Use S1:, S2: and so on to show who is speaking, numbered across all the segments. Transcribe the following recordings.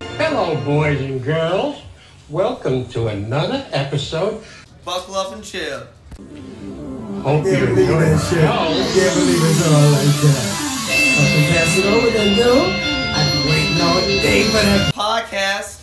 S1: Hello, boys and girls. Welcome to another episode.
S2: Buckle up and chill.
S1: Hope you
S3: Can't believe
S1: enjoy
S3: that
S1: the
S3: shit.
S1: show.
S3: Can't believe it's all like that. I can pass it over to you. I've been waiting all day for that
S2: Podcast.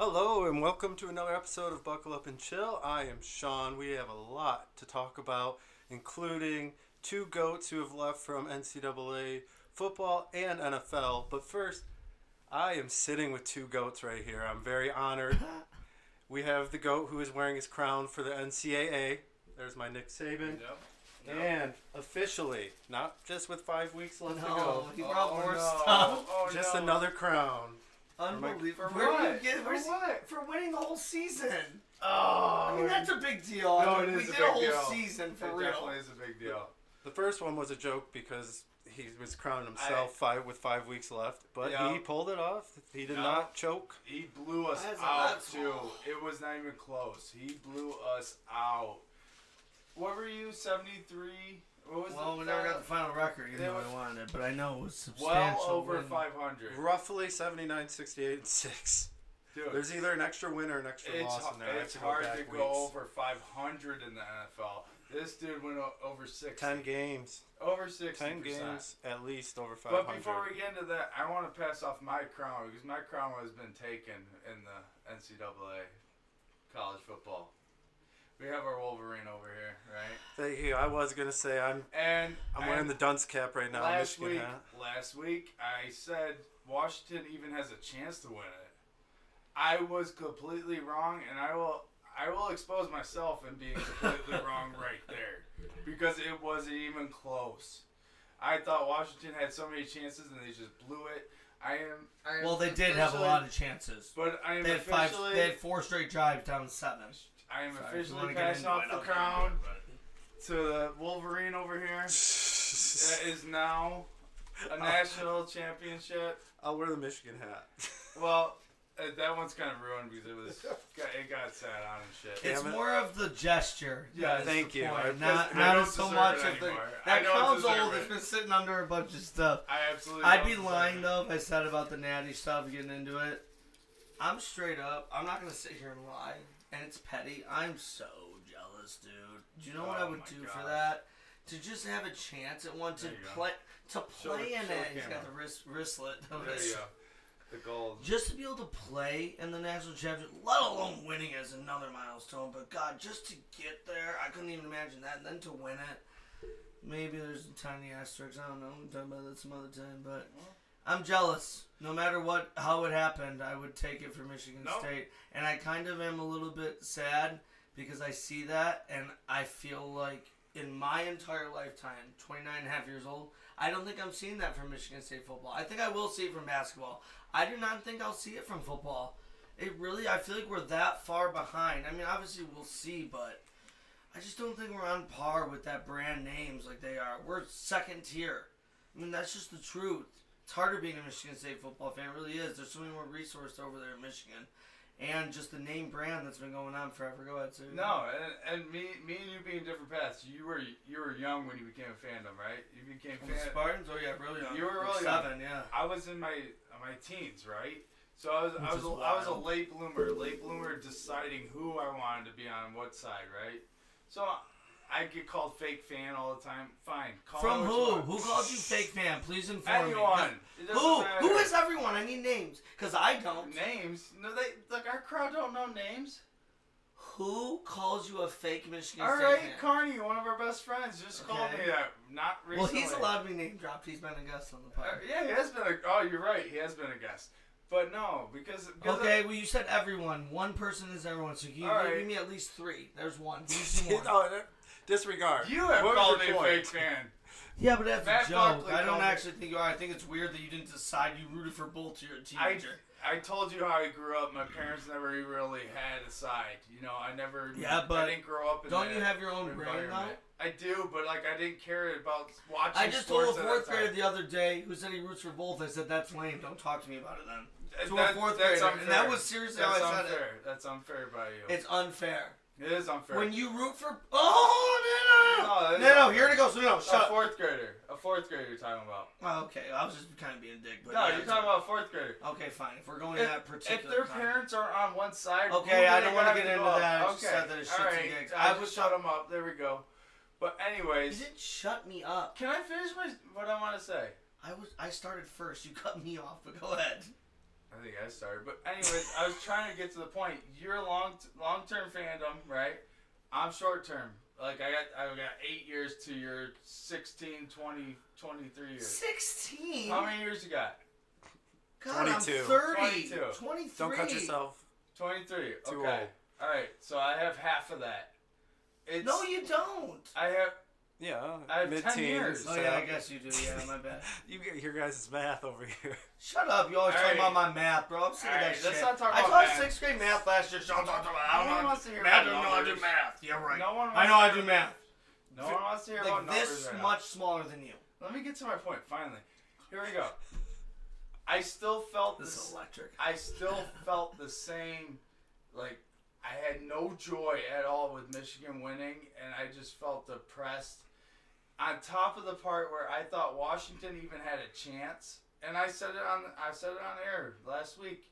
S4: Hello and welcome to another episode of Buckle Up and Chill. I am Sean. We have a lot to talk about, including two goats who have left from NCAA football and NFL. But first, I am sitting with two goats right here. I'm very honored. We have the goat who is wearing his crown for the NCAA. There's my Nick Saban. And officially, not just with five weeks left to go,
S2: he brought
S4: Oh,
S5: Oh,
S2: more stuff.
S4: just another crown.
S2: Unbelievable.
S5: For
S2: Where do you
S5: what?
S2: get?
S5: For
S2: Where's,
S5: what? For winning the whole season.
S2: I
S5: Oh,
S2: mean, that's a big deal.
S5: No,
S2: I mean,
S5: it
S2: we
S5: is a
S2: did
S5: big
S2: whole
S5: deal.
S2: season for
S5: it
S2: real.
S5: definitely is a big deal.
S4: The first one was a joke because he was crowning himself five with five weeks left, but
S5: Yeah.
S4: he pulled it off. He did
S5: Yeah.
S4: not choke.
S5: He blew us
S2: That's a
S5: out
S2: lot.
S5: too. It was not even close. He blew us out. What were you? Seventy three. What was
S6: Well,
S5: the
S6: we never got the
S5: final?
S6: final record even
S5: They
S6: though
S5: were-
S6: I wanted it, but I know it was substantial.
S5: well over
S6: win.
S5: five hundred.
S4: Roughly 79, 68, and 6.
S5: Dude,
S4: There's either an extra win or an extra
S5: it's
S4: loss in there. I
S5: it's
S4: have
S5: hard
S4: go
S5: to
S4: back
S5: go
S4: weeks.
S5: over five hundred in the NFL. This dude went o- over six.
S4: 10 games.
S5: Over six.
S4: 10 games at least over 500.
S5: But before we get into that, I want to pass off my crown because my crown has been taken in the NCAA college football. We have our Wolverine over here, right?
S4: Thank you. I was going to say I'm
S5: And
S4: I'm wearing
S5: and
S4: the dunce cap right now.
S5: last
S4: Michigan
S5: week.
S4: hat.
S5: Last week, I said Washington even has a chance to win it. I was completely wrong, and I will I will expose myself in being completely wrong right there because it wasn't even close. I thought Washington had so many chances, and they just blew it. I am. I am
S6: Well, they did have a
S5: officially-
S6: lot of chances.
S5: But I am
S6: They had five.
S5: officially,
S6: They had four straight drives down to seven.
S5: I am
S6: Sorry, if you wanna
S5: officially
S6: get
S5: passing
S6: into
S5: off
S6: it,
S5: the
S6: I'll get
S5: crown
S6: into it,
S5: to the Wolverine over here. that is now a national championship.
S4: I'll wear the Michigan hat.
S5: Well, uh, that one's kind of ruined because it was got- it got sat on and
S6: but
S5: shit.
S6: It's
S4: Damn it.
S6: more of the gesture.
S5: Yeah,
S6: that is
S4: thank
S6: the
S4: you.
S6: point,
S4: I-
S6: Not,
S5: I don't
S6: not so
S5: deserve
S6: much
S5: it
S6: of the.
S5: anymore. I
S6: That
S5: don't
S6: crown's
S5: deserve
S6: old.
S5: it.
S6: It's been sitting under a bunch of stuff.
S5: I absolutely.
S6: I'd
S5: don't
S6: be
S5: deserve
S6: lying
S5: it.
S6: though if I said about the natty stuff getting into it. I'm straight up. I'm not gonna sit here and lie, and it's petty. I'm so jealous, dude. Do you know what
S5: Oh
S6: I would
S5: my
S6: do
S5: gosh.
S6: for that? To just have a chance at one to
S5: There you go.
S6: play to
S5: Show
S6: play in
S5: the- show
S6: it.
S5: the
S6: He's got
S5: camera.
S6: the wrist wristlet. of
S5: There
S6: it.
S5: you go. The gold.
S6: Just to be able to play in the national championship, let alone winning as another milestone. But God, just to get there, I couldn't even imagine that. And then to win it, maybe there's a tiny asterisk. I don't know. We can talk about that some other time. But I'm jealous. No matter what, how it happened, I would take it for Michigan
S5: No.
S6: State. And I kind of am a little bit sad because I see that and I feel like in my entire lifetime, 29 and a half years old, I don't think I'm seeing that from Michigan State football. I think I will see it from basketball. I do not think I'll see it from football. It really, I feel like we're that far behind. I mean, obviously we'll see, but I just don't think we're on par with that brand names like they are. We're second tier. I mean, that's just the truth. It's harder being a Michigan State football fan. It really is. There's so many more resources over there in Michigan. And just the name brand that's been going on forever. Go ahead, Sue.
S5: No, and, and me, me and you being different paths. You were you were young when you became a fandom, right? You became
S6: From the
S5: fan.
S6: Spartans? Oh, yeah, really young.
S5: You were
S6: Like
S5: really young.
S6: Seven, yeah.
S5: I was in my my teens, right? So I was I
S6: Which
S5: was,
S6: is
S5: a, I was a
S6: wild.
S5: late bloomer, late bloomer deciding who I wanted to be on what side, right? So I get called fake fan all the time. Fine. Call
S6: From
S5: it what
S6: who?
S5: you want.
S6: Who called you fake fan? Please inform
S5: Anyone.
S6: me.
S5: It doesn't
S6: Who? Who
S5: matter.
S6: is everyone? I need names. Because I don't.
S5: names? No, they look. Our crowd don't know names.
S6: Who calls you a fake Michigan
S5: all
S6: State
S5: right,
S6: fan?
S5: Carney, one of our best friends, just called
S6: Okay.
S5: me that. Not
S6: well,
S5: recently.
S6: he's allowed to be name dropped. He's been a guest on the
S5: Uh,
S6: podcast.
S5: yeah, he has been a. Oh, you're right. He has been a guest. But no, because, because
S6: Okay, well, you said everyone. One person is everyone, so you
S5: All
S6: you
S5: right.
S6: give me at least three. There's one. Who's the one?
S4: Oh, that- disregard.
S5: you have
S4: What was
S5: called
S4: your
S5: me a
S4: point?
S5: fake fan.
S6: yeah, but that's
S5: Matt
S6: a joke.
S5: Barkley
S6: I
S5: called
S6: don't
S5: me-
S6: actually think you are. I think it's weird that you didn't decide you rooted for both your
S5: I
S6: teenager.
S5: I told you how I grew up. My parents never really had a side. You know, I never.
S6: Yeah, but
S5: I didn't grow up. In
S6: don't
S5: that
S6: you have your own brain,
S5: environment. I do, but like I didn't care about watching.
S6: I just told
S5: sports
S6: a
S5: at
S6: fourth
S5: that time.
S6: grader the other day who said he roots for both. I said that's lame. Don't talk to me about it then.
S5: That-
S6: To
S5: that-
S6: a fourth
S5: that's
S6: grader, and that
S5: unfair.
S6: was seriously
S5: That's
S6: how I said
S5: unfair. That's unfair by
S6: it.
S5: you.
S6: It's unfair.
S5: It is unfair.
S6: When you root for oh no
S5: No,
S6: no no
S5: that's
S6: no, no,
S5: unfair.
S6: here it goes no no
S5: a
S6: shut up.
S5: fourth grader, a fourth grader, you're talking about.
S6: Oh, okay, I was just kind of being a dick. But
S5: No,
S6: yeah,
S5: you're talking about a fourth grader.
S6: Okay, fine. If we're going
S5: If,
S6: to that particular,
S5: if their
S6: time.
S5: parents are on one side,
S6: Okay,
S5: who do
S6: I
S5: they
S6: don't wanna
S5: have
S6: get into
S5: go up?
S6: that. I
S5: Okay,
S6: just said that it's shits
S5: all
S6: and
S5: right.
S6: gigs.
S5: I,
S6: I
S5: will
S6: was-
S5: shut them up. There we go. But
S6: you
S5: anyways,
S6: didn't shut me up.
S5: can I finish my what I want to say?
S6: I was I started first. You cut me off, but go ahead.
S5: I think I started, but anyways, I was trying to get to the point. You're a long long term fandom, right? I'm short term. Like I got I got eight years to your 16, 20, 23 years.
S6: Sixteen.
S5: How many years you got?
S6: God,
S4: 22.
S6: I'm 30.
S5: 22.
S6: 23.
S4: Don't cut yourself.
S5: 23. Okay.
S4: Too old.
S5: All right. So I have half of that. It's,
S6: No, you don't.
S5: I have.
S4: Yeah,
S5: I have 10
S4: mid-teens.
S5: years.
S6: Oh
S4: so-
S6: yeah, I guess you do. Yeah, my bad.
S4: You get your guys' math over here.
S6: Shut up! You always
S5: All
S6: talk
S5: right.
S6: about my math, bro. I'm sick of
S5: All
S6: that
S5: right,
S6: shit.
S5: let's not talk
S6: I
S5: about
S6: taught
S5: math.
S6: sixth grade math last year. So I'm talking about. I
S5: No one
S6: don't know.
S5: wants to hear
S6: math. I
S5: about
S6: don't know. I
S5: numbers.
S6: do math. Yeah, right.
S5: No one wants
S6: I know. I
S5: to-
S6: do math.
S5: No one wants to hear about
S6: Like
S5: numbers
S6: this
S5: right now.
S6: much smaller than you.
S5: Let me get to my point. Finally, here we go. I still felt
S6: This is
S5: this.
S6: electric.
S5: I still felt the same. Like I had no joy at all with Michigan winning, and I just felt depressed. On top of the part where I thought Washington even had a chance, and I said it on I said it on air last week.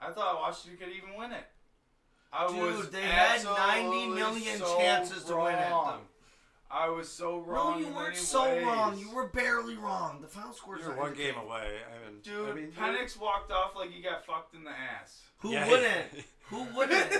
S5: I thought Washington could even win it. I
S6: Dude,
S5: was
S6: they had 90
S5: absolutely
S6: million
S5: so
S6: chances to win it,
S5: wrong.
S6: though.
S5: I was so
S6: No,
S5: wrong.
S6: you
S5: in
S6: weren't
S5: many
S6: so wrong.
S5: ways.
S6: You were barely wrong. The final score is
S4: You're
S6: not
S4: one game
S6: indicating.
S4: away. I mean,
S5: Dude,
S4: I mean,
S5: Penix walked off like he got fucked in the ass.
S6: Who
S4: Yeah.
S6: wouldn't? Who wouldn't?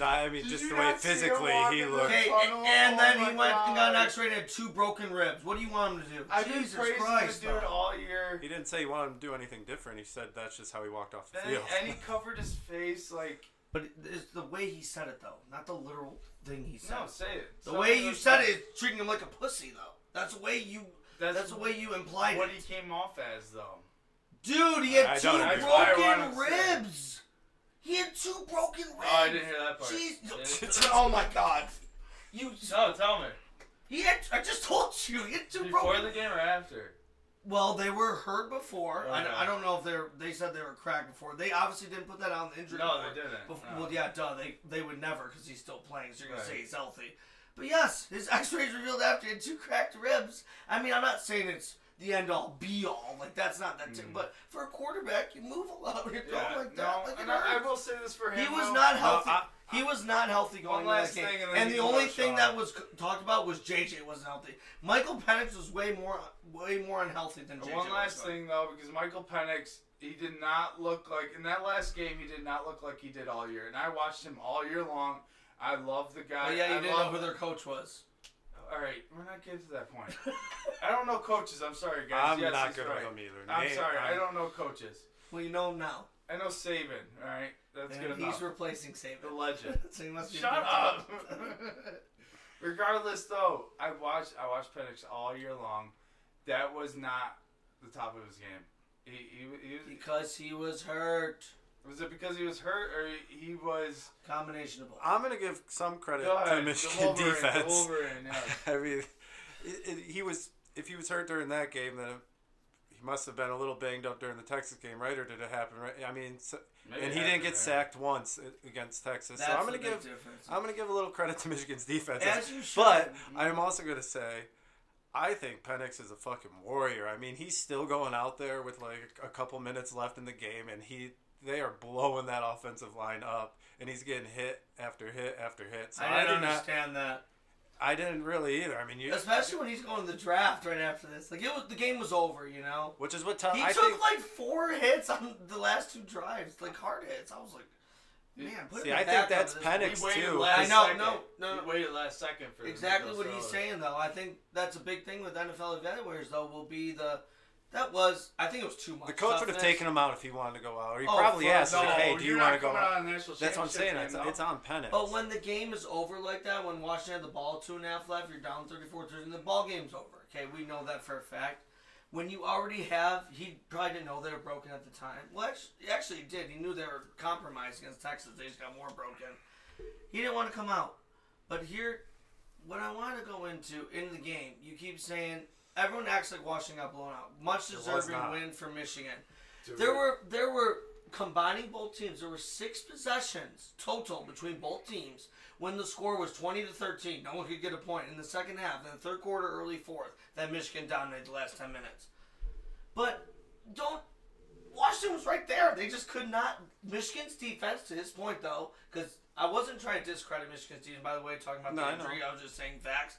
S4: No, I mean
S5: Did
S4: just
S5: you
S4: the way
S5: not see him
S4: physically
S5: walk
S4: he
S5: in the-
S4: looked.
S6: Okay,
S5: Funnel,
S6: and, and then
S5: oh
S6: he
S5: my
S6: went and got an
S5: God.
S6: X-ray and had two broken ribs. What do you want him to do?
S5: I've been
S6: Jesus
S5: praising
S6: Christ!
S5: the dude
S6: though.
S5: all year.
S4: He didn't say he wanted him to do anything different. He said that's just how he walked off the
S5: And,
S4: field.
S5: and he covered his face like
S6: But it- it's the way he said it, though, not the literal thing he said.
S5: no, say it.
S6: the
S5: Something
S6: way you
S5: was-
S6: said it is treating him like a pussy, though. That's the way you.
S5: That's
S6: That's, the way you implied
S5: What
S6: it.
S5: he came off as though.
S6: Dude, he
S4: I
S6: had two
S4: don't agree.
S5: I
S6: broken
S5: wanna say.
S6: ribs. He had two broken ribs.
S5: Oh, I didn't hear that part.
S6: Jeez. oh my God. You.
S5: No, tell me.
S6: He had. I just told you. He had two
S5: Before
S6: broken.
S5: the game or after?
S6: Well, they were hurt before.
S5: Okay.
S6: I, I don't know if they're. They said they were cracked before. They obviously didn't put that on the injury.
S5: No,
S6: report.
S5: they didn't,
S6: Bef-
S5: no.
S6: Well, yeah, duh. They they would never because he's still playing. So you're gonna
S5: Right.
S6: say he's healthy. But yes, his X-rays revealed after he had two cracked ribs. I mean, I'm not saying it's the end all be all. Like that's not that. T- But for a quarterback, you move a lot when you're
S5: Mm. Yeah,
S6: going like
S5: no,
S6: that. Like it
S5: and I, I
S6: hurts.
S5: will say this for him.
S6: He was
S5: though.
S6: not healthy.
S4: No, I-
S6: he was not healthy
S5: One
S6: going into
S5: last
S6: that game.
S5: thing, and
S6: and,
S5: then you
S6: the
S5: can
S6: only
S5: rush
S6: thing
S5: on.
S6: that was c- talked about was JJ wasn't healthy. Michael Penix was way more way more unhealthy than JJ.
S5: And One last
S6: was.
S5: thing though, because Michael Penix, he did not look like in that last game. He did not look like he did all year, and I watched him all year long. I love the guy.
S6: But yeah, you
S5: I
S6: didn't know
S5: love-
S6: who their coach was.
S5: All right, we're not getting to that point. I don't know coaches. I'm sorry, guys.
S4: I'm
S5: Yes,
S4: not
S5: he's
S4: good
S5: right.
S4: with him either.
S5: I'm
S4: Nate,
S5: sorry. I
S4: I'm-
S5: don't know coaches.
S6: Well, you know him now,
S5: I know Saban. All right, that's
S6: and
S5: good
S6: he's
S5: enough.
S6: replacing
S5: the
S6: Saban.
S5: legend.
S6: So he must be a
S5: Shut
S6: good
S5: up.
S6: coach.
S5: Regardless, though, I watched I watched Penix all year long. That was not the top of his game. He, he, he was,
S6: because he was hurt.
S5: was it because he was hurt or he was
S6: Combination of both.
S4: I'm gonna give some credit
S5: Go
S4: to
S5: ahead,
S4: the Michigan
S5: Wolverine,
S4: defense.
S5: The Wolverine, yeah.
S4: I mean, it, it, he was if he was hurt during that game, then he must have been a little banged up during the Texas game, right? Or did it happen? Right? I mean, so,
S5: Maybe
S4: and
S5: it
S4: he
S5: happened
S4: didn't get
S5: there.
S4: sacked once i- against Texas.
S6: That's
S4: so I'm
S6: the
S4: gonna
S6: big
S4: give
S6: difference.
S4: I'm gonna give a little credit to Michigan's defense.
S6: As you should.
S4: but
S5: Mm-hmm.
S4: I am also gonna say. I think Penix is a fucking warrior. I mean, he's still going out there with like a couple minutes left in the game, and he they are blowing that offensive line up, and he's getting hit after hit after hit. So I,
S6: I
S4: do
S6: didn't
S4: not
S6: understand that.
S4: I didn't really either. I mean, you,
S6: Especially when he's going to the draft right after this. Like it was, the game was over, you know.
S4: which is what Tom.
S6: He
S4: Uh, I
S6: took
S4: think,
S6: like four hits on the last two drives, like hard hits. I was like, man, put
S4: see,
S6: him
S4: I think
S6: back
S4: that's
S6: on this.
S4: Penix
S5: He waited
S4: too.
S5: last
S6: I
S4: 'cause-
S6: know,
S5: second.
S6: no, no.
S5: He waited last second for them to
S6: Exactly
S5: go
S6: what he's
S5: solo.
S6: saying, though. I think that's a big thing with NFL evaluators, though. Will be the that was I think it was too much.
S4: The coach would have
S6: toughness.
S4: taken him out if he wanted to go out, or he
S6: Oh,
S4: probably
S6: fuck,
S4: asked,
S5: No,
S4: like, "Hey, do
S5: you're
S4: you
S5: not
S4: want to go
S5: coming
S4: out?"
S5: out on a national
S4: That's what I'm
S5: championship
S4: saying. It's,
S5: game, though. Oh,
S4: it's on Penix.
S6: But when the game is over like that, when Washington had the ball two and a half left, you're down 34 13, the ball game's over. Okay, we know that for a fact. when you already have, he probably didn't know they were broken at the time. Well, actually, actually, he did. He knew they were compromised against Texas. They just got more broken. He didn't want to come out. But here, what I want to go into in the game, you keep saying everyone acts like Washington got blown out. Much deserving
S4: not.
S6: win for Michigan. There were there were combining both teams. There were six possessions total between both teams when the score was twenty to thirteen. No one could get a point in the second half, in the third quarter, early fourth. That Michigan dominated the last ten minutes. But don't Washington was right there. They just could not. Michigan's defense, to his point though, because I wasn't trying to discredit Michigan's defense. By the way, talking about
S4: No, I
S6: the
S4: know.
S6: injury, I was just saying facts.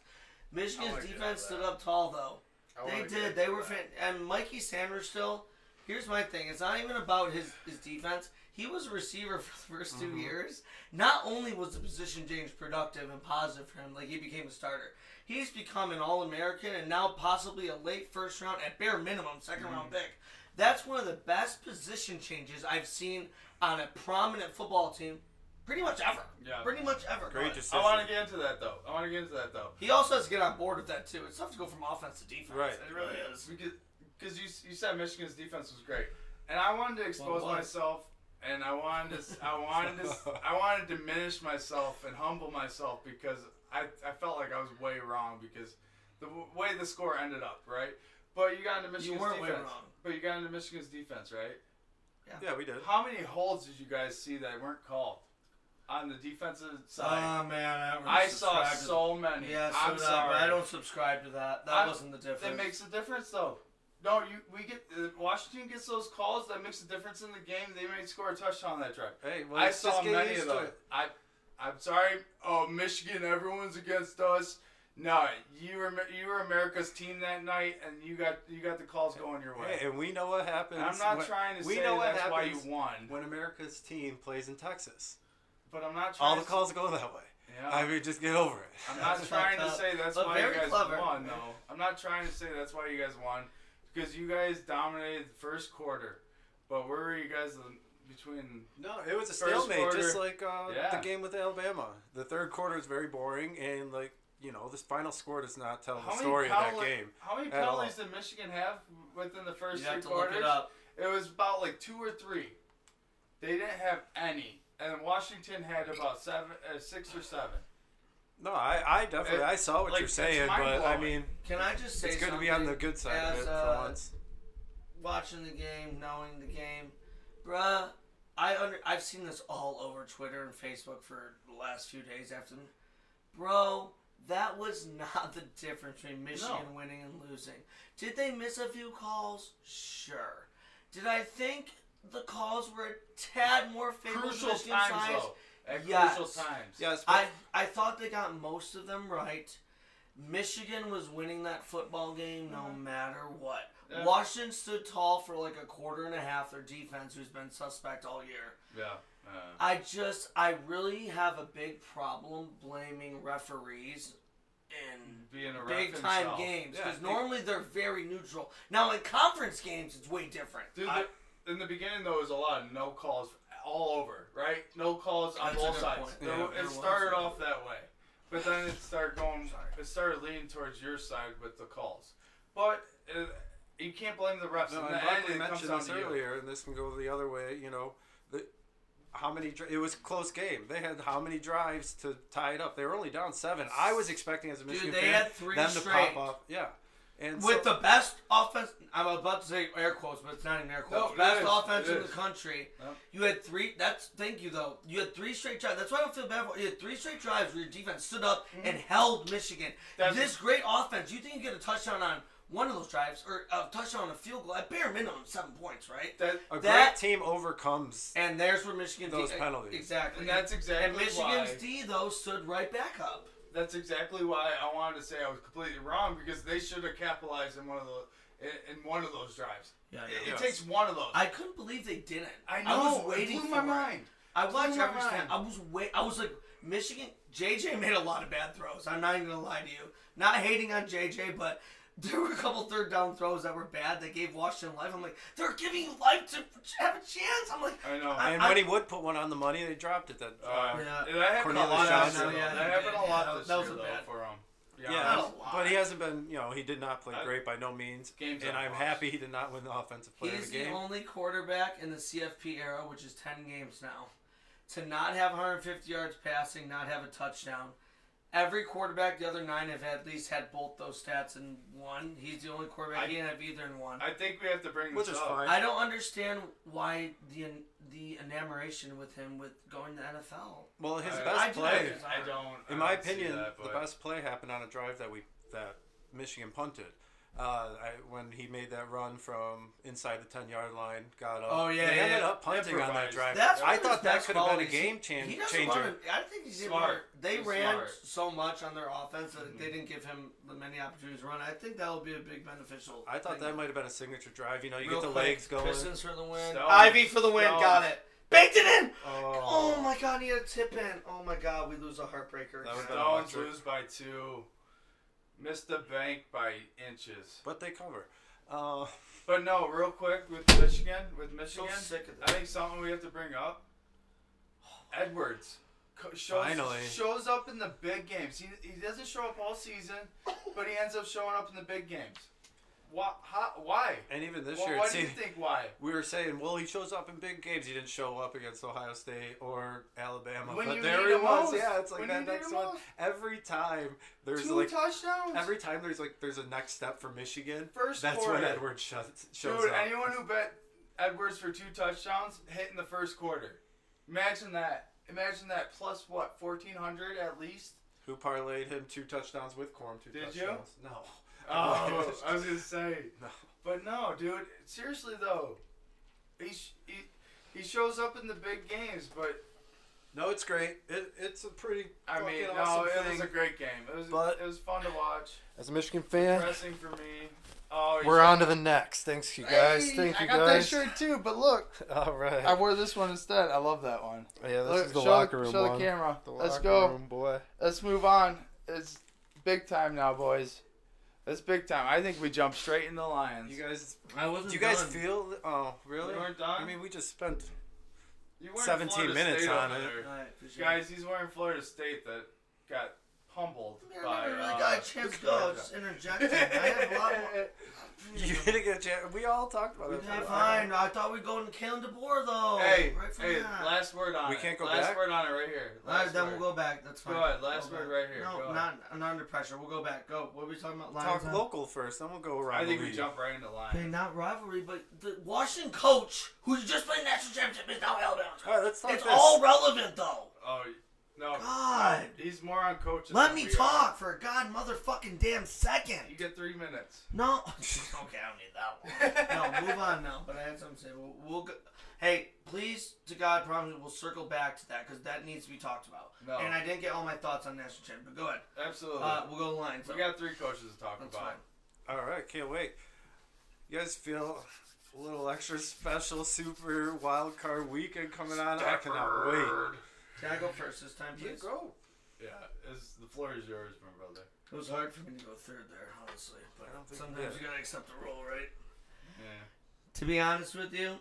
S6: Michigan's
S5: wanna get
S6: defense
S5: into
S6: stood up tall though.
S5: I
S6: They
S5: wanna get
S6: did.
S5: into
S6: They were
S5: that.
S6: fan- and Mikey Sanders still. Here's my thing. It's not even about his his defense. He was a receiver for the first two
S5: Mm-hmm.
S6: years. Not only was the position James productive and positive for him, like he became a starter. He's become an All American and now possibly a late first round, at bare minimum, 2nd
S5: Mm-hmm.
S6: round pick. That's one of the best position changes I've seen on a prominent football team, pretty much ever.
S5: Yeah.
S6: Pretty much ever.
S4: Great
S6: Guys.
S4: decision.
S5: I want to get into that though. I want to get into that though.
S6: He also has to get on board with that too. It's tough to go from offense to defense.
S4: Right.
S6: It really is.
S5: Because you, you said Michigan's defense was great, and I wanted to expose
S6: it was.
S5: myself, and I wanted to s- I wanted to s- I wanted to diminish myself and humble myself because I, I felt like I was way wrong because the w- way the score ended up right, but you got into Michigan's
S6: weren't way
S5: defense.
S6: wrong.
S5: But you got into Michigan's defense, right?
S4: Yeah, we did.
S5: How many holds did you guys see that weren't called on the defensive
S6: Uh,
S5: side?
S6: Ah, man,
S5: I saw so many.
S6: Yeah, so
S5: I'm
S6: did I,
S5: sorry.
S6: but I don't subscribe to that. That
S5: I'm-
S6: wasn't the difference.
S5: That makes a difference, though. No, you we get uh, Washington gets those calls. That makes a difference in the game. They may score a touchdown on that drive.
S4: Hey, well,
S5: I
S4: let's
S5: saw
S4: just get
S5: many
S4: used
S5: of
S4: to
S5: them.
S4: it.
S5: I, I'm sorry. Oh, Michigan, everyone's against us. No, you were you were America's team that night, and you got you got the calls going your way.
S4: Hey, and we know what happens.
S5: And I'm not
S4: when-
S5: trying to
S4: we
S5: say
S4: know what
S5: that's why you
S4: happens
S5: won,
S4: when America's team plays in Texas.
S5: but I'm not trying.
S4: All the
S5: to-
S4: calls go that way.
S5: Yeah.
S4: I mean, just get over it.
S5: I'm not
S6: That's
S5: trying to
S6: fucked up.
S5: say that's
S6: But
S5: why you
S6: very
S5: guys
S6: clever.
S5: won, though. I'm not trying to say that's why you guys won, because you guys dominated the first quarter. But where were you guys in between?
S4: No, it was a
S5: First
S4: stalemate, just
S5: quarter-
S4: like uh,
S5: Yeah.
S4: the game with Alabama. The third quarter is very boring, and like you know, this final score does not tell the story of that
S5: penalty-
S4: game.
S5: How many
S4: at all.
S5: penalties did Michigan have within the first
S6: you
S5: three
S6: have to
S5: quarters?
S6: look it up.
S5: It was about like two or three. They didn't have any, and Washington had about seven, uh, six or seven.
S4: No, I, I definitely
S5: It-
S4: I saw what
S5: like,
S4: you're
S5: it's
S4: saying, but I
S5: mind-blowing.
S4: mean,
S6: Can I just say
S4: it's good to
S6: something?
S4: be on the good side of
S6: As,
S4: it for
S6: uh,
S4: once.
S6: watching the game, knowing the game, bruh. I under, I've seen this all over Twitter and Facebook for the last few days after, bro. That was not the difference between Michigan
S5: No.
S6: winning and losing. Did they miss a few calls? Sure. Did I think the calls were a tad more favorable? to
S5: Crucial times,
S6: Michigan's side?
S5: though. At
S6: Yes.
S5: crucial times.
S4: Yes, but
S6: I I thought they got most of them right. Michigan was winning that football game no matter what.
S5: Mm-hmm. Yeah.
S6: Washington stood tall for like a quarter and a half. Their defense, who's been suspect all year,
S5: Yeah. uh,
S6: I just I really have a big problem blaming referees in
S5: being a ref
S6: big time
S5: himself.
S6: games
S4: Yeah,
S6: because
S4: it-
S6: normally they're very neutral. Now in conference games, it's way different.
S5: Dude,
S6: I-
S5: the, in the beginning though, it was a lot of no calls all over, right? No calls on
S6: That's a
S5: both
S6: good
S5: sides.
S6: point.
S5: There-
S4: Yeah.
S5: It started off that way, but then it started going. It started leaning towards your side with the calls, but uh you can't blame the refs.
S4: No,
S5: In
S4: and
S5: the
S4: Buckley
S5: end, it comes
S4: mentioned
S5: down
S4: this
S5: to you.
S4: earlier, and this can go the other way. You know, the, how many? dri- It was a close game. They had how many drives to tie it up? They were only down seven. I was expecting as a Michigan
S6: they
S4: fan
S6: had three
S4: them to
S6: straight.
S4: pop up. Yeah, and
S6: with
S4: so,
S6: the best offense. I'm about to say air quotes, but it's not even air quotes.
S5: it
S6: best
S5: is.
S6: offense
S5: It
S6: in the
S5: is.
S6: country.
S5: Yep.
S6: You had three. That's thank you though. You had three straight drives. That's why I don't feel bad for you. Had three straight drives where your defense stood up
S5: Mm-hmm.
S6: and held Michigan.
S5: That's-
S6: this great offense. You think you get a touchdown on one of those drives or a touchdown on a field goal at bare minimum seven points, right?
S5: That,
S4: a
S6: that-
S4: great team overcomes.
S6: and there's where Michigan
S4: Those
S6: D-
S4: penalties.
S6: exactly.
S5: and that's exactly
S6: and Michigan's
S5: why.
S6: D though stood right back up.
S5: that's exactly why I wanted to say I was completely wrong because they should have capitalized in one of the in, in one of those drives.
S6: Yeah, I
S5: it,
S6: know.
S5: it
S4: Yes.
S5: takes one of those.
S6: I couldn't believe they didn't.
S5: I know.
S6: was waiting
S5: Oh, it blew
S6: for
S5: my
S6: it.
S5: mind.
S6: I watched
S5: my
S6: every snap.
S5: mind.
S6: I was wait. I was like Michigan. JJ made a lot of bad throws. I'm not even gonna lie to you. Not hating on JJ, but there were a couple third down throws that were bad that gave Washington life. I'm like, they're giving you life to have a chance. I'm like,
S5: I know.
S4: And
S6: I-
S4: when he would put one on the money, they dropped it. That
S6: Yeah.
S5: Uh, That happened a
S4: Cornelius
S5: lot.
S4: Johnson.
S5: this year, though.
S4: Yeah,
S5: that
S6: he
S5: happened
S6: did.
S5: a lot
S6: Yeah,
S5: this
S6: that
S5: year
S6: was a
S5: though
S6: bad-
S5: for him.
S4: yeah,
S6: Not a lot.
S4: but he hasn't been, you know, he did not play
S5: I-
S4: great by no means.
S5: Games
S4: and
S5: I've
S4: I'm
S5: watched.
S4: happy he did not win the offensive player
S6: He's
S4: of the game.
S6: the only quarterback in the CFP era, which is 10 games now, to not have 150 yards passing, not have a touchdown. Every quarterback, the other nine have at least had both those stats in one. He's the only quarterback
S5: I-
S6: he didn't have either in one. I,
S5: I think we have to bring this
S4: Which is
S5: up.
S4: fine.
S6: don't understand why the the enamoration with him with going to NFL.
S4: well, his
S5: I-
S4: best
S6: I do
S4: play.
S6: like his
S5: I don't. I
S4: in my
S5: don't see
S4: opinion,
S5: that,
S4: the
S5: but-
S4: best play happened on a drive that we that Michigan punted. Uh, I, when he made that run from inside the ten yard line, got up.
S6: Oh, yeah,
S4: they
S6: yeah,
S4: ended
S6: yeah.
S4: up punting on that
S5: Improvised.
S4: drive.
S6: That's one
S4: I
S6: of his
S4: thought that
S6: best
S4: could have been a
S6: qualities.
S4: game chan-
S6: He doesn't
S4: changer.
S6: run- I think he's smart.
S5: Smart.
S6: They
S5: He's
S6: ran
S5: smart.
S6: so much on their offense that they didn't give him the many opportunities to run. I think that will be a big beneficial.
S4: I thought
S6: thing.
S4: that might have been a signature drive. You know, you
S6: Real
S4: get the
S6: quick,
S4: legs going.
S6: Pistons for the win.
S5: Stones.
S6: Ivy for the win.
S5: Stones.
S6: Got it. Baked it in.
S4: Oh,
S6: Oh. my god, he had a tip in. Oh my god, we lose a heartbreaker.
S4: That would've been
S5: Stones
S4: electric.
S5: lose by two. Missed the bank by inches.
S4: But they cover. Uh,
S5: But no, real quick with Michigan, with
S6: So
S5: Michigan,
S6: sick of
S5: I
S6: that.
S5: think something we have to bring up. Edwards co- shows,
S4: Finally.
S5: shows up in the big games. He, he doesn't show up all season, but he ends up showing up in the big games. Why? How, why?
S4: and even this
S5: Well,
S4: year,
S5: why
S4: it
S5: do you
S4: seemed,
S5: think why?
S4: we were saying, well, he shows up in big games. He didn't show up against Ohio State or Alabama.
S5: When
S4: but
S5: you
S4: there
S5: need
S4: he
S5: him
S4: was.
S5: most.
S4: Yeah, it's like
S5: When you
S4: that
S5: need
S4: next
S5: him
S4: one.
S5: most.
S4: Every time there's
S5: Two
S4: like
S5: touchdowns.
S4: Every time there's like there's a next step for Michigan,
S5: First
S4: that's
S5: quarter.
S4: when Edwards shows, shows
S5: Dude,
S4: up.
S5: anyone who bet Edwards for two touchdowns hit in the first quarter. Imagine that. Imagine that. Plus what? Fourteen hundred at least.
S4: who parlayed him two touchdowns with Corm two
S5: Did you?
S4: touchdowns. No.
S5: Oh, I was gonna say.
S4: No.
S5: But no, dude. Seriously though, he sh- he, he shows up in the big games, but
S4: No, it's great. It, it's a pretty
S5: I mean,
S4: fucking
S5: no,
S4: awesome
S5: it
S4: thing.
S5: was a great game. It was
S4: But-
S5: it was fun to watch.
S4: As a Michigan fan,
S5: Pressing for me. Oh,
S4: we're on to the next. Thanks you guys. Thank
S7: I
S4: you
S7: got
S4: guys.
S7: that shirt too, but look,
S4: All right.
S7: I wore this one instead. I love that one.
S4: yeah, this
S7: Look,
S4: is the
S7: show,
S4: locker room
S7: show
S4: one.
S7: the camera.
S4: The
S7: Let's
S4: locker
S7: go.
S4: room, boy.
S7: Let's move on. It's big time now, boys. It's big time. I think we jump straight in the Lions.
S4: You guys,
S6: I wasn't.
S4: do you guys feel? Oh, really?
S5: You weren't done?
S4: I mean, we just spent.
S5: You weren't
S4: 17
S5: Florida
S4: minutes
S5: State
S4: on
S5: over
S4: it.
S5: there. Guys, he's wearing Florida State that got humbled by.
S6: I never really
S5: uh,
S6: got a chance to go. Just interjecting. I had a lot of.
S4: You didn't get a chance. We all talked about it. for a
S6: Okay,
S4: while.
S6: fine. I thought we'd go into Kalen DeBoer though.
S5: Hey,
S6: Oh, right from
S5: hey,
S6: that.
S5: last word on
S4: We
S5: it.
S4: can't go
S5: last
S4: back?
S5: word on it right here.
S6: All right,
S5: Last
S6: then
S5: word.
S6: we'll go back. That's fine.
S5: Go ahead, last
S6: Go
S5: word
S6: back.
S5: right here.
S6: No,
S5: Go
S6: not I'm not under pressure. We'll go back. Go. What were we talking about? Lions
S4: Talk
S6: on-
S4: local first, then we'll go around.
S5: I think we jump right into
S6: Okay,
S5: line.
S6: not rivalry, but the Washington coach who's just played national championship is now Alabama's
S4: All right, let's talk
S6: It's
S4: this.
S6: all relevant though.
S5: Oh no,
S6: God,
S5: he's more on coaches.
S6: let
S5: than
S6: me
S5: we
S6: talk for a god motherfucking damn second.
S5: Are. You get three minutes.
S6: No. okay, I don't need that one. no, move on now. But I had something to say. We'll, we'll go. Hey, please, to God, promise we'll circle back to that because that needs to be talked about.
S5: No.
S6: And I didn't get all my thoughts on national championship. But go ahead.
S5: Absolutely.
S6: Uh, we'll go lines.
S5: we
S6: though.
S5: got three coaches to talk
S6: That's
S5: about.
S6: fine.
S4: All right, can't wait. You guys feel a little extra special, super wild card weekend coming on? I cannot wait.
S6: Can I go first this time, please?
S4: go.
S5: Yeah, is the floor is yours, my brother.
S6: It was hard for me to go third there, honestly. But
S4: I don't think
S6: sometimes
S4: you
S6: you gotta accept the rule, right?
S5: Yeah.
S6: To be honest with you,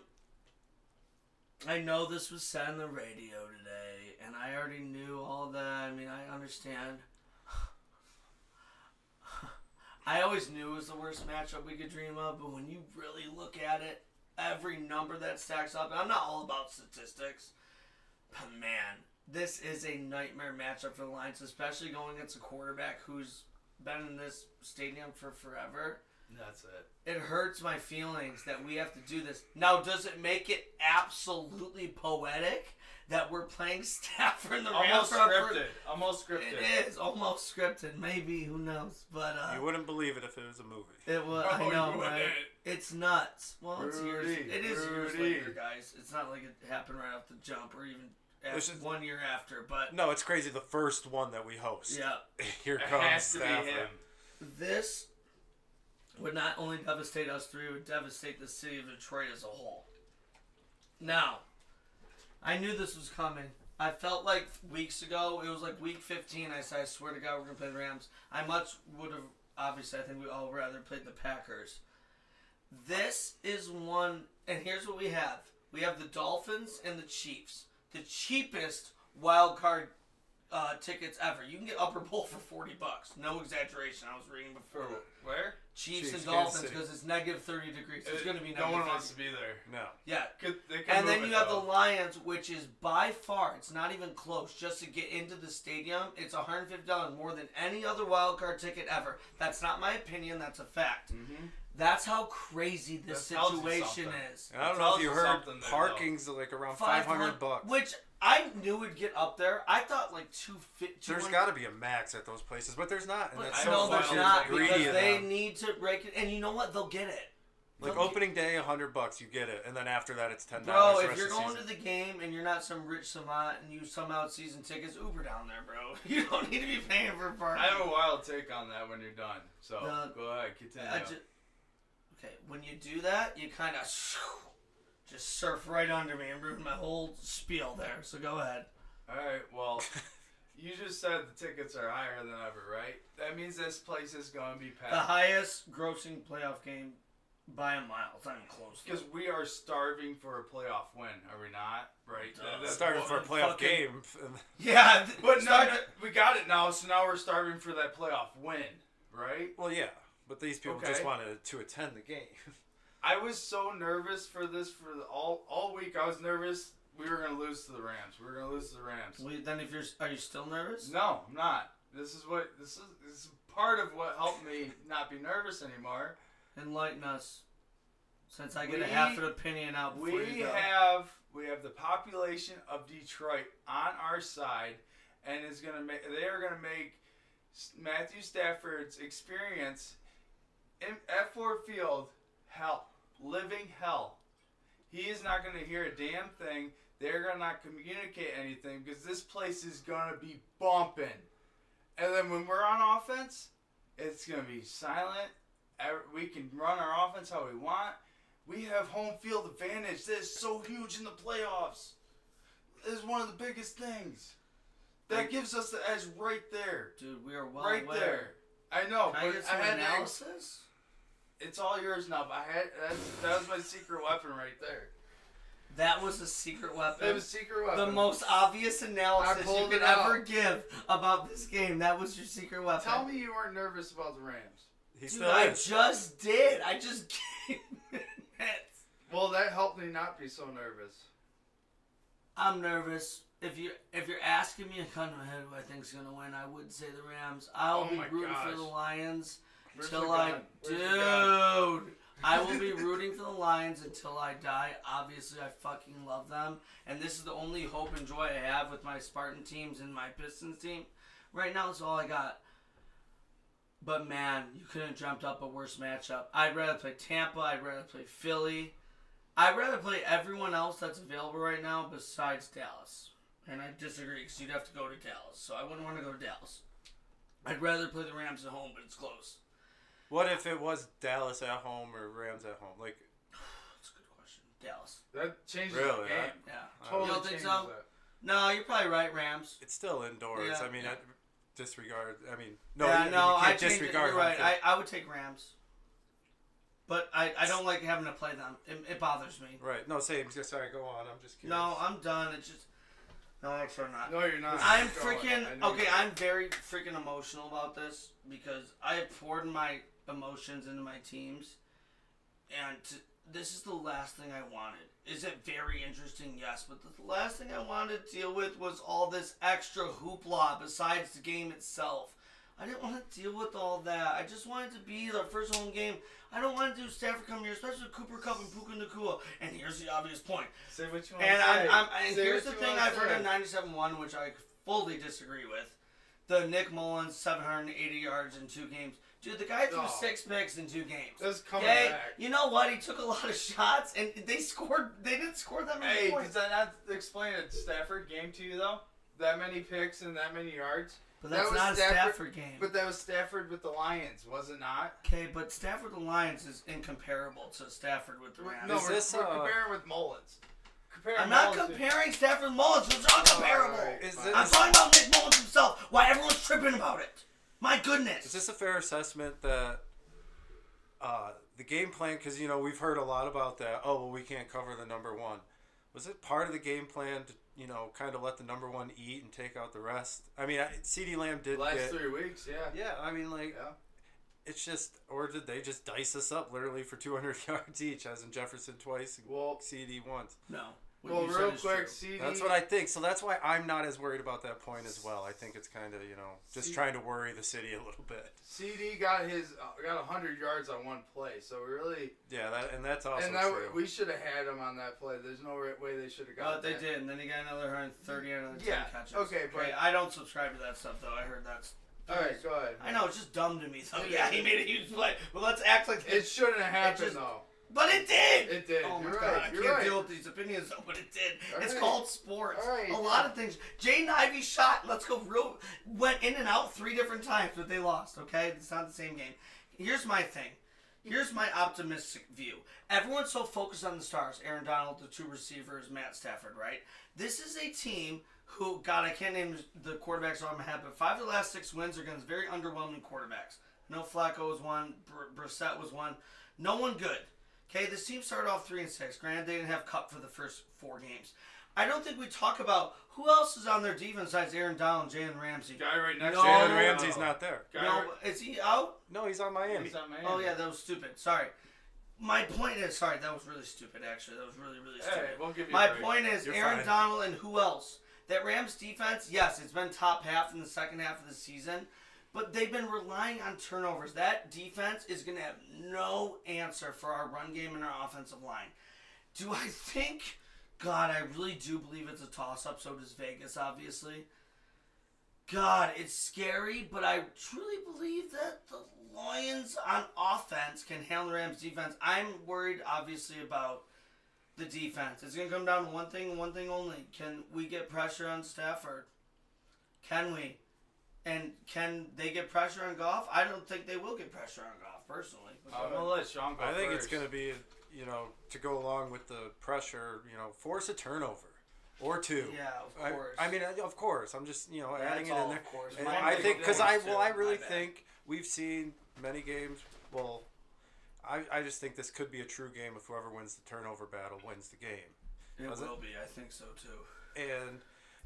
S6: I know this was said on the radio today, and I already knew all that. I mean, I understand. I always knew it was the worst matchup we could dream of, but when you really look at it, every number that stacks up, and I'm not all about statistics, but man, this is a nightmare matchup for the Lions, especially going against a quarterback who's been in this stadium for forever
S5: That's it.
S6: it hurts my feelings that we have to do this. Now, does it make it absolutely poetic that we're playing Stafford in the Rams?
S5: Almost
S6: for our
S5: scripted.
S6: first-
S5: Almost scripted.
S6: It is almost scripted. Maybe who knows? But
S4: You
S6: uh,
S4: wouldn't believe it if it was a movie.
S6: it was.
S5: Oh,
S6: I
S5: you
S6: know,
S5: wouldn't.
S6: right? It's nuts. Well, it's years.
S5: Rudy,
S6: It is years
S5: Rudy.
S6: later, guys. It's not like it happened right off the jump or even
S4: This
S6: after,
S4: is-
S6: one year after. But
S4: No, it's crazy. The first one that we host.
S6: yeah,
S4: Here
S5: It
S4: comes
S5: has to be
S4: Stafford.
S5: him.
S6: this would not only devastate us three, it would devastate the city of Detroit as a whole. Now, I knew this was coming. I felt like weeks ago, it was like week 15, I said, I swear to God, we're going to play the Rams. I much would have, obviously, I think we all rather played the Packers. This is one, and here's what we have we have the Dolphins and the Chiefs, the cheapest wild card uh, tickets ever. You can get Upper Bowl for forty bucks. No exaggeration. I was reading before. that.
S5: Where?
S6: Chiefs,
S4: Chiefs,
S6: and
S4: Kansas
S6: Dolphins
S4: City.
S6: because it's negative thirty degrees. It's going to be negative.
S5: Uh, No one
S6: 30.
S5: wants to be there.
S4: No.
S6: Yeah.
S5: Could, they could
S6: And then
S5: move
S6: you
S5: it,
S6: have the
S5: though.
S6: Lions, which is by far, it's not even close. Just to get into the stadium, it's $150 more than any other wild card ticket ever. That's not my opinion, that's a fact. That's how crazy this
S5: Mm-hmm. That tells you
S6: situation
S5: something.
S6: is.
S4: And I don't
S5: Tell
S4: know if
S5: us
S4: you heard
S5: something there,
S4: parking's like around 500 bucks.
S6: Which I knew would get up there. I thought like two fifty.
S4: There's got to be a max at those places, but there's not. And
S6: But
S4: that's
S5: I
S4: so
S6: no,
S5: know
S6: there's
S4: fucking
S6: not
S4: greedy
S6: because
S4: of
S6: they
S4: them.
S6: need to break it. And you know what? They'll get it.
S4: Like
S6: they'll-
S4: opening day, 100 bucks, you get it, and then after that, it's ten dollars.
S6: Bro, if you're going to the game and you're not some rich savant and you somehow have season tickets, Uber down there, bro. You don't need to be paying for parking.
S5: I have a wild take on that when you're done. So
S6: No.
S5: go ahead, continue.
S6: I ju- okay, when you do that, you kind of just surf right under me and ruin my whole spiel there. So go ahead.
S5: All right. Well, you just said the tickets are higher than ever, right? That means this place is going to be
S6: The
S5: packed
S6: highest grossing playoff game by a mile. It's not even close.
S5: because we are starving for a playoff win. Are we not? Right. That- that's
S4: starting
S5: what-
S4: for a playoff
S6: fucking-
S4: game, and
S6: yeah, th-
S5: But no,
S6: start-
S5: no, we got it now. So now we're starving for that playoff win, right?
S4: well, yeah, but these people just
S5: Okay.
S4: wanted to attend the game.
S5: I was so nervous for this for the, all all week. I was nervous we were going to lose to the Rams. We were going to lose to the Rams.
S6: Wait, then if you're, s- are you still nervous?
S5: No, I'm not. This is what this is, this is part of what helped me not be nervous anymore.
S6: Enlighten us, since I get
S5: We-
S6: a half an opinion out before
S5: We
S6: you go.
S5: have we have the population of Detroit on our side, and is gonna make they are gonna make S- Matthew Stafford's experience in, at Ford Field hell, living hell. He is not gonna hear a damn thing. They're gonna not communicate anything because this place is gonna be bumping. And then when we're on offense, it's gonna be silent. Ev- We can run our offense how we want. We have home field advantage. That is so huge in the playoffs. That is one of the biggest things. That gives us the edge right there.
S6: Dude, we are well
S5: right
S6: aware.
S5: there. I know,
S6: Can I
S5: but
S6: get
S5: I
S6: some
S5: had to-
S6: analysis?
S5: it's all yours now. But I had that's, that was my secret weapon right there.
S6: That was a secret weapon.
S5: That was secret weapon.
S6: the most obvious analysis
S5: I
S6: you
S5: pulled
S6: could
S5: it out.
S6: ever give about this game. That was your secret weapon.
S5: Tell me you weren't nervous about the Rams.
S4: He
S6: Dude,
S4: still
S6: I
S4: is.
S6: just did. I just gave it.
S5: Well, that helped me not be so nervous.
S6: I'm nervous. If you if you're asking me a kind of head who I think's gonna win, I would say the Rams. I'll
S5: Oh
S6: be
S5: my
S6: rooting for
S5: gosh.
S6: the Lions
S5: Where's the
S6: till I
S5: gun? Where's the gun?
S6: dude. I will be rooting for the Lions until I die. Obviously, I fucking love them, and this is the only hope and joy I have with my Spartan teams and my Pistons team. Right now, it's all I got. But man, you couldn't have dreamt up a worse matchup. I'd rather play Tampa. I'd rather play Philly. I'd rather play everyone else that's available right now besides Dallas. And I disagree because you'd have to go to Dallas, so I wouldn't want to go to Dallas. I'd rather play the Rams at home, but it's close.
S4: What if it was Dallas at home or Rams at home? Like,
S6: That's a good question. Dallas.
S5: That changes the
S4: Really,
S5: game.
S4: I-
S6: Yeah.
S5: Totally
S6: You don't think
S5: changes
S6: so?
S5: it.
S6: No, you're probably right, Rams.
S4: it's still indoors.
S6: Yeah,
S4: I mean,
S6: yeah.
S4: I disregard. I mean, no,
S6: yeah,
S4: you,
S6: no,
S4: you
S6: I
S4: can't
S6: changed it. You're
S4: disregard. home
S6: right.
S4: field.
S6: I, I would take Rams. But I, I don't like having to play them. It, it bothers me.
S4: right. No, same. Just sorry. Go on. I'm just curious.
S6: No, I'm done. It's just. No, I'm sure not.
S5: No, you're not.
S6: I'm
S5: Keep going.
S6: freaking
S5: I knew
S6: okay.
S5: you-
S6: I'm very freaking emotional about this because I have poured my emotions into my teams, and t- this is the last thing I wanted. Is it very interesting? Yes, but the last thing I wanted to deal with was all this extra hoopla besides the game itself. I didn't want to deal with all that. I just wanted to be their first home game. I don't want to do Stafford come here, especially with Cooper Cup and Puka Nakua. And here's the obvious point.
S5: Say what you want.
S6: And
S5: to
S6: I'm,
S5: say.
S6: I'm, and
S5: Say
S6: here's
S5: what
S6: the
S5: you
S6: thing
S5: wanna
S6: I've heard
S5: say.
S6: on 97.1, which I fully disagree with. The Nick Mullins 780 yards in two games. Dude, the guy threw
S5: Oh.
S6: six picks in two games.
S5: That's coming
S6: Okay?
S5: back.
S6: You know what? He took a lot of shots, and they scored. They didn't score that many
S5: Hey, does
S6: points.
S5: that not explain a Stafford game to you though? That many picks and that many yards.
S6: But that's
S5: that was
S6: not a Stafford,
S5: Stafford-
S6: game.
S5: But that was Stafford with the Lions, was it not?
S6: okay, but Stafford the Lions is incomparable to Stafford with the Rams.
S5: No,
S4: Is
S5: we're,
S4: this,
S5: we're
S4: uh,
S5: comparing with Mullins. Compare
S6: I'm not
S5: Mullins to-
S6: comparing Stafford and Mullins, which are comparable.
S5: alright,
S4: Is
S5: fine.
S4: this-
S6: I'm talking about Nick Mullins himself. Why everyone's tripping about it? My goodness.
S4: Is this a fair assessment that uh, the game plan? Because you know we've heard a lot about that. Oh well, we can't cover the number one. Was it part of the game plan? To, you know, kind of let the number one eat and take out the rest. I mean, I- CD Lamb did
S5: Last
S4: get.
S5: three weeks, yeah.
S4: Yeah, I mean, like,
S5: Yeah.
S4: it's just, or did they just dice us up literally for 200 yards each, as in Jefferson twice, and
S5: Well,
S4: CD once?
S6: No. What
S5: well,
S6: you said
S5: real
S6: is
S5: quick,
S6: true.
S5: CD.
S4: That's what I think. So that's why I'm not as worried about that point as well. I think it's kind of, you know, just
S5: See-
S4: trying to worry the city a little bit.
S5: CD got his uh, got hundred yards on one play, so we really
S4: Yeah, that, and that's also
S5: and that
S4: true.
S5: we should have had him on that play. There's no right way they should have got.
S6: But they did, and then he got another 130, another 10
S5: Yeah,
S6: catches.
S5: okay, but-
S6: I don't subscribe to that stuff, though. I heard that's.
S5: All right, go ahead.
S6: I know, it's just dumb to me, though.
S5: It
S6: Yeah,
S5: is.
S6: he made a huge play. But let's act like
S5: It shouldn't have happened
S6: just-
S5: though.
S6: But it did!
S5: It did.
S6: Oh my
S5: You're
S6: god,
S5: right.
S6: I
S5: You're
S6: can't
S5: right.
S6: deal with these opinions, though, but it did.
S5: All
S6: it's
S5: right.
S6: called sports.
S5: All right.
S6: A lot of things. Jaden Ivey shot, let's go real, went in and out three different times, but they lost, okay? It's not the same game. Here's my thing. Here's my optimistic view. Everyone's so focused on the stars Aaron Donald, the two receivers, Matt Stafford, right? This is a team who, God, I can't name the quarterbacks on my head, but five of the last six wins are against very underwhelming quarterbacks. No Flacco was one, Br- Brissett was one. No one good. Okay, this team started off three and six. Granted, they didn't have Cup for the first four games. I don't think we talk about who else is on their defense besides Aaron Donald, Jalen Ramsey.
S5: Guy right next
S6: No.
S5: to
S4: Jalen
S5: him.
S4: Ramsey's not there.
S5: Guy
S6: No,
S5: right-
S6: is he out?
S4: No, he's on Miami.
S5: he's not man.
S6: Oh yeah, that was stupid. Sorry. My point is, sorry, that was really stupid. Actually, that was really really stupid.
S5: Hey, we'll give you a
S6: My
S5: break.
S6: point is
S4: You're
S6: Aaron
S4: fine.
S6: Donald and who else? That Rams defense, yes, it's been top half in the second half of the season, but they've been relying on turnovers. That defense is going to have no answer for our run game and our offensive line. Do I think? God, I really do believe it's a toss up. So does Vegas, obviously. God, it's scary, but I truly believe that the Lions on offense can handle the Rams defense. I'm worried, obviously, about the defense. It's going to come down to one thing, one thing only. Can we get pressure on Stafford? Can we? And can they get pressure on Goff? I don't think they will get pressure on Goff, personally.
S5: I'm gonna let Sean go
S4: I think it's
S5: first.
S4: going to be, you know, to go along with the pressure, you know, force a turnover or two.
S6: Yeah, of
S4: I-
S6: course.
S4: I, mean, I- of course. I'm just, you know,
S6: That's
S4: adding it
S6: all
S4: in there.
S6: of course.
S4: And
S6: Mine
S4: I
S6: was
S4: think because I
S6: always
S4: well, I
S6: too,
S4: really
S6: my bad.
S4: think we've seen many games. Well, I I just think this could be a true game if whoever wins the turnover battle wins the game.
S6: it
S4: was it-
S6: will be. I think so, too.
S4: and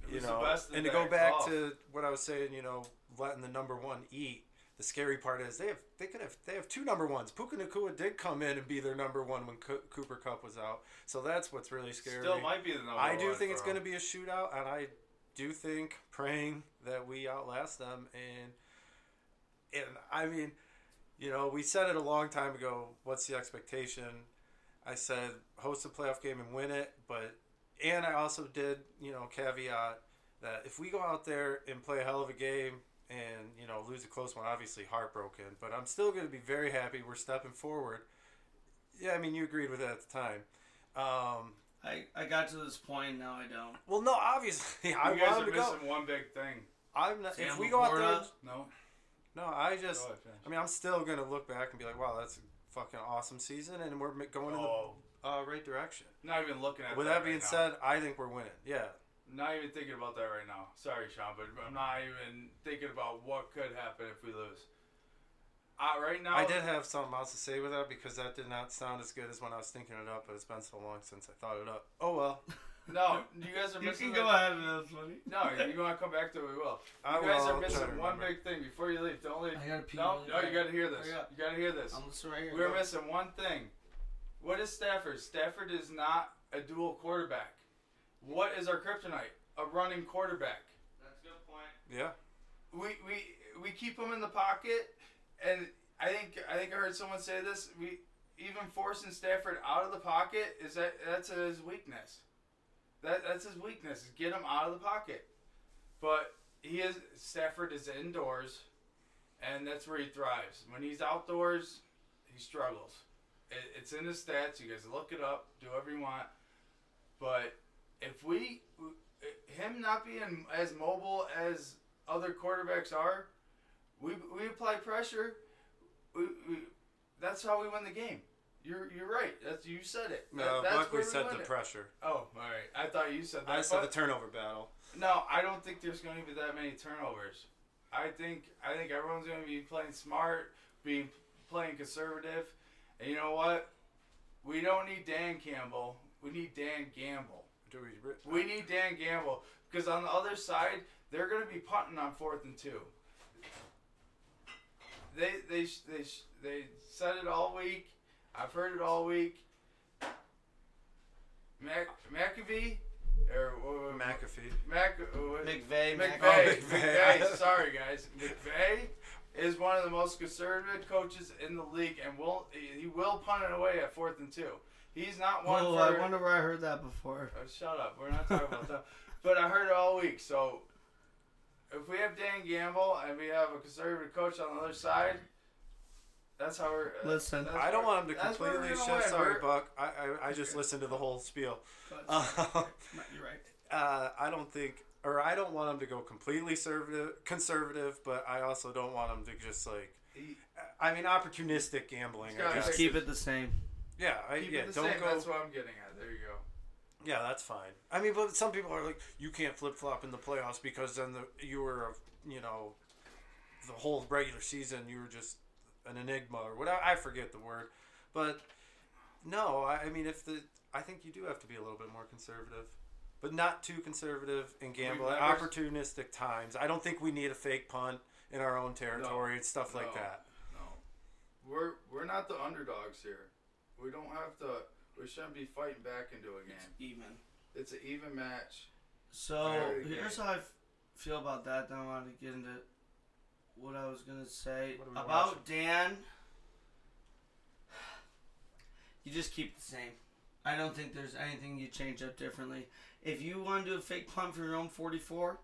S4: you
S5: was the
S4: know,
S5: best that
S4: and to
S5: they
S4: go back
S5: lost.
S4: to what I was saying, you know, letting the number one eat. The scary part is they have they could have they have two number ones. Puka Nakua did come in and be their number one when Co- Cooper Cup was out, so that's what's really scary.
S5: Still might be the number
S4: I do
S5: one
S4: think it's
S5: for him.
S4: going to be a shootout, and I do think praying that we outlast them. And and I mean, you know, we said it a long time ago. What's the expectation? I said host a playoff game and win it, but and I also did you know caveat that if we go out there and play a hell of a game and you know lose a close one, obviously heartbroken, but I'm still going to be very happy. We're stepping forward. Yeah, I mean, you agreed with that at the time. Um,
S6: I, I got to this point, now I don't.
S4: well, no, obviously, I
S5: you guys
S4: want
S5: are
S4: to go.
S5: missing one big thing.
S4: I'm not.
S6: Sam
S4: if we go out there,
S6: Laporta.
S5: No.
S4: no, I just.
S5: Go ahead, finish.
S4: I mean, I'm still gonna look back and be like, wow, that's a fucking awesome season, and we're m- going
S5: Oh,
S4: in the uh, right direction.
S5: not even looking at.
S4: With that
S5: right
S4: being
S5: now.
S4: said, I think we're winning. Yeah,
S5: not even thinking about that right now. Sorry, Sean, but I'm not even thinking about what could happen if we lose. Uh, right now,
S4: I did have something else to say with that because that did not sound as good as when I was thinking it up, but it's been so long since I thought it up. Oh well,
S5: No, you guys are
S6: You
S5: missing.
S6: can
S5: the-
S6: go ahead, that's funny.
S5: No, you want to come back to it? We will.
S4: I
S5: you guys
S4: will.
S5: are
S4: I'll try to
S5: missing one
S4: remember.
S5: big thing before you leave. Don't leave.
S6: I E gotta pee
S5: No,
S6: really
S5: no,
S6: bad.
S5: you got to hear this.
S6: Hurry up.
S5: You got to hear this.
S6: I'm listening right here.
S5: We're
S6: Go.
S5: missing one thing. What is Stafford? Stafford is not a dual quarterback. What is our kryptonite? A running quarterback.
S6: That's a good point.
S4: Yeah,
S5: we we we keep him in the pocket, and I think I think I heard someone say this. We even forcing Stafford out of the pocket is that that's his weakness. That that's his weakness is get him out of the pocket. But he is Stafford is indoors, and that's where he thrives. When he's outdoors, he struggles. It, it's in his stats. You guys look it up. Do whatever you want. But if we him not being as mobile as other quarterbacks are, we, we apply pressure. We, we, that's how we win the game. You're, you're right. That's you said it.
S4: no,
S5: That- that's
S4: Buckley
S5: where we
S4: said
S5: win
S4: the
S5: it.
S4: pressure.
S5: Oh, all right. I thought you said that.
S4: I said the
S5: but-
S4: turnover battle.
S5: no, I don't think there's going to be that many turnovers. I think I think everyone's going to be playing smart, being playing conservative, and you know what? We don't need Dan Campbell. We need Dan Gamble.
S4: do we? re-
S5: We need Dan Gamble because on the other side they're going to be punting on fourth and two. They they sh- they sh- they said it all week. I've heard it all week. Mac McAfee or uh,
S4: McAfee.
S5: Mac uh,
S6: McVay, Oh,
S5: McVay.
S4: McVay.
S5: McVay. Sorry, guys. McVay is one of the most conservative coaches in the league, and will he he will punt it away at fourth and two. He's not one
S6: Oh,
S5: for.
S6: I wonder where I heard that before.
S5: Oh, shut up. We're not talking about that. But I heard it all week. So if we have Dan Gamble and we have a conservative coach on the other side, that's how we're. uh,
S6: Listen.
S5: that's
S4: I don't
S5: where-
S4: want him to
S5: that's where we're
S4: completely
S5: gonna
S4: shift.
S5: win.
S4: Sorry,
S5: We're-
S4: Buck. I, I, I just listened to the whole spiel.
S6: But-
S4: Uh,
S6: You're right.
S4: uh, I don't think, or I don't want him to go completely conservative, conservative, but I also don't want him to just like,
S5: He-
S4: I mean, opportunistic gambling.
S5: He's
S4: I
S5: gotta
S4: guess.
S5: take-
S6: Just keep it the same.
S4: yeah, I,
S5: Keep
S4: yeah,
S5: it the
S4: don't
S5: same.
S4: go.
S5: That's what I'm getting at. There you go.
S4: Yeah, that's fine. I mean, but some people are like, you can't flip flop in the playoffs because then the you were, you know, the whole regular season you were just an enigma or whatever. I forget the word, but no, I, I mean, if the I think you do have to be a little bit more conservative, but not too conservative and gamble at
S5: never-
S4: opportunistic times. I don't think we need a fake punt in our own territory and stuff like
S5: No.
S4: that.
S5: No. We're, we're not the underdogs here. We don't have to. We shouldn't be fighting back into a game.
S6: Even.
S5: It's an even match.
S6: So
S5: Very good.
S6: here's how I f- feel about that. Then I want to get into what I was gonna say
S4: What are we
S6: about
S4: watching?
S6: Dan. You just keep the same. I don't think there's anything you change up differently. If you want to do a fake punt from your own 44,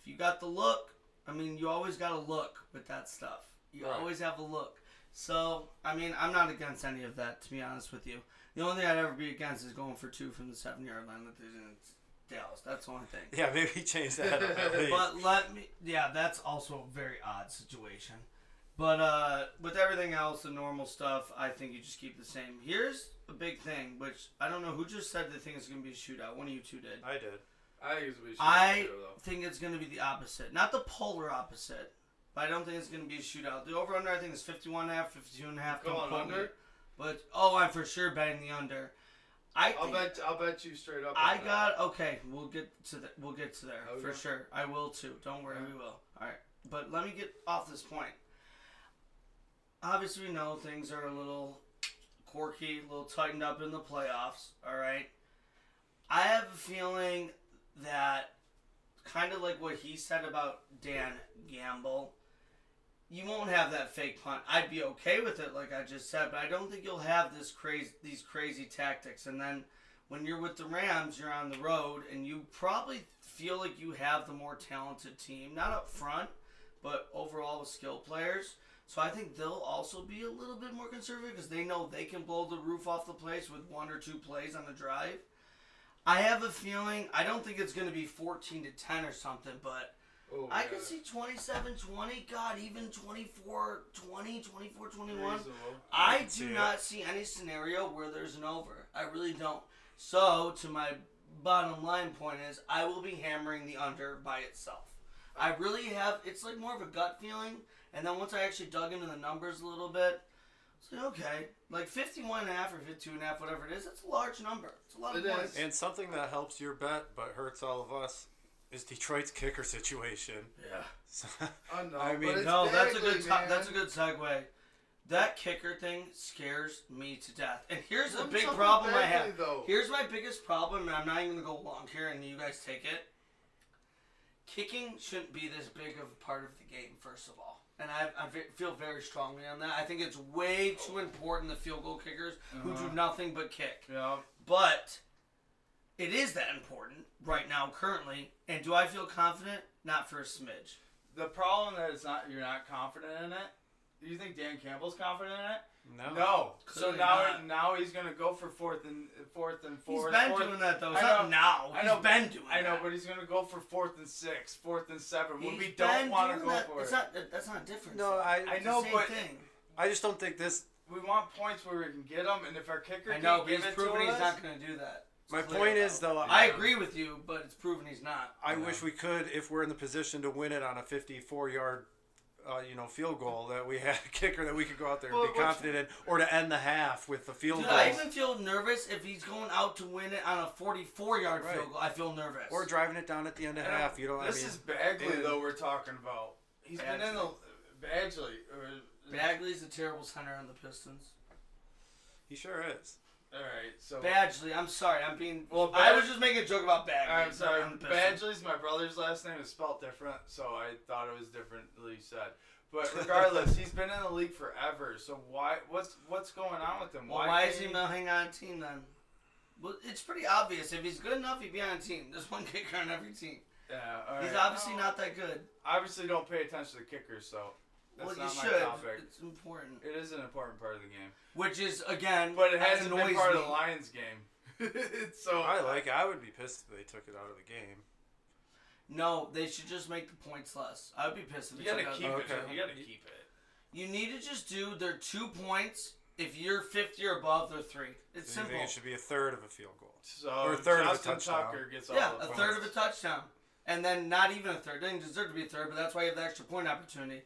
S6: if you got the look, I mean, you always got to look with that stuff. You
S5: Right.
S6: always have a look. So, I mean, I'm not against any of that, to be honest with you. The only thing I'd ever be against is going for two from the seven yard line with the Dallas. That's the only thing.
S4: Yeah, maybe change that. up at least.
S6: But let me. Yeah, that's also a very odd situation. But uh, with everything else, the normal stuff, I think you just keep the same. Here's a big thing, which I don't know who just said they think it's going to be a shootout. One of you two did.
S4: I did.
S5: I think it's we should.
S6: I
S5: do, though.
S6: think it's going to be the opposite. Not the polar opposite, but I don't think it's going to be a shootout. The over under, I think, is 51 and a half, 52 and a half. Don't
S5: Going
S6: quote me.
S5: under?
S6: But, oh, I'm for sure betting the under. I
S5: I'll
S6: think,
S5: bet. I'll bet you straight up.
S6: I
S5: on that.
S6: got okay. We'll get to the, we'll get to there
S5: Okay.
S6: for sure. I will too. Don't worry, we will. All right, but let me get off this point. Obviously, we know things are a little quirky, a little tightened up in the playoffs. All right, I have a feeling that kind of like what he said about Dan Gamble. You won't have that fake punt. I'd be okay with it, like I just said, but I don't think you'll have this crazy, these crazy tactics. And then when you're with the Rams, you're on the road, and you probably feel like you have the more talented team, not up front, but overall with skill players. So I think they'll also be a little bit more conservative because they know they can blow the roof off the place with one or two plays on the drive. I have a feeling. I don't think it's going to be 14 to 10 or something, but
S5: Oh,
S6: I
S5: yeah.
S6: could see 27 20. God, even 24 20, 24 21.
S5: Reasonable.
S6: I
S4: can see
S6: do
S4: it.
S6: not see any scenario where there's an over. I really don't. So, to my bottom line point is, I will be hammering the under by itself. I really have. It's like more of a gut feeling. And then once I actually dug into the numbers a little bit, it's like okay, like 51 and a half or 52 and a half, whatever it is, it's a large number. It's a lot of
S5: It
S6: points.
S5: is.
S4: And something that helps your bet but hurts all of us is Detroit's kicker situation.
S6: Yeah.
S4: So-
S5: I, know,
S4: I
S5: but
S4: mean-
S5: it's
S6: No, that's a
S5: Bagley,
S6: good to-
S5: man.
S6: that's a good segue. That kicker thing scares me to death. And here's a
S5: What's
S6: big
S5: up with
S6: problem I
S5: Bagley,
S6: have.
S5: though?
S6: Here's my biggest problem, and I'm not even gonna go long here, and you guys take it. Kicking shouldn't be this big of a part of the game, first of all. And I, I ve- feel very strongly on that. I think it's way too important the field goal kickers who do nothing but kick.
S5: Yeah.
S6: But it is that important right now, currently. And do I feel confident? Not for a smidge.
S5: The problem that it's not you're not confident in it. Do you think Dan Campbell's confident in it?
S4: no.
S5: No. So
S6: Clearly
S5: now
S6: not.
S5: now he's gonna go for fourth and fourth and
S6: He's
S5: fourth.
S6: been
S5: fourth-
S6: doing that though.
S5: I
S6: It's
S5: know.
S6: not now.
S5: I
S6: He's
S5: know,
S6: been doing.
S5: I know,
S6: that.
S5: but he's gonna go for fourth and six, fourth and seven when we
S6: He's
S5: don't
S6: been
S5: want to
S6: doing
S5: go
S6: that.
S5: for
S6: It's
S5: it.
S6: not. that- That's not different.
S4: No, I,
S5: I
S6: It's
S5: know,
S6: the same
S5: but-
S6: thing.
S4: I just don't think this.
S5: we want points where we can get them, and if our kicker
S6: I know,
S5: can't
S6: but
S5: give
S6: he's
S5: it
S6: proven
S5: to
S6: he's
S5: us,
S6: not going to do that. It's
S4: My
S6: clear,
S4: point is, though,
S6: I
S4: I-
S6: agree with you, but it's proven he's not.
S4: I wish we could if we're in the position to win it on a 54 yard uh, you know field goal that we had a kicker that we could go out there and
S5: Well,
S4: be
S5: what's-
S4: confident in, or to end the half with the field
S6: Dude,
S4: goal
S6: I even feel nervous if he's going out to win it on a 44 yard
S4: Right.
S6: field goal. I feel nervous.
S4: or driving it down at the end of
S5: And I'm-
S4: half. You know, I
S5: This
S4: mean,
S5: is Bagley
S4: and-
S5: though we're talking about. He's been in the Bagley. Or,
S6: Bagley's a terrible center on the Pistons.
S4: he sure is.
S5: all right, so
S6: Badgley, I'm sorry, I'm being.
S5: Well,
S6: I
S5: Bad-
S6: was just making a joke about Bagley.
S5: I'm sorry.
S6: on the Pistons.
S5: Badgley's my brother's last name is spelled different, so I thought it was differently said. But regardless, he's been in the league forever. So why? What's what's going on with him?
S6: Well, why, is he
S5: can't
S6: not hanging on a team then? Well, it's pretty obvious. If he's good enough, he'd be on a team. There's one kicker on every team.
S5: Yeah, all
S6: He's
S5: right.
S6: obviously
S5: No,
S6: not that good.
S5: Obviously, don't pay attention to kickers. So that's
S6: well, you
S5: not my
S6: should.
S5: topic.
S6: It's important.
S5: It is an important part of the game,
S6: Which is again,
S5: but it hasn't
S6: annoys
S5: been part
S6: me.
S5: of the Lions game. so uh,
S4: I like. it. I would be pissed if they took it out of the game.
S6: No, they should just make the points less. I would be pissed if
S5: You
S6: it's
S5: gotta
S6: like a-
S5: keep it.
S4: Okay.
S5: You gotta keep it.
S6: You need to just do their two points. If you're 50 or above, they're three. It's
S4: Do you
S6: simple.
S4: think it should be a third of a field goal?
S5: So
S4: Or a third of a
S5: Justin
S4: touchdown.
S5: Tucker gets all
S6: Yeah,
S5: the
S6: a
S5: points.
S6: third of a touchdown. And then not even a third. Doesn't deserve to be a third, but that's why you have the extra point opportunity.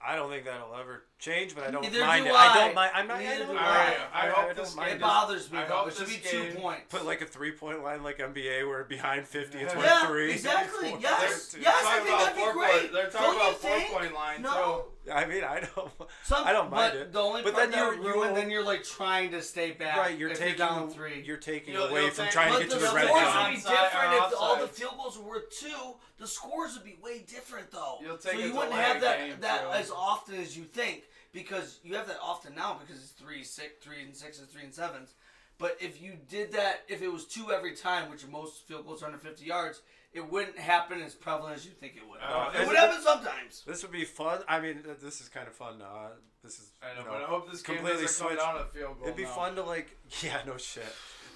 S4: I don't think that'll ever change, but I don't
S6: Neither
S4: mind
S6: do
S4: it. I.
S6: I.
S4: don't mind. I'm not. I
S6: Neither
S4: don't
S6: do
S4: mind
S6: I.
S4: it.
S5: I hope this
S4: don't mind
S5: game
S6: It
S4: it.
S6: bothers me,
S5: I
S6: though.
S5: hope
S6: It should be
S5: this
S6: two
S5: game-
S6: points.
S4: Put like a three point line like NBA where behind 50 it's
S5: Yeah,
S4: 23.
S6: exactly.
S4: 24.
S6: Yes,
S4: Dude,
S6: yes. I
S5: Talking
S6: think
S5: about
S6: that'd be
S5: four
S6: great.
S5: Point, they're
S6: Don't
S5: talking
S6: you
S5: about four
S6: think?
S5: point line
S6: No.
S5: too.
S4: I mean, I don't.
S6: Some,
S4: I don't mind
S6: but
S4: it.
S6: The only
S4: But
S6: part
S4: then
S6: that
S4: you're-
S6: would
S4: you
S6: ruin,
S4: will-
S6: then you're like trying to stay back.
S4: Right, you're
S6: if
S4: taking
S6: down
S4: the-
S6: three.
S4: You're taking
S5: You'll-
S4: away
S5: you'll
S4: from
S5: think-
S4: trying to
S6: but
S4: get to
S6: the
S4: the red
S6: scores
S4: zone.
S6: would be
S5: Onside or
S6: different if all the
S5: offsides.
S6: field goals were two. The scores would be way different though.
S5: You'll take
S6: so
S5: it
S6: you
S5: to
S6: wouldn't
S5: late
S6: have that
S5: game,
S6: that
S5: too.
S6: as often as you think because you have that often now because it's three six three and sixes three and sevens. But if you did that, if it was two every time, which most field goals are under 50 yards, it wouldn't happen as prevalent as you think it would.
S5: Uh,
S6: it
S4: is
S6: would
S4: it-
S6: happen sometimes.
S4: This would be fun. I mean, th- this is kind of fun now. Uh, This is.
S5: I know,
S4: you know,
S5: but I hope this game
S4: completely
S5: doesn't come
S4: switched.
S5: down to field goal.
S4: It'd be
S5: no.
S4: fun to like. Yeah, no shit.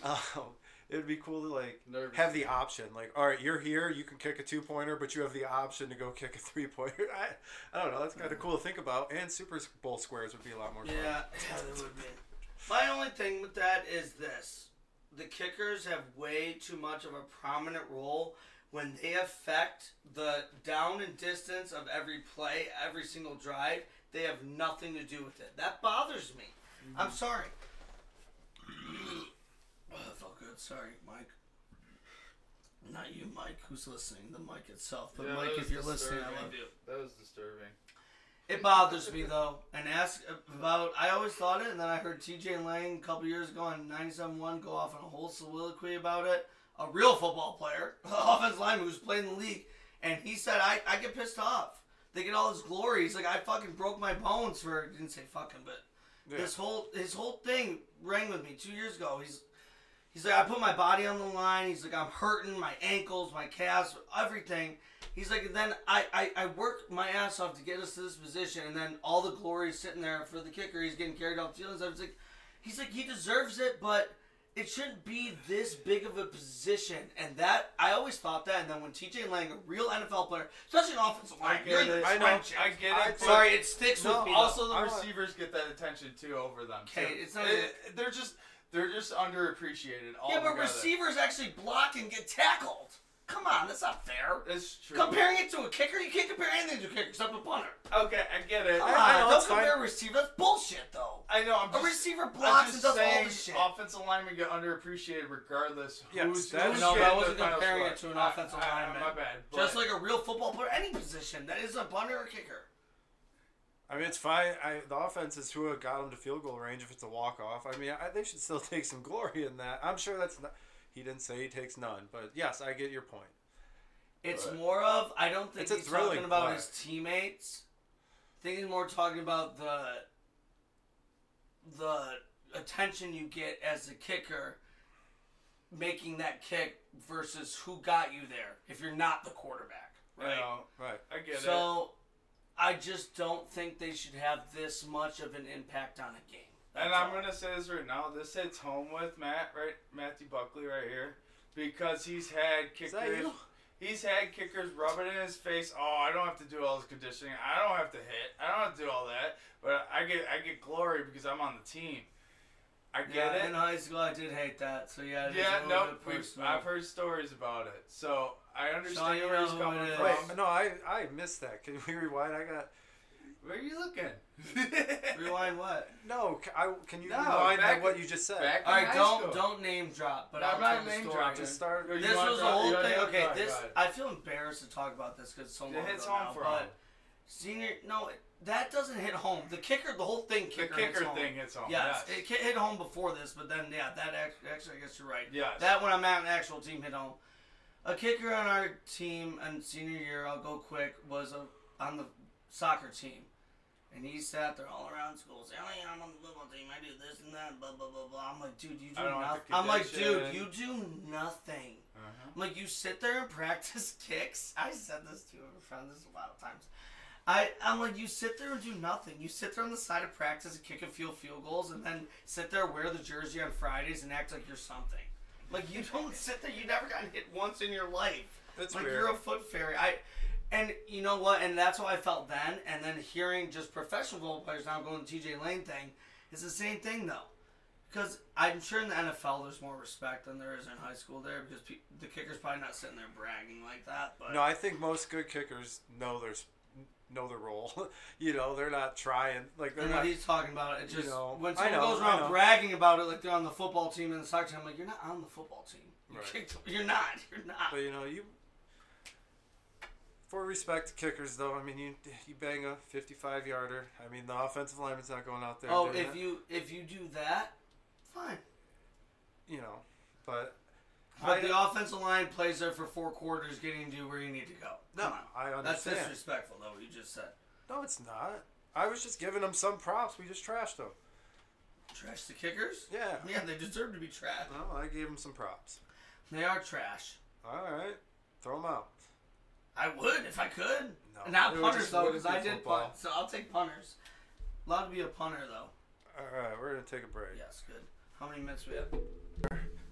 S4: Um, it'd be cool to like
S5: Nervous.
S4: have the option. Like, all right, you're here. You can kick a two pointer, but you have the option to go kick a three pointer. I, I don't know. That's kind of cool to think about. And Super Bowl squares would be a lot more fun.
S6: Yeah, yeah, it would be. My only thing with that is this: the kickers have way too much of a prominent role when they affect the down and distance of every play, every single drive. They have nothing to do with it. That bothers me.
S5: Mm-hmm.
S6: I'm sorry. oh, that felt good. Sorry, Mike. Not you, Mike. Who's listening? The mic itself. But
S5: Yeah,
S6: Mike,
S5: that
S6: if
S5: was
S6: you're listening, I
S5: disturbing.
S6: love you.
S5: That was disturbing.
S6: It bothers me though, and ask about. I always thought it, and then I heard T.J. Lang a couple years ago on 97.1 go off on a whole soliloquy about it. A real football player, offensive lineman who's playing the league, and he said, "I I get pissed off. They get all this glory. He's like, I fucking broke my bones for didn't say fucking, but this whole his whole thing rang with me two years ago. He's He's like, I put my body on the line. He's like, I'm hurting my ankles, my calves, everything. He's like, and then I, I, I work my ass off to get us to this position, and then all the glory is sitting there for the kicker. He's getting carried off field. and stuff. He's like, he's like, he deserves it, but it shouldn't be this big of a position. And that I always thought that. And then when T.J. Lang, a real NFL player, especially an offensive line,
S5: get
S6: you're in the
S5: it.
S4: I know.
S6: trenches.
S5: I get
S4: I
S5: it. but
S6: Sorry, it sticks
S4: No,
S6: with me. though.
S5: Also, the
S4: I'm-
S5: receivers get that attention too over them.
S6: Okay,
S5: too.
S6: it's not-
S5: It- they're just they're just underappreciated. All
S6: yeah, but receivers actually block and get tackled. Come on, that's not fair.
S5: It's true.
S6: Comparing it to a kicker, you can't compare anything to a kicker except a punter.
S5: Okay, I get it.
S4: I-
S6: Come
S4: I
S6: on,
S4: know,
S6: don't
S4: it's fine.
S6: compare a receiver. That's bullshit, though.
S5: I know. I'm
S6: A
S5: just,
S6: receiver
S5: I'm
S6: blocks and
S5: just
S6: does all
S5: saying
S6: this shit.
S5: offensive linemen get underappreciated regardless
S4: Yes,
S5: who's
S4: that
S5: who's
S4: is No, but I
S5: getting
S6: wasn't
S5: the final
S6: comparing
S5: score.
S6: it to an
S5: I-
S6: offensive
S5: I-
S6: lineman.
S5: My bad. but-
S6: Just like a real football player, any position that is a punter or kicker.
S4: I mean, it's fine. I, the offense is who got them to field goal range. If it's a walk off, I mean, I, they should still take some glory in that. I'm sure that's not. He didn't say he takes none, but yes, I get your point.
S6: It's
S5: Right.
S6: more of I don't think
S4: It's a
S6: he's talking
S4: thrilling
S6: about
S4: play.
S6: his teammates. I think he's more talking about the the attention you get as a kicker making that kick versus who got you there if you're not the quarterback.
S5: you
S6: Right.
S5: know,
S4: Right.
S5: I get it.
S6: So I just don't think they should have this much of an impact on a game.
S5: And
S6: That's
S5: I'm
S6: all.
S5: gonna say this right now. This hits home with Matt, right? Matthew Buckley, right here, because he's had kickers.
S4: that you?
S5: He's had kickers rubbing in his face. Oh, I don't have to do all this conditioning. I don't have to hit. I don't have to do all that. But I get I get glory because I'm on the team. I get
S6: yeah,
S5: it.
S6: in high school I did hate that. So yeah, it is
S5: yeah,
S6: a little
S5: no,
S6: bit
S5: we've,
S6: personal.
S5: I've heard stories about it, so I
S6: Sean,
S5: understand
S6: you
S5: where
S6: know
S5: he's
S6: who
S5: coming
S6: it
S5: from.
S6: is.
S4: Wait, no, I I missed that. Can we rewind? I got
S5: Where are you looking?
S6: Rewind what?
S4: No, ca- I, can you
S5: No,
S4: rewind
S5: back
S4: on what
S5: in-
S4: you just said?
S5: Back in
S6: All right,
S5: high
S6: don't
S5: school.
S6: don't name drop, but
S5: No,
S6: I'll
S5: I'm not
S6: tell the
S5: name
S6: story.
S5: dropping.
S4: Just start.
S5: Or you
S6: This
S5: wanna
S6: was a
S5: drop-
S6: whole
S5: you wanna
S6: thing.
S5: drop-
S6: Okay,
S5: drop-
S6: this
S5: drop.
S6: I feel embarrassed to talk about this because it's so long
S5: It hits
S6: ago
S5: home
S6: now,
S5: for
S6: but
S5: him.
S6: senior no, that doesn't hit home. The kicker, the whole thing,
S5: The
S6: kicker, hits
S5: kicker
S6: home.
S5: thing hits home.
S6: Yes,
S5: Yes.
S6: it ki- hit home before this, but then yeah, that act- actually I guess you're right.
S5: Yes.
S6: that when I'm at an actual team hit home. A kicker on our team and senior year, I'll go quick, was a, on the soccer team, and he sat there all around school saying, "Oh yeah, I'm on the football team. I do this and that, and blah blah blah blah." I'm like, dude, you do
S5: I don't have
S6: nothing.
S5: to
S6: I'm like,
S5: condition.
S6: dude, you do nothing.
S5: Uh-huh.
S6: I'm like, you sit there and practice kicks. I said this to a friend this a lot of times. I, I'm like, you sit there and do nothing. You sit there on the side of practice and kick a few field goals and then sit there, wear the jersey on Fridays and act like you're something. Like, you don't sit there. You never got hit once in your life.
S4: That's
S6: like,
S4: weird.
S6: you're a foot fairy. I, and you know what? And that's how I felt then. And then hearing just professional goal players now going to TJ Lane thing, it's the same thing, though. Because I'm sure in the NFL there's more respect than there is in high school there because pe- the kicker's probably not sitting there bragging like that. But
S4: No, I think most good kickers know their s- know their role. you know, they're not trying. Like they're
S6: And what
S4: not.
S6: he's talking about it. Just
S4: You know,
S6: when
S4: I
S6: someone
S4: know,
S6: goes
S4: I know.
S6: around bragging about it, like they're on the football team and the soccer team, I'm like, you're not on the football team. You
S4: Right.
S6: kicked, you're not. You're not.
S4: But you know, you for respect to kickers though, I mean, you you bang a 55 yarder. I mean, the offensive lineman's not going out there.
S6: oh,
S4: doing
S6: if
S4: that,
S6: you if you do that, fine.
S4: you know, but
S6: But
S4: I-
S6: the offensive line plays there for four quarters, getting to where you need to go.
S4: no,
S6: Come on.
S4: I
S6: That's
S4: understand.
S6: disrespectful, though. What you just said.
S4: no, it's not. I was just giving them some props. We just trashed them.
S6: Trash the kickers.
S4: Yeah. Uh-huh.
S6: Yeah, they deserve to be trash.
S4: No, I gave them some props.
S6: They are trash.
S4: All right, throw them out.
S6: I would if I could.
S4: No.
S6: Not
S4: It would
S6: punters
S4: just
S6: though,
S4: wouldn't
S6: because I
S4: be
S6: did
S4: football.
S6: punt, so I'll take punters. Allowed to be a punter though.
S4: All right, we're gonna take a break.
S6: Yes, good. How many minutes we have?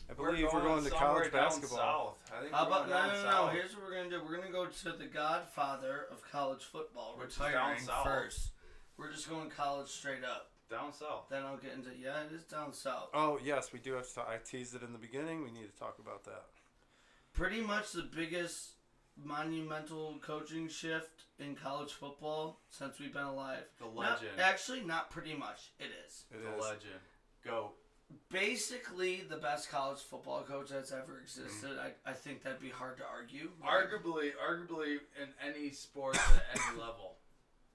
S4: I believe we're going, to
S5: somewhere
S4: college
S5: down
S4: basketball.
S5: South. I think
S6: How
S5: we're
S6: about
S5: going
S6: no,
S5: down
S6: no, no,
S5: south.
S6: Here's what we're gonna do. We're gonna go to the Godfather of college football,
S5: Which is down
S6: retiring
S5: south.
S6: first. We're just going college straight up.
S5: Down south.
S6: Then I'll get into yeah, it is down south.
S4: Oh yes, we do have to. Talk. I teased it in the beginning. We need to talk about that.
S6: Pretty much the biggest monumental coaching shift in college football since we've been alive.
S5: The
S6: Not-
S5: legend.
S6: actually, not pretty much. It is.
S4: It
S5: the
S4: is.
S5: legend. Go.
S6: basically the best college football coach that's ever existed.
S5: Mm-hmm.
S6: I, I think that'd be hard to argue.
S5: Arguably, arguably in any sport at any level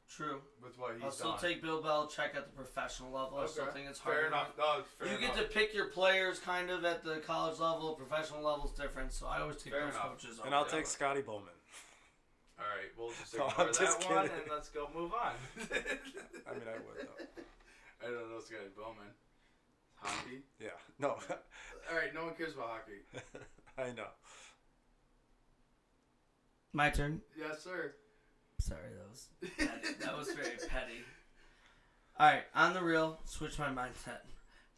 S6: True.
S5: with what he's
S6: I'll still
S5: done.
S6: take Bill Belichick at the professional level. I still
S5: Okay.
S6: think it's hard.
S5: fair enough. No, fair
S6: you
S5: enough.
S6: get to pick your players kind of at the college level. Professional level's different, so I always take
S5: Fair
S6: those
S5: enough.
S6: coaches.
S4: And I'll
S6: over that
S4: take
S6: one.
S4: Scotty Bowman.
S5: All right, we'll just
S4: No,
S5: ignore
S4: I'm
S5: that
S4: just
S5: one
S4: kidding.
S5: and let's go move on.
S4: I mean, I would though.
S5: I don't know Scotty Bowman. Hockey.
S4: Yeah. No,
S5: All right, no one cares about hockey.
S4: I know.
S6: my turn.
S5: Yes, sir.
S6: Sorry, that was petty. that was very petty. All right, on the real, switch my mindset.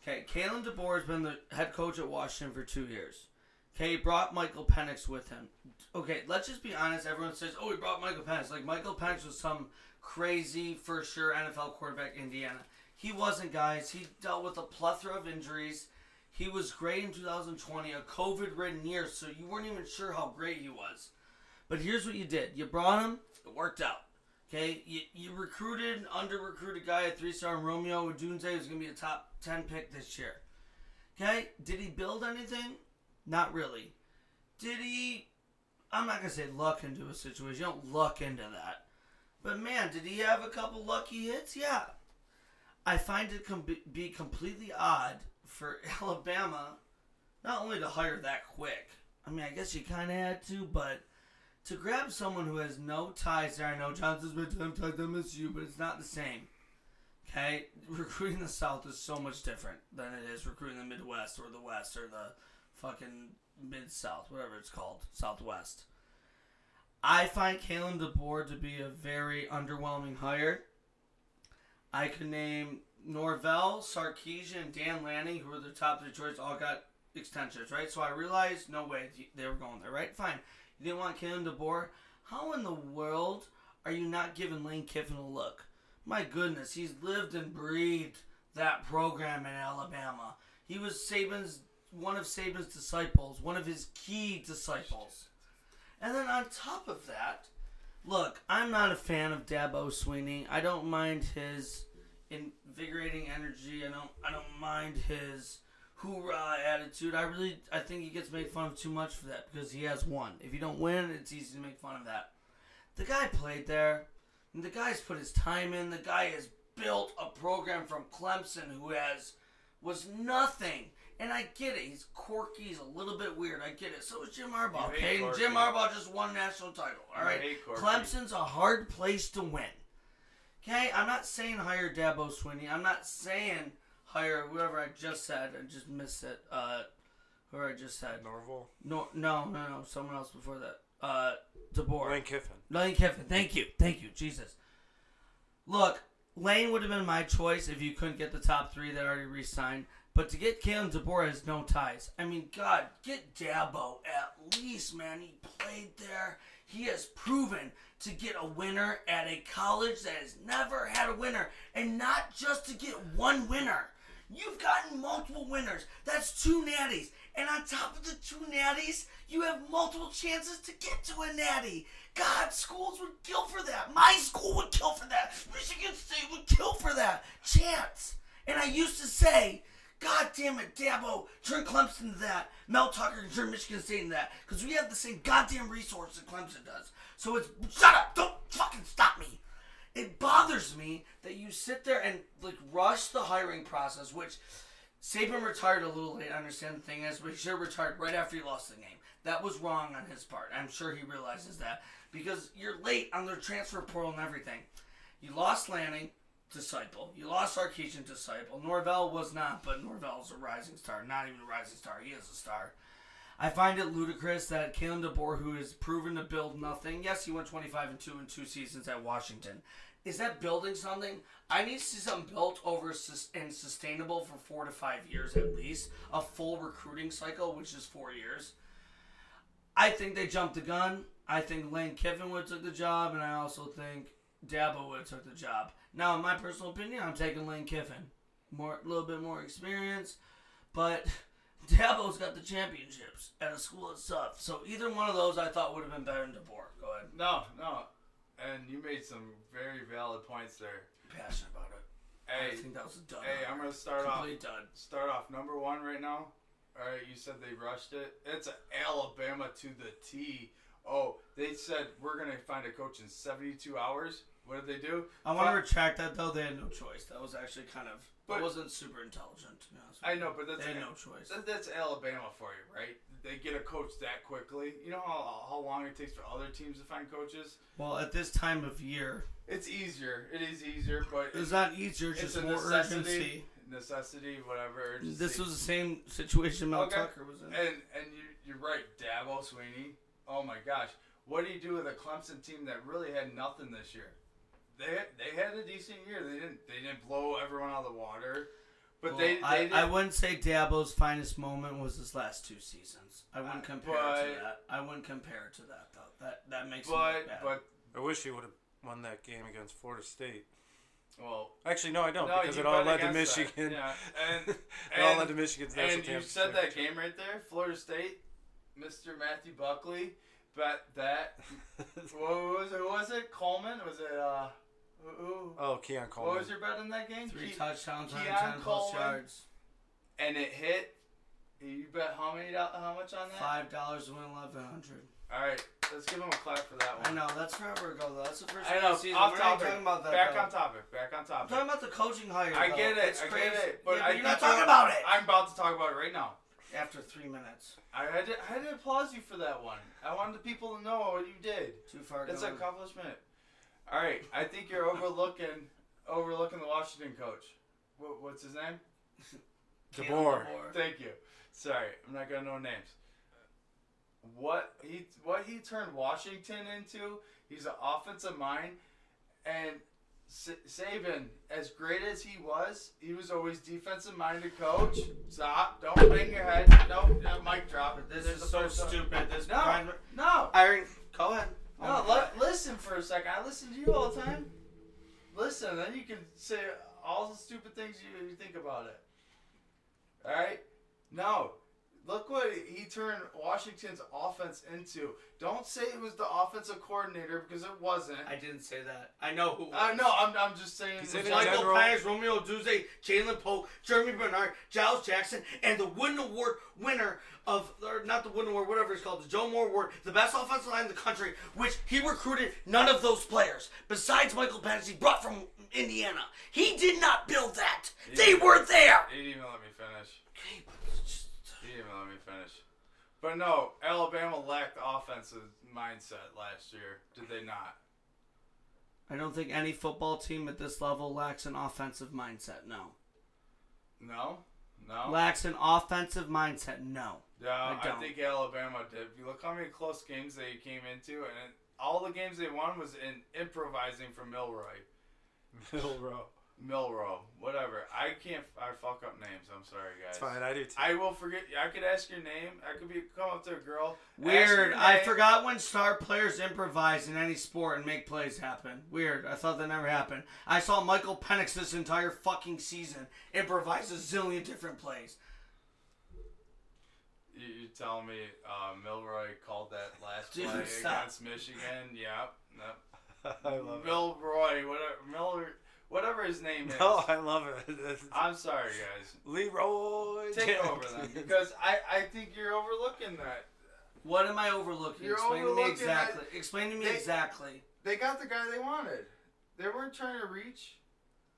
S6: Okay, Kalen DeBoer has been the head coach at Washington for two years. Okay, he brought Michael Penix with him. Okay, let's just be honest. Everyone says, "Oh, he brought Michael Penix." Like Michael Penix was some crazy, for sure NFL quarterback. in Indiana. He wasn't, guys. He dealt with a plethora of injuries. He was great in 2020, a COVID-ridden year, so you weren't even sure how great he was. But here's what you did: you brought him. It worked out. Okay, you, you recruited under recruited guy at three star Romeo Odunze who's gonna be a top ten pick this year. Okay, did he build anything? Not really. Did he? I'm not gonna say luck into a situation. You don't luck into that. But man, did he have a couple lucky hits? Yeah. I find it com- be completely odd for Alabama not only to hire that quick. I mean, I guess you kind of had to, but to grab someone who has no ties there. I know Johnson's been time ties to MSU, but it's not the same. Okay, recruiting the South is so much different than it is recruiting the Midwest or the West or the fucking Mid South, whatever it's called, Southwest. I find Kalen DeBoer to be a very underwhelming hire. I could name Norvell, Sarkeesian, and Dan Lanning, who were the top three choices, all got extensions, right? So I realized, no way, they were going there, right? Fine. You didn't want Kalen DeBoer. How in the world are you not giving Lane Kiffin a look? My goodness, he's lived and breathed that program in Alabama. He was Saban's one of Saban's disciples, one of his key disciples. And then on top of that, Look, I'm not a fan of Dabo Sweeney. I don't mind his invigorating energy. I don't. I don't mind his hoorah attitude. I really. I think he gets made fun of too much for that because he has won. If you don't win, it's easy to make fun of that. The guy played there. And the guy's put his time in. The guy has built a program from Clemson who has was nothing. And I get it. He's quirky. He's a little bit weird. I get it. So is Jim Harbaugh.
S5: You hate
S6: Okay, and
S5: Corky.
S6: Jim Harbaugh just won a national title. All
S5: You
S6: right,
S5: hate Corky.
S6: Clemson's a hard place to win. Okay, I'm not saying hire Dabo Swinney. I'm not saying hire whoever I just said. I just missed it. Uh, whoever I just said.
S4: Norval.
S6: No, no, no, no. Someone else before that. Uh, DeBoer.
S4: Lane Kiffin.
S6: Lane Kiffin. Thank you. Thank you. Jesus. Look, Lane would have been my choice if you couldn't get the top three that already re signed. But to get Kalen DeBoer has no ties. I mean, God, get Dabo at least, man. He played there. He has proven to get a winner at a college that has never had a winner. And not just to get one winner. You've gotten multiple winners. That's two natties. And on top of the two natties, you have multiple chances to get to a natty. God, schools would kill for that. My school would kill for that. Michigan State would kill for that. Chance. And I used to say, God damn it, Dabo, turn Clemson to that. Mel Tucker can turn Michigan State into that. Because we have the same goddamn resource that Clemson does. So it's shut up. Don't fucking stop me it bothers me that you sit there and like rush the hiring process, which Saban retired a little late. I understand the thing is, but he should have retired right after he lost the game. That was wrong on his part. I'm sure he realizes that because you're late on their transfer portal and everything. You lost Lanning, disciple. You lost Sarkeesian, disciple. Norvell was not, but Norvell's a rising star. Not even a rising star. He is a star. I find it ludicrous that Kalen DeBoer, who is proven to build nothing, yes, he went 25 and 2 in two seasons at Washington. Is that building something? I need to see something built over sus- and sustainable for four to five years at least. A full recruiting cycle, which is four years. I think they jumped the gun. I think Lane Kiffin would have took the job, and I also think Dabo would have took the job. Now, in my personal opinion, I'm taking Lane Kiffin. More, a little bit more experience, but Dabo's got the championships at a school that's tough. So either one of those, I thought would have been better than DeBoer. Go ahead,
S5: No, no. And you made some very valid points there.
S6: passionate about it. I
S5: Hey,
S6: think that was a dud.
S5: hey, I'm gonna start off
S6: complete dud.
S5: start off number one right now. All right, you said they rushed it. It's Alabama to the T. Oh, they said we're gonna find a coach in 72 hours. What did they do?
S6: I want to
S5: Fuck-
S6: retract that though. They had no choice. That was actually kind of.
S5: But-
S6: that wasn't super intelligent, to be honest.
S5: I
S6: With
S5: know, but that's
S6: They had no choice.
S5: that- that's Alabama for you, right? They get a coach that quickly. You know how, how long it takes for other teams to find coaches.
S6: you. Well, at this time of year,
S5: It's easier. It is easier, but
S6: it's not easier. It's
S5: it's
S6: just
S5: a
S6: more
S5: necessity.
S6: urgency.
S5: Necessity, whatever.
S6: This
S5: urgency.
S6: was the same situation Mel
S5: Okay.
S6: Tucker was in.
S5: And and you you're right, Dabo Sweeney. Oh my gosh, what do you do with a Clemson team that really had nothing this year? They they had a decent year. They didn't they didn't blow everyone out of the water, but
S6: Well,
S5: they, they
S6: I,
S5: didn't-
S6: I wouldn't say Dabo's finest moment was his last two seasons. I wouldn't
S5: Uh,
S6: compare it
S5: but-
S6: to that. I wouldn't compare it to that though. That that makes him look
S5: but
S6: bad.
S5: but
S4: I wish he would have won that game against Florida State.
S5: well.
S4: Actually, no, I don't
S5: No,
S4: because
S5: you
S4: it all
S5: bet
S4: led to
S5: against that.
S4: Michigan.
S5: Yeah, and-
S4: it all
S5: and-
S4: led to Michigan's national
S5: And you
S4: championship.
S5: said that game right there, Florida State, Mr. Matthew Buckley, but that what was it? Who was it? Coleman? Was it uh? Who, who,
S4: oh, Keon Coleman.
S5: what was your bet in that game?
S6: three
S5: Ke-
S6: touchdowns on
S5: Keon
S6: ten plus
S5: Coleman.
S6: yards.
S5: and it hit. You bet how many? do- How much on that?
S6: Five dollars to win eleven hundred.
S5: All right, let's give him a clap for that
S6: I
S5: one.
S6: know that's forever ago though. That's the first
S5: I
S6: game
S5: know.
S6: of the season.
S5: Off
S6: We're not
S5: topic.
S6: talking about that.
S5: back
S6: though.
S5: on topic. Back on
S6: I'm
S5: topic.
S6: talking about the coaching hire.
S5: I
S6: though.
S5: get it.
S6: It's
S5: I
S6: crazy.
S5: get it. But
S6: yeah,
S5: I
S6: but you're not
S5: think
S6: talking
S5: I'm-
S6: about it
S5: I'm about to talk about it right now.
S6: after three minutes.
S5: I had to, I had to applaud you for that one. I wanted the people to know what you did.
S6: Too far.
S5: It's an
S6: gone.
S5: accomplishment. All right, I think you're overlooking overlooking the Washington coach. What, what's his name?
S6: Kalen
S4: DeBoer.
S5: Thank you. Sorry, I'm not gonna know names. What he what he turned Washington into? He's an offensive mind, and S- Saban, as great as he was, he was always defensive minded coach. Stop! Don't bang your head. No, no mic drop.
S6: This
S5: There's
S6: is
S5: the
S6: so
S5: first one.
S6: stupid. This
S5: No, no,
S6: Iron Cohen.
S5: no. Li- listen for a second. I listen to you all the time. Listen, then you can say all the stupid things you, you think about it. All right? No. Look what he turned Washington's offense into. Don't say it was the offensive coordinator because it wasn't.
S6: I didn't say that. I know who.
S5: I know. I'm, I'm just saying.
S4: He's
S5: the
S4: in it
S5: general-
S6: Uh, Michael
S4: general-
S6: Myers, Romeo Duze, Jalen Polk, Jeremy Bernard, Giles Jackson, and the Wooden Award winner of, or not the Wooden Award, whatever it's called, the Joe Moore Award, the best offensive line in the country, which he recruited none of those players besides Michael Penix he brought from Indiana. He did not build that. They were there.
S5: He didn't even let me finish. He didn't even let me finish. But no, Alabama lacked the offensive mindset last year. Did they not?
S6: I don't think any football team at this level lacks an offensive mindset. No.
S5: No, no.
S6: Lacks an offensive mindset. No.
S5: Yeah,
S6: I
S5: I,
S6: don't.
S5: think Alabama did. If you look how many close games they came into, and it, all the games they won was in improvising from Milroy,
S4: Milrow.
S5: Milrow, whatever. I can't. I fuck up names. I'm sorry, guys.
S4: It's fine. I do too.
S5: I will forget. I could ask your name. I could be come up to a girl. ask
S6: Weird.
S5: your
S6: I
S5: name.
S6: forgot when star players improvise in any sport and make plays happen. Weird. I thought that never happened. I saw Michael Penix this entire fucking season improvise a zillion different plays.
S5: You, you tell me uh, Milroy called that last
S6: Dude,
S5: play
S6: stop.
S5: against Michigan. Yep. Yep.
S4: I love it.
S5: Milroy, whatever, Miller, whatever his name is.
S4: No, I love it. It's-
S5: I'm sorry, guys.
S4: Leroy.
S5: Take over then, because I, I think you're overlooking that.
S6: What am I overlooking?
S5: You're
S6: Explain to
S5: overlooking
S6: me exactly. Explain to me
S5: They-
S6: exactly.
S5: They got the guy they wanted. They weren't trying to reach.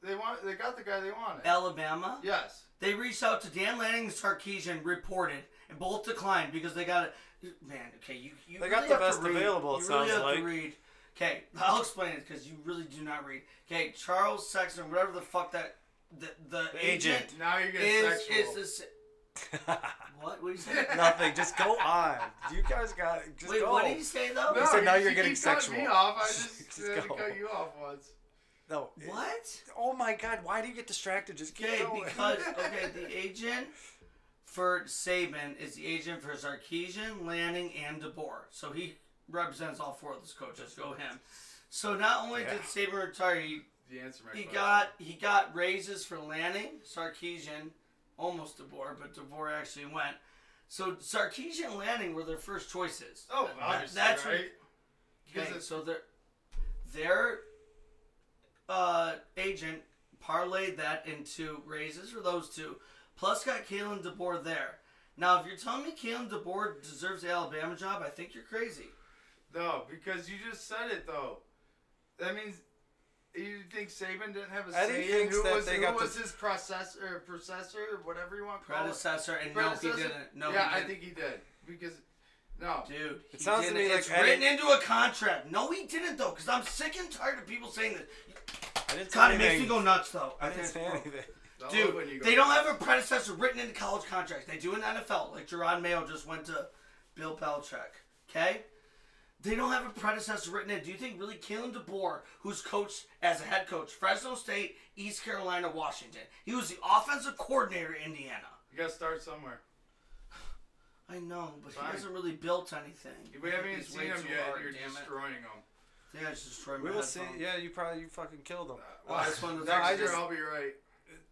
S5: They want. They got the guy they wanted.
S6: Alabama.
S5: yes.
S6: They reached out to Dan Lanning and Sarkeesian, reported, and both declined because they got a man. Okay, you, you really
S4: They got the
S6: have to
S4: best
S6: read.
S4: available,
S6: You
S4: it
S6: really
S4: sounds
S6: have to
S4: like.
S6: read. Okay, I'll explain it because you really do not read. Okay, Charles Sexton, whatever the fuck that the the,
S4: The agent.
S5: Now you're getting
S6: is
S5: sexual.
S6: is the sa- what? What did he say?
S4: Nothing. Just go on. You guys got. Just
S6: Wait,
S4: go.
S6: what did he say though?
S5: no,
S4: He said now
S5: you
S4: you're getting
S5: keep cutting Me
S4: sexual.
S5: off. I just,
S4: Just
S5: had to
S4: go.
S5: cut you off once.
S4: No.
S6: What?
S4: Oh my God! Why do you get distracted? Just keep
S6: Okay,
S4: going.
S6: because okay, the agent for Saban is the agent for Sarkeesian, Lanning, and DeBoer. So he represents all four of those coaches. Go him. So not only did Saban retire, he,
S5: The answer my
S6: he
S5: question.
S6: got he got raises for Lanning, Sarkeesian, almost DeBoer, but DeBoer actually went. So Sarkeesian and Lanning were their first choices.
S5: Oh,
S6: That-
S5: obviously,
S6: that's what-
S5: right.
S6: Okay,
S5: Because it's-
S6: so their their uh, agent parlayed that into raises for those two, plus got Kalen DeBoer there. Now, if you're telling me Kalen DeBoer deserves the Alabama job, I think you're crazy.
S5: No, because you just said it though. That means you think Saban didn't have a
S4: I think
S5: say
S4: he
S5: in
S4: thinks
S5: who
S4: that
S5: was,
S4: they
S5: who
S4: got the-
S5: was his processor, processor, or whatever you want to call it.
S6: Predecessor, and no,
S5: Predecessor?
S6: he didn't. No,
S5: yeah,
S6: he
S5: I
S6: didn't.
S5: think he did because no.
S6: Dude, he
S4: sounds to
S6: didn't.
S4: me like
S6: it's
S4: Eddie-
S6: written into a contract. No, he didn't though, because I'm sick and tired of people saying this.
S4: I didn't
S6: God,
S4: say
S6: it makes
S4: anything.
S6: me go nuts though.
S4: I didn't
S6: think
S4: say
S6: it's-
S4: anything.
S5: I love when you
S6: Dude,
S5: go
S6: they don't have a predecessor written into college contracts. They do in NFL. Like Gerard Mayo just went to Bill Belichick. Okay? They don't have a predecessor written in. Do you think really Kalen DeBoer, who's coached as a head coach, Fresno State, East Carolina, Washington, he was the offensive coordinator in Indiana.
S5: You gotta start somewhere.
S6: I know, but
S5: Fine.
S6: he hasn't really built anything.
S5: We haven't even
S6: He's
S5: seen
S6: way
S5: him
S6: too
S5: yet.
S6: hard,
S5: You're
S6: damn it.
S5: destroying him.
S6: I think I just destroyed my
S4: We will see.
S6: headphone.
S4: Yeah, you probably you fucking killed him.
S5: Well,
S6: this one was
S5: next
S4: I
S5: year
S4: just-
S5: I'll be right.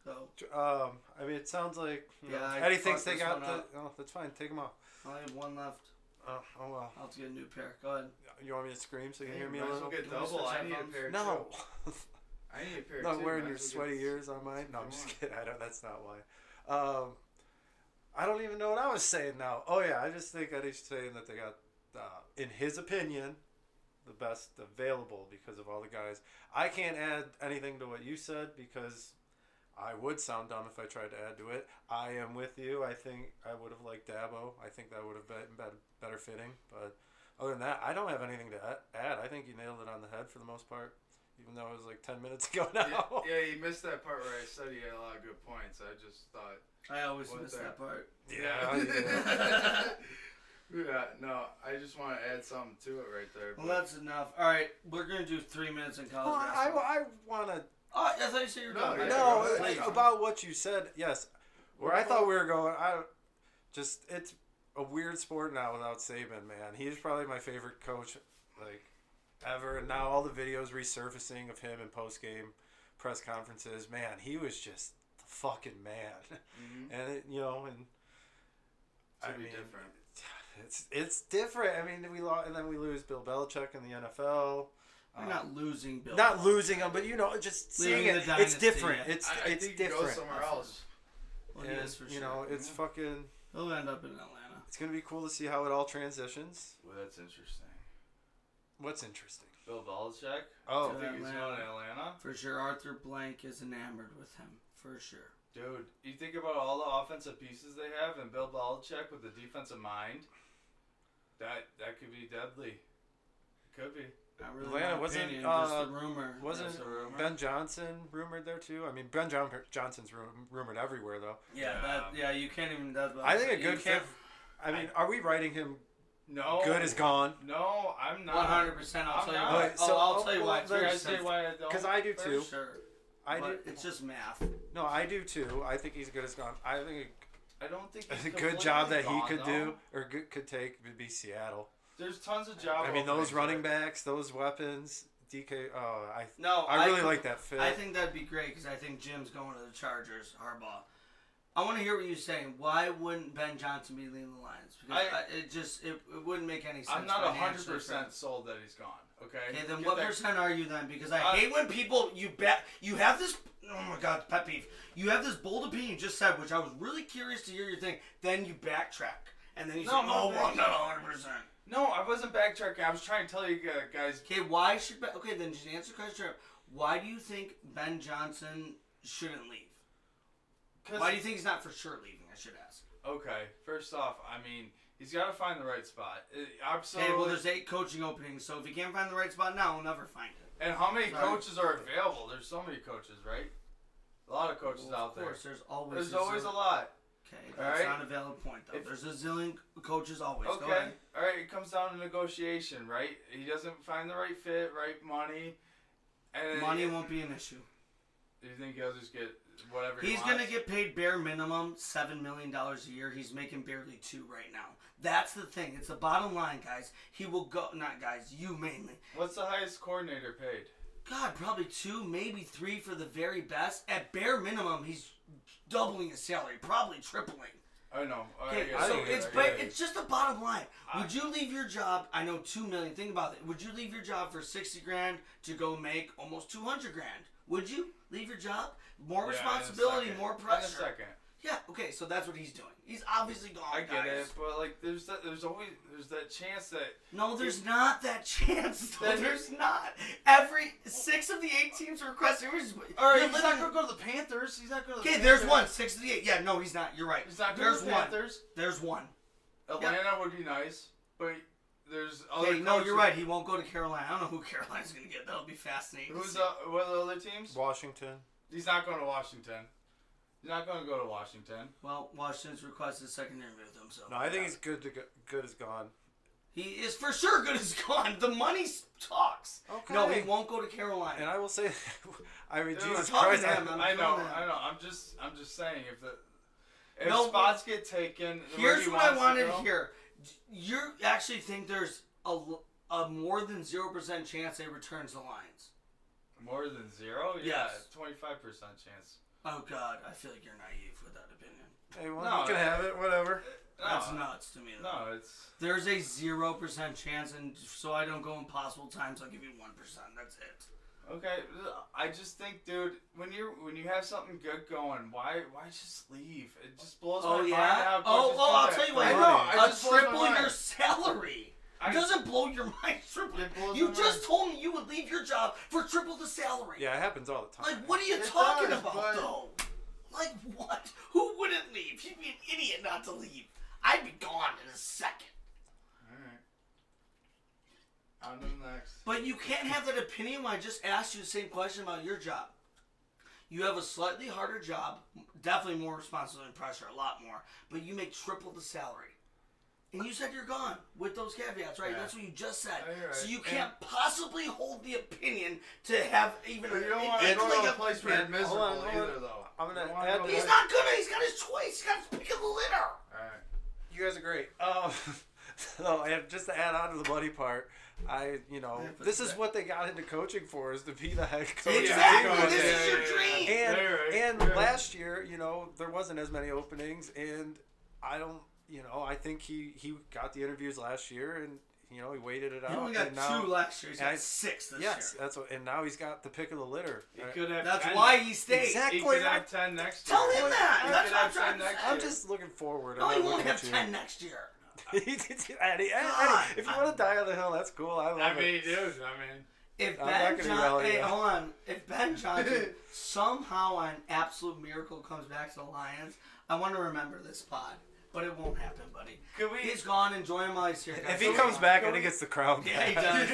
S6: So,
S4: Um, I mean, it sounds like you know,
S6: Yeah, I
S4: Eddie thinks
S6: fucked
S4: they
S6: this
S4: got
S6: one
S4: the.
S6: up.
S4: Oh, that's fine. Take them off.
S6: I only have one left.
S4: Oh, oh well.
S6: I'll have to get a new pair. Go ahead.
S4: You want me to scream so you can hear me
S5: Might
S4: a
S5: as well
S4: little?
S5: Get
S6: You wanna
S5: double.
S6: switch
S5: I need a
S6: headphones?
S5: pair.
S4: No,
S5: too. I need a pair.
S4: not
S5: too.
S4: wears
S5: Might
S4: your
S5: as well get-
S4: sweaty ears on mine. No, I'm
S5: Come
S4: just kidding. I don't. That's not why. Um, I don't even know what I was saying now. Oh yeah, I just think Eddie's saying that they got, uh, in his opinion, the best available because of all the guys. I can't add anything to what you said because I would sound dumb if I tried to add to it. I am with you. I think I would have liked Dabo. I think that would have been bet- better fitting. But other than that, I don't have anything to a- add. I think you nailed it on the head for the most part, even though it was like 10 minutes ago now.
S5: Yeah, yeah, you missed that part where I said he had a lot of good points. I just thought.
S6: I always
S5: What
S6: miss
S5: the-
S6: that part.
S4: Yeah, yeah.
S5: yeah, no, I just want to add something to it right there.
S6: Well,
S5: but-
S6: that's enough. All right, we're gonna do three minutes in college.
S4: Well, Oh, I,
S6: basketball.
S4: I want to
S6: oh, I thought you said you were
S5: No,
S6: done.
S5: yeah.
S4: know
S5: Please.
S4: about what you said. Yes, where I thought we were going. I just it's a weird sport now without Saban. Man, he's probably my favorite coach, like ever. And now all the videos resurfacing of him in post game press conferences. Man, he was just the fucking man. And it, you know, and
S5: mm-hmm, To
S4: I
S5: be
S4: mean,
S5: different.
S4: It's it's different. I mean, we lost, and then we lose Bill Belichick in the NFL.
S6: We're not losing Bill.
S4: Uh, Not losing him, but you know, just seeing
S6: Leaving
S4: it.
S6: the
S4: It's
S6: dynasty,
S4: different.
S6: yeah.
S4: It's
S5: I, I
S4: it's
S5: think you go
S4: different.
S5: somewhere else.
S6: Well,
S4: And,
S6: yes, for
S4: you
S6: sure.
S4: know, it's fucking.
S6: he'll end up in Atlanta.
S4: It's gonna be cool to see how it all transitions.
S5: Well, that's interesting.
S4: What's interesting?
S5: Bill Belichick.
S4: Oh,
S5: I think he's
S6: Atlanta.
S5: going to Atlanta.
S6: For sure, Arthur Blank is enamored with him. For sure.
S5: Dude, you think about all the offensive pieces they have and Bill Belichick with the defensive mind. That that could be deadly. Could be.
S6: Not really
S4: Atlanta
S6: my
S4: wasn't,
S6: opinion,
S4: uh,
S6: just a rumor.
S4: wasn't
S5: That's a rumor.
S4: Ben Johnson rumored there too? I mean, Ben John- Johnson's rum- rumored everywhere though.
S6: yeah, that, yeah, you can't even. That,
S4: I think a
S6: you
S4: good fit.
S6: can't-
S4: I mean, are we writing him?
S5: No.
S4: Good is gone.
S5: No, I'm not.
S6: One hundred percent. I'll
S5: I'm
S6: tell you.
S5: not.
S6: why.
S4: Wait, so-
S6: oh, I'll
S4: oh,
S6: tell you
S4: well,
S6: why.
S4: there
S5: Can I
S4: There's-
S5: say why I don't?
S4: Because I do
S5: For
S4: too.
S6: Sure.
S4: I do.
S6: but it's just math.
S4: No, I do too. I think he's good as gone. I think
S5: I don't think
S4: a
S5: he's
S4: good job that he
S5: completely
S4: could
S5: gone,
S4: do
S5: though.
S4: or good, could take would be Seattle.
S5: There's tons of job.
S4: I mean, those
S5: openings
S4: running
S5: there.
S4: backs, those weapons, DK. Oh, I
S6: No,
S4: I really
S6: could-
S4: like that fit.
S6: I think that'd be great because I think Jim's going to the Chargers. Harbaugh. I want to hear what you're saying. Why wouldn't Ben Johnson be leading the Lions? Because
S5: I-
S6: I, it just it, it wouldn't make any sense.
S5: I'm not
S6: financially
S5: 100
S6: for
S5: percent sold that he's gone. Okay.
S6: Okay, then
S5: Get
S6: what
S5: that-
S6: percent are you then? Because I
S5: Uh,
S6: hate when people you bet you have this. Oh my god, pet peeve. You have this bold opinion you just said, which I was really curious to hear your thing. Then you backtrack, and then you
S5: No,
S6: say,
S5: I'm not
S6: "Oh, well, I'm not
S5: backtracking.
S6: 100." percent
S5: No, I wasn't backtracking. I was trying to tell you gu- guys.
S6: Okay, why should Ben? Okay, then just answer the question. straight up. Why do you think Ben Johnson shouldn't leave?
S5: 'cause-
S6: Why do you think he's not for sure leaving? I should ask.
S5: Okay, first off, I mean, he's got to find the right spot. Uh, Absolutely.
S6: okay, well, there's eight coaching openings, so if he can't find the right spot now, he'll never find it.
S5: and how many
S6: Sorry.
S5: coaches are available? There's so many coaches, right? A lot of coaches
S6: Well,
S5: out
S6: of
S5: there.
S6: course, there's always
S5: There's
S6: a
S5: always a
S6: zillion-
S5: lot.
S6: Okay, that's
S5: Alright.
S6: not a valid point though.
S5: If-
S6: there's a zillion coaches always. Go
S5: Okay.
S6: ahead.
S5: All right, it comes down to negotiation, right? He doesn't find the right fit, right money. And
S6: Money
S5: you,
S6: won't be an issue.
S5: You think he'll just get whatever he
S6: He's
S5: wants?
S6: gonna get paid bare minimum seven million dollars a year. He's making barely two right now. That's the thing. It's the bottom line, guys. He will go. Not guys. You mainly.
S5: What's the highest coordinator paid?
S6: God, probably two, maybe three for the very best. At bare minimum, he's doubling his salary, probably tripling.
S5: I know. I
S6: Okay,
S5: guess
S6: so
S5: I get
S6: it's
S5: it, I
S6: ba-
S5: get it.
S6: it's just the bottom line. Would you leave your job? I know two million. Think about it. Would you leave your job for sixty grand to go make almost two hundred grand? Would you leave your job? More
S5: Yeah, in a
S6: responsibility,
S5: second.
S6: more
S5: In a
S6: pressure.
S5: second.
S6: Yeah. Okay. So that's what he's doing. He's obviously gone.
S5: I get
S6: guys.
S5: it, but like, there's that, there's always there's that chance that
S6: No, there's not that chance. Though.
S5: Then-
S6: There's not. Every six of the eight teams are requesting.
S5: All right,
S6: You're
S5: he's
S6: literally-
S5: not gonna go to the Panthers. He's not going to.
S6: Okay,
S5: The Panthers.
S6: there's one. Six of the eight. Yeah, no, he's not. You're right.
S5: He's not going
S6: there's
S5: to the
S6: one.
S5: Panthers.
S6: There's one.
S5: Atlanta would be nice, but there's other.
S6: Okay, no,
S5: coaches.
S6: you're right. He won't go to Carolina. I don't know who Carolina's gonna get. That'll be fascinating. to
S5: Who's
S6: see.
S5: uh, what are the other teams?
S4: Washington.
S5: He's not going to Washington. He's not going to go to Washington.
S6: Well, Washington's requested a second interview with him, so
S4: No, I think he's good to go, good as gone.
S6: he is for sure good as gone. The money s- talks.
S4: Okay.
S6: No, he won't go to
S4: And
S6: Carolina.
S4: I will say, I mean,
S5: Dude,
S4: Jesus
S6: I'm talking
S4: Christ,
S6: to him,
S4: I-
S6: I'm
S5: I know,
S6: feeling that.
S5: I know. I'm just, I'm just saying if the if
S6: No,
S5: spots get taken, where
S6: Here's
S5: he
S6: what I
S5: wants
S6: wanted to,
S5: go-
S6: hear. D- You actually think there's a, l- a more than zero percent chance they returns the Lions?
S5: More than zero? Yeah,
S6: Yes.
S5: twenty five percent chance.
S6: Oh God, I feel like you're naive with that opinion.
S4: hey, well,
S5: No,
S4: you can
S5: I-
S4: have it, whatever.
S5: No,
S6: That's nuts to me. Though.
S5: No, it's
S6: There's a zero percent chance, and so I don't go impossible times. I'll give you one percent. That's it.
S5: Okay, I just think, dude, when you when you have something good going, why why just leave? It just blows
S6: Oh
S5: my mind.
S6: yeah.
S5: How
S6: Oh, oh,
S5: coaches do
S6: I'll
S5: that.
S6: tell you what.
S5: I know.
S6: A
S4: Right.
S5: I just blows my
S6: tripling your
S5: mind.
S6: salary.
S5: I-
S6: It doesn't blow your mind tripling.
S5: It blows
S6: You
S5: my
S6: just told me you would leave your job for triple the salary.
S4: Yeah, it happens all the time.
S6: Like, what are you
S5: It
S6: talking
S5: does,
S6: about
S5: but-
S6: though? Like, what? Who wouldn't leave? He'd be an idiot not to leave. I'd be gone in a second.
S5: All right. On to the next.
S6: But you can't have that opinion when I just asked you the same question about your job. You have a slightly harder job, definitely more responsibility and pressure, a lot more, but you make triple the salary. And you said you're gone with those caveats, right?
S5: Yeah.
S6: That's what you just said.
S5: Oh, you're right.
S6: So you can't possibly hold the opinion to have even.
S5: But you don't
S6: it-
S5: want to
S6: it's
S5: go
S6: like
S5: to a
S6: a-
S5: place where you're
S4: Yeah,
S5: miserable
S4: hold on, hold on.
S5: either, though.
S4: I'm gonna
S5: You don't wanna
S4: add
S5: go
S4: to
S5: back-
S6: He's not gonna. He's got his choice. He's got his pick of the litter.
S5: All right.
S4: You guys are great. Um, so I have just to add on to the money part. I, you know, this is what they got into coaching for is to be the head coach. of the
S6: Exactly.
S4: team.
S6: this
S5: yeah,
S6: is your
S5: yeah,
S6: dream.
S4: And
S5: Right, right,
S4: and
S5: right.
S4: last year, you know, there wasn't as many openings, and I don't. you know, I think he he got the interviews last year, and you know he waited it out.
S6: He only got
S4: and now,
S6: two last year. He's
S4: and
S6: got
S4: I-
S6: six this
S4: Yes,
S6: year.
S4: that's what, and now he's got the pick of the litter.
S5: He
S4: I-
S5: could have
S6: That's
S5: 10
S6: why he stayed.
S5: He
S4: Exactly.
S5: could
S4: I-
S5: have ten next year.
S6: Tell him that.
S5: He
S6: That's
S5: could
S6: what
S5: have
S6: I'm trying
S5: 10
S6: to
S5: next
S6: say.
S4: I'm
S5: year.
S4: just looking forward.
S6: No,
S4: I'm
S6: he
S4: not
S6: won't
S4: looking
S6: Oh, have
S4: at you.
S6: ten next year.
S4: Eddie, Eddie,
S6: God.
S4: if you want to die on the hill, that's cool. I love
S5: I mean,
S4: it.
S5: dude. I mean,
S6: If
S4: I'm not
S6: Ben
S4: gonna
S6: Johnson,
S4: yell
S6: hey,
S4: at you.
S6: hold on. If Ben Johnson somehow on absolute miracle comes back to the Lions, I want to remember this pod, but it won't happen, buddy.
S5: could we?
S6: He's gone. Enjoy him while he's here. guys.
S4: If he
S6: Don't
S4: comes
S6: worry.
S4: back, I think it's the crown.
S6: yeah, he does.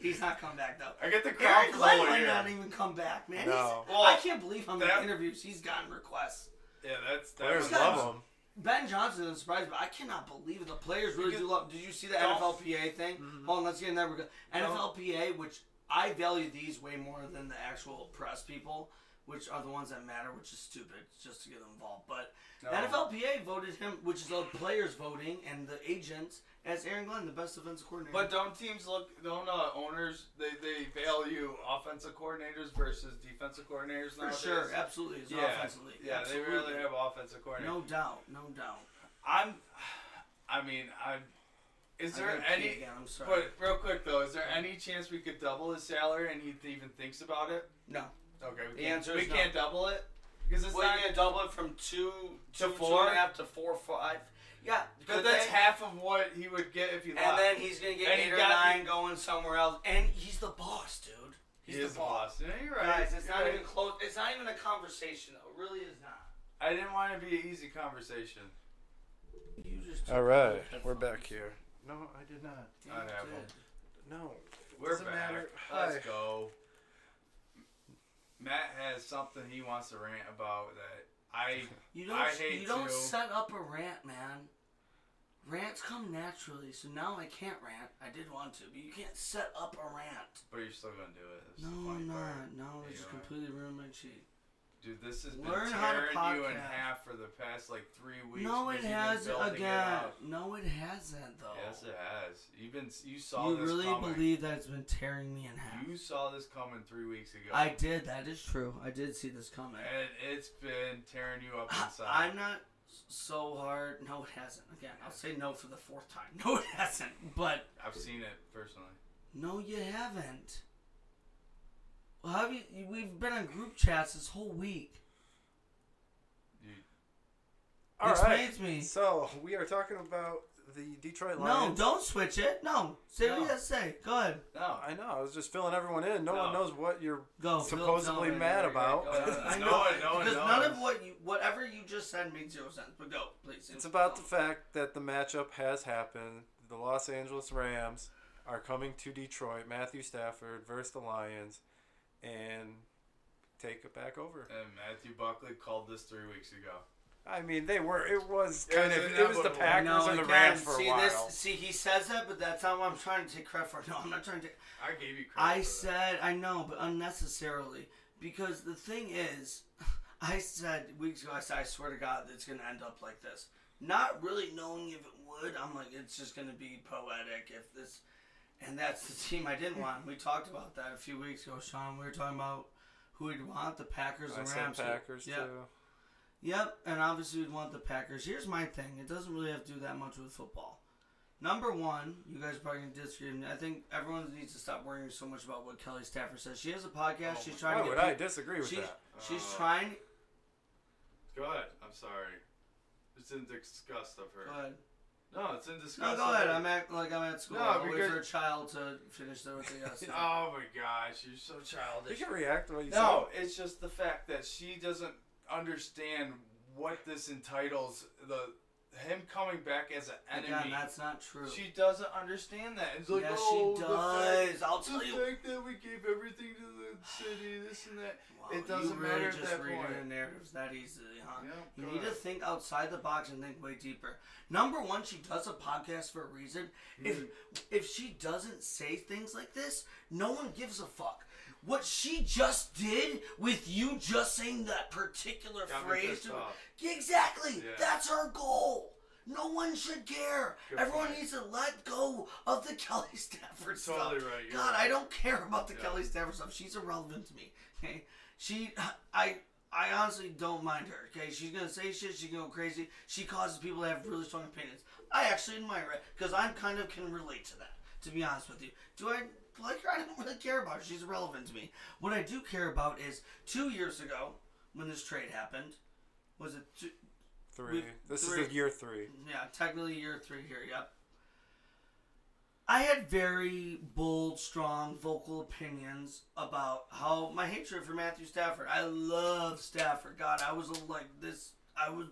S6: He's not come back though.
S5: I get the crown
S6: Eric
S5: for
S6: Glenn might
S5: here.
S6: not even come back, man.
S4: No.
S6: He's, I can't believe how many
S5: That-
S6: interviews he's gotten requests.
S5: Yeah, that's
S4: Players
S5: that's
S4: love him.
S6: Ben Johnson is surprised, but I cannot believe it. The players really do love. Did you see the
S5: Golf. Mm-hmm.
S6: NFLPA thing? Hold on, let's get in there. We're go- NFLPA, which I value these way more than the actual press people, which are the ones that matter, which is stupid just to get them involved. But NFLPA voted him, which is the players voting and the agents as Aaron Glenn, the best defensive coordinator.
S5: But don't teams look? Don't uh, owners they they value offensive coordinators versus defensive coordinators
S6: for
S5: nowadays?
S6: sure, absolutely, it's an
S5: Yeah,
S6: offensive league.
S5: yeah,
S6: absolutely.
S5: they really have offensive coordinators.
S6: No doubt, no doubt.
S5: I'm. I mean, I'm. Is
S6: I
S5: there
S6: gotta pee
S5: any?
S6: Again, I'm sorry.
S5: But real quick though, is there any chance we could double his salary and he th- even thinks about it?
S6: no.
S5: Okay, we
S6: The
S5: can't.
S6: answer
S5: we
S6: is no.
S5: can't double it because it's
S6: Well,
S5: not.
S6: you can double it from two
S5: To
S6: two,
S5: four?
S6: two and a half to four, five. Yeah,
S5: Because
S6: could
S5: that's
S6: they?
S5: half of what he would get if he left.
S6: And then he's gonna get
S5: And he
S6: eight or
S5: got-
S6: nine going somewhere else, and he's the boss, dude.
S5: he
S6: He's
S5: is
S6: the boss.
S5: Yeah, you're right.
S6: Guys, it's
S5: You're
S6: not
S5: right.
S6: even close. It's not even a conversation, though. It really is not.
S5: I didn't want it to be an easy conversation.
S6: You just
S7: All right, we're back here.
S4: No, I did not.
S6: You
S5: I have
S6: did.
S5: him.
S4: No.
S5: We're
S4: Doesn't
S5: back.
S4: matter.
S5: Let's
S4: Hi.
S5: go. Matt has something he wants to rant about that I
S6: You don't.
S5: I hate
S6: you don't
S5: to.
S6: set up a rant, man. Rants come naturally, so now I can't rant. I did want to, but you can't set up a rant.
S5: but you're still gonna do it. This
S6: No,
S5: is the funny
S6: I'm not.
S5: part.
S6: No,
S5: Yeah,
S6: I just
S5: you are.
S6: completely ruined my cheek.
S5: Dude, this has been
S6: Learn how to
S5: tearing you in
S6: podcast.
S5: half for the past like three weeks.
S6: No,
S5: because
S6: it
S5: you've been
S6: hasn't
S5: building it
S6: again.
S5: up.
S6: No, it hasn't though.
S5: Yes, it has. You've been you saw
S6: you
S5: this
S6: really
S5: coming.
S6: believe that it's been tearing me in half.
S5: you saw this coming three weeks ago.
S6: I did. That is true. I did see this coming.
S5: and it's been tearing you up
S6: I-
S5: inside.
S6: I'm not s- so hard. No, it hasn't. Again, I'll say no for the fourth time. No, it hasn't. But
S5: I've seen it personally.
S6: no, you haven't. Well, have you? you- We've been on group chats this whole week.
S5: You,
S4: All
S6: Which
S4: right.
S6: leads me-
S4: So we are talking about the Detroit
S6: No,
S4: Lions.
S6: don't switch it. No, say what
S5: No.
S6: you gotta say. Go ahead.
S5: no,
S4: I know. I was just filling everyone in. No,
S5: No.
S4: one knows what you're
S6: Go.
S4: supposedly
S6: Go.
S4: mad
S5: You're
S4: about.
S5: gonna go down.
S6: I
S5: No
S6: know
S5: one- no one
S6: because none
S5: knows.
S6: of what you, whatever you just said, made zero sense. But go, please.
S4: It's about the fact that the matchup has happened. The Los Angeles Rams are coming to Detroit. Matthew Stafford versus the Lions, and take it back over.
S5: and Matthew Buckley called this three weeks ago.
S4: I mean, they were. It was
S5: It
S4: kind
S5: was
S4: of. It was the
S5: inevitable.
S4: Packers
S6: No,
S4: and the
S6: again,
S4: Rams for a
S6: see
S4: while.
S6: this? See, he says that, but that's not what I'm trying to take credit for. No, I'm not trying to. Take,
S5: I gave you credit. for
S6: I
S5: that.
S6: said I know, but unnecessarily because the thing is, I said weeks ago. I said I swear to God, that it's gonna end up like this. Not really knowing if it would. I'm like, it's just gonna be poetic if this, and that's the team I didn't want. We talked about that a few weeks ago, Sean. We were talking about who we'd want, the Packers
S4: I
S6: and
S4: said
S6: Rams.
S4: Packers
S6: Yeah.
S4: too.
S6: Yep, and obviously we'd want the Packers. Here's my thing: it doesn't really have to do that much with football. Number one, you guys are probably gonna disagree. with me. I think everyone needs to stop worrying so much about what Kelly Stafford says. She has a podcast. she's trying
S4: Why
S6: to
S4: would
S6: get.
S4: I
S6: peop-
S4: disagree with
S6: she's
S4: that?
S6: she's
S5: Uh,
S6: trying.
S5: Go ahead. I'm sorry. It's in disgust of her.
S6: Go ahead.
S5: No, it's in disgust.
S6: No, go
S5: of
S6: ahead.
S5: her.
S6: I'm at like I'm at school.
S5: No,
S6: I'll wait
S5: because-
S6: for a child to finish their what they gotta say.
S5: Oh my gosh, you're so
S4: You
S5: childish.
S4: can react to what you
S5: No, it's just the fact that she doesn't understand what this entitles the him coming back as an enemy.
S6: Again, that's not true.
S5: She doesn't understand that. It's like,
S6: Yes, she
S5: oh, the
S6: does.
S5: fact-
S6: I'll tell
S5: the
S6: you-
S5: fact that we gave everything to the city, this and that.
S6: Wow,
S5: it doesn't
S6: you really
S5: matter at
S6: just
S5: that
S6: read
S5: point.
S6: her narratives that easily, huh?
S5: Yeah,
S6: you
S5: go
S6: need to
S5: ahead.
S6: think outside the box and think way deeper. Number one, she does a podcast for a reason. If
S5: Hmm.
S6: if she doesn't say things like this, no one gives a fuck. What she just did with you just saying that particular
S5: Got me
S6: phrase
S5: pissed
S6: to
S5: off.
S6: Exactly.
S5: Yeah.
S6: That's her goal. No one should care.
S5: Good
S6: Everyone
S5: point.
S6: needs to let go of the Kelly Stafford
S5: You're totally
S6: stuff.
S5: right, you're
S6: God,
S5: right.
S6: I don't care about the
S5: Yeah.
S6: Kelly Stafford stuff. She's irrelevant to me. Okay, she, I, I honestly don't mind her. Okay, she's gonna say shit. She's gonna go crazy. She causes people to have really strong opinions. I actually admire it because I kind of can relate to that. To be honest with you, do I like her? I don't really care about her. She's irrelevant to me. What I do care about is two years ago when this trade happened. Was it two,
S4: Three.
S6: We-
S4: This
S6: three.
S4: is the year three.
S6: yeah, technically year three here, yep. I had very bold, strong, vocal opinions about how my hatred for Matthew Stafford. I love Stafford. God, I was like this. I was,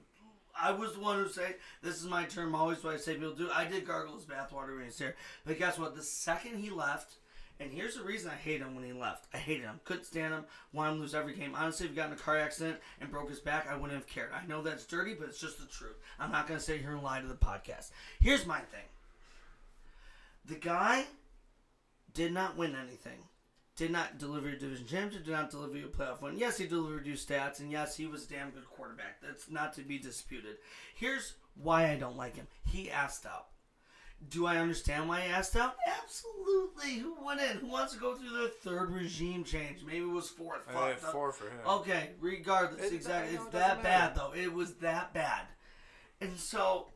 S6: I was the one who say this is my term. Always what I say people do. I did gargle his bathwater when he's here. But guess what? The second he left, and here's the reason I hate him when he left. I hated him. Couldn't stand him. Wanted him to lose every game. Honestly, if he got in a car accident and broke his back, I wouldn't have cared. I know that's dirty, but it's just the truth. I'm not going to sit here and lie to the podcast. Here's my thing the guy did not win anything. Did not deliver your division championship. Did not deliver your playoff win. Yes, he delivered you stats, and yes, he was a damn good quarterback. That's not to be disputed. Here's why I don't like him. He asked out. Do I understand why he asked out? Absolutely. Who wouldn't? Who wants to go through the third regime change? Maybe it was fourth.
S4: I
S6: Fuck,
S4: had
S6: no-
S4: four for him.
S6: Okay, regardless,
S4: It-
S6: exactly.
S4: I know
S6: It's
S4: it doesn't
S6: that bad though. It was that bad. And so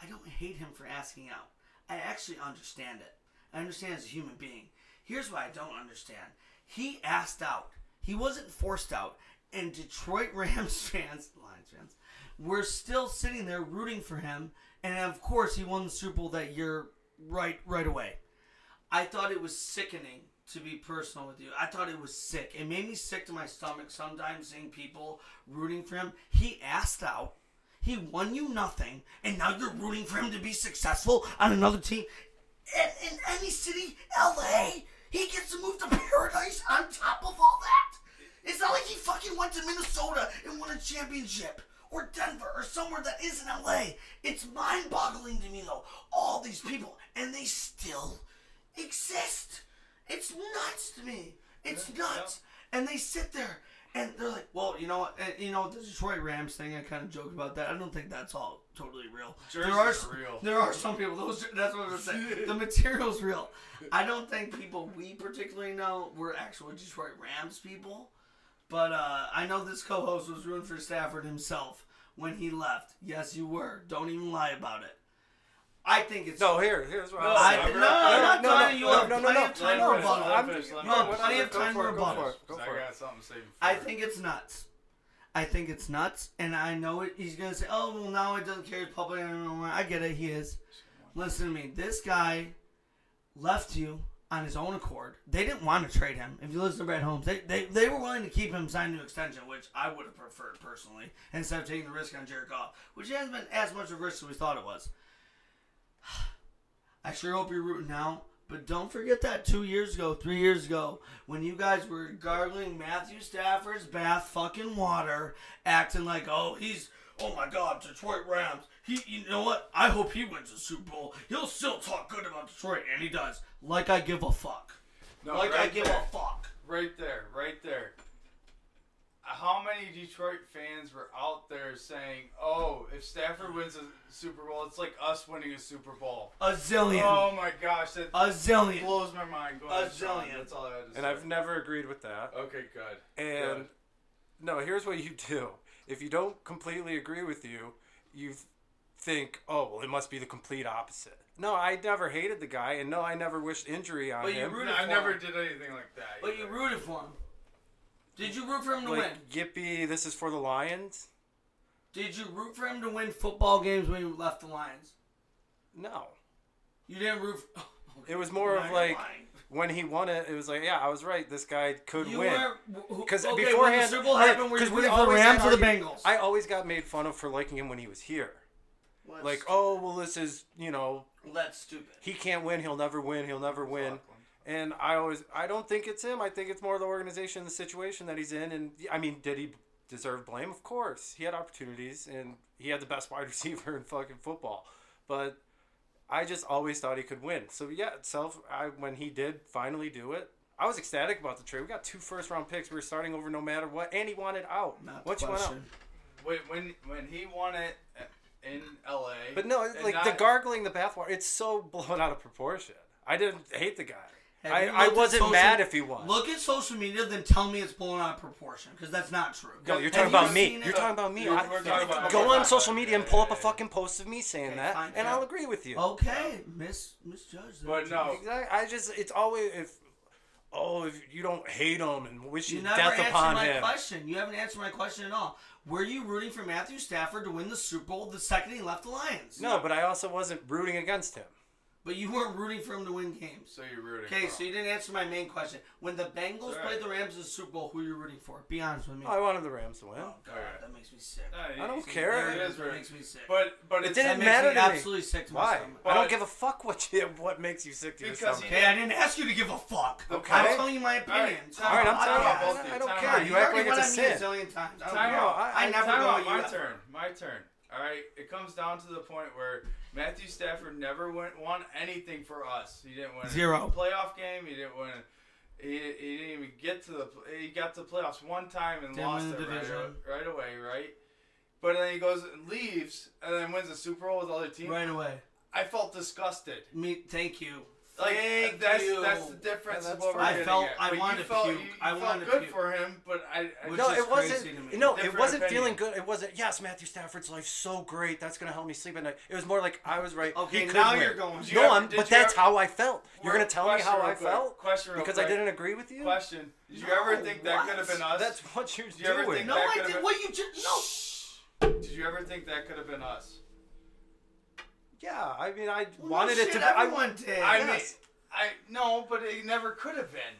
S6: I don't hate him for asking out. I actually understand it. I understand as a human being. Here's why I don't understand. He asked out. He wasn't forced out. And Detroit Rams fans, Lions fans, were still sitting there rooting for him. And of course, he won the Super Bowl that year right right away. I thought it was sickening to be personal with you. I thought it was sick. It made me sick to my stomach sometimes seeing people rooting for him. He asked out. He won you nothing, and now you're rooting for him to be successful on another team. In, in any city, LA, he gets to move to paradise on top of all that. It's not like he fucking went to Minnesota and won a championship or Denver or somewhere that isn't LA. It's mind boggling to me, though. All these people, and they still exist. It's nuts to me. It's nuts. And they sit there and they're like, well, you know, what, and, you know, the Detroit Rams thing. I kind of joked about that. I don't think that's all totally real.
S5: Jerseys
S6: there are
S5: are
S6: s-
S5: real.
S6: there are some people. Those that's what I'm saying. the material's real. I don't think people we particularly know were actual Detroit Rams people. But uh, I know this co-host was rooting for Stafford himself when he left. Yes, you were. Don't even lie about it. I think it's
S4: No, here, here's what
S6: I,
S4: I was
S6: no, no, I'm not telling you. you have
S4: no, no,
S6: plenty
S4: no.
S6: of time
S5: No,
S6: to
S5: no,
S6: rebuttal.
S5: no, I'm-
S6: You have
S5: no,
S6: plenty of
S5: go
S6: time to
S5: for it, go
S6: rebuttal.
S5: Go for it. I got something saved for
S6: I
S5: you.
S6: think it's nuts. I think it's nuts, and I know it, he's gonna say, "Oh, well, now it doesn't carry public anymore." I get it. He is. Listen to me. This guy left you on his own accord. They didn't want to trade him. If you listen to Brad Holmes, they, they, they were willing to keep him signed to extension, which I would have preferred personally, instead of taking the risk on Jared Goff, which hasn't been as much of a risk as we thought it was. I sure hope you're rooting now. But don't forget that two years ago, three years ago, when you guys were gargling Matthew Stafford's bath fucking water, acting like, oh, he's, oh my God, Detroit Rams. He, you know what? I hope he wins the Super Bowl. He'll still talk good about Detroit, and he does. Like I give a fuck.
S5: No,
S6: like I
S5: right
S6: give
S5: there.
S6: a fuck.
S5: Right there, right there. How many Detroit fans were out there saying, "Oh, if Stafford wins a Super Bowl, it's like us winning a Super Bowl."
S6: A zillion.
S5: Oh my gosh, that
S6: a zillion.
S5: blows my mind. Go
S6: A
S5: ahead, Sean.
S6: zillion.
S5: That's all I had to
S4: And
S5: say.
S4: I've never agreed with that.
S5: okay, good.
S4: And
S5: Good.
S4: no, here's what you do. If you don't completely agree with you, you th- think, oh, well, it must be the complete opposite. No, I never hated the guy, and no, I never wished injury on
S6: But you
S4: him.
S6: rooted
S5: I
S6: for
S5: never
S6: him.
S5: did anything like that.
S6: But you
S5: either.
S6: rooted for him. Did you root for him to win?
S4: like, yippee, this is for the Lions?
S6: Did you root for him to win football games when you left the Lions?
S4: No.
S6: You didn't Oh, root. For,
S4: It was more
S6: Now
S4: of
S6: you're
S4: like,
S6: lying.
S4: when he won it, it was like, yeah, I was right. This guy could
S6: You
S4: win.
S6: weren't.
S4: Because
S6: Because okay, when
S4: beforehand,
S6: the Super Bowl
S4: all right,
S6: happened, were you
S4: 'cause we
S6: rooting for the
S4: always
S6: Rams
S4: got
S6: or the
S4: argued-
S6: Bengals?
S4: I always got made fun of for liking him when he was here.
S6: Let's-
S4: Like, oh, well, this is, you know,
S6: that's stupid.
S4: he can't win, he'll never win, he'll never win. And I always, I don't think it's him. I think it's more the organization, the situation that he's in. And I mean, did he deserve blame? Of course, he had opportunities, and he had the best wide receiver in fucking football. But I just always thought he could win. So yeah, self. I when he did finally do it, I was ecstatic about the trade. We got two first round picks. We were starting over no matter what, and he wanted out.
S6: Not
S4: Once
S6: the
S4: you want out,
S6: question.
S5: When when when he won it in L.A.
S4: but no,
S5: and
S4: like
S5: not-
S4: the gargling the bathwater, it's so blown out of proportion. I didn't hate the guy.
S6: Have
S4: I,
S6: you
S4: I
S6: looked at
S4: wasn't
S6: social-
S4: mad if he was.
S6: Look at social media, then tell me it's blown out of proportion because that's not true.
S4: no, you're
S6: Have
S4: talking
S6: you
S4: about me.
S6: seen it?
S4: You're talking about me.
S5: You're-
S4: I-
S5: we're talking about-
S4: go
S5: okay,
S4: on social
S5: fine.
S4: media and pull up a fucking post of me saying
S6: Okay,
S4: that,
S6: fine,
S4: and
S6: yeah. Oh.
S4: I'll agree with you.
S6: Okay, mis misjudged.
S5: But no,
S4: Exactly. I just it's always if oh if you don't hate him and wish
S6: You
S4: you
S6: never answered
S4: death upon
S6: my
S4: him.
S6: question. You haven't answered my question at all. Were you rooting for Matthew Stafford to win the Super Bowl the second he left the Lions?
S4: No, but I also wasn't rooting against him.
S6: But you weren't rooting for him to win games.
S5: so you're rooting.
S6: Okay,
S5: for
S6: so you didn't answer my main question. When the Bengals
S5: Sorry.
S6: played the Rams in the Super Bowl, who are you rooting for? Be honest with me.
S4: I wanted the Rams to win.
S6: Mm. oh, God,
S5: Alright.
S6: that makes me sick.
S5: him.
S4: I don't
S5: Hey,
S4: care.
S5: It is
S6: That
S5: rooting.
S6: makes me sick.
S5: But but
S4: It
S5: it's
S6: that
S4: didn't
S6: makes
S4: matter
S6: me
S4: to me.
S6: absolutely sick to my
S4: Why?
S6: stomach.
S4: I don't
S5: But-
S4: give a fuck what you what makes you sick to your
S5: Because
S4: stomach.
S5: he-
S6: Hey, I didn't ask you to give a fuck.
S4: Okay.
S6: I'm telling you my opinion.
S5: Alright,
S6: It's
S5: time
S4: All right, I'm
S5: out.
S6: not-
S4: telling
S5: Time out,
S4: you,
S5: both
S4: I
S5: of
S4: don't-
S5: you.
S4: I don't
S5: Time
S4: care.
S5: out.
S4: You
S5: You
S4: act like
S6: already
S4: it's a
S6: went at me
S4: sin.
S6: zillion times. I don't
S5: Time
S6: care.
S4: out.
S6: I,
S4: I-
S6: never
S5: Time
S6: go
S5: out,
S6: at you
S5: my
S6: that.
S5: turn. My turn. All right. It comes down to the point where Matthew Stafford never went, won anything for us. He didn't win
S6: Zero.
S5: a playoff game. He didn't win. He, he didn't even get to the. He got to the playoffs one time and
S6: Didn't
S5: lost
S6: win the
S5: it right,
S6: division.
S5: a- right away. Right. But then he goes and leaves, and then wins the Super Bowl with the other team.
S6: Right away.
S5: I felt disgusted.
S6: Me, thank you.
S5: Like
S6: Thank
S5: that's
S6: you.
S5: that's the difference.
S4: Yeah,
S5: of
S4: that's
S5: what we're
S6: fine. I
S5: getting
S6: felt-
S5: at.
S6: I
S5: But you
S6: wanted to
S5: felt,
S6: puke.
S5: You, you
S6: I
S5: felt
S6: wanted to
S5: good
S6: puke.
S5: for him, but I. I
S6: Which
S4: No,
S6: is
S4: it wasn't.
S6: crazy to me.
S4: No, it
S5: Different
S4: wasn't
S5: opinion.
S4: feeling good. It wasn't. Yes, Matthew Stafford's life's so great. That's gonna help me sleep at night. It was more like I was right.
S6: Okay,
S4: he could
S6: now
S4: win.
S6: you're going.
S5: Did you
S4: No,
S5: ever-
S4: I'm.
S5: did
S4: But
S5: you
S4: that's
S5: ever-
S4: how I felt. You're
S5: Well,
S4: gonna tell me
S5: question
S4: how
S5: real
S4: I
S5: quick.
S4: felt
S5: Question real
S4: because I
S5: quick.
S4: didn't agree with you.
S5: Question: Did you ever
S6: No,
S5: think that
S6: what?
S5: could have been us?
S4: That's what you're
S5: you ever
S4: doing.
S5: think
S6: No,
S5: that
S6: I
S5: could've
S6: did.
S5: been-
S6: What you just no.
S5: Did you ever think that could have been us?
S4: Yeah, I mean, I
S6: Well,
S4: wanted
S6: no
S4: it
S6: shit,
S4: to. I
S6: Everyone did.
S5: I
S4: Yes.
S5: mean, I no, but it never could have been.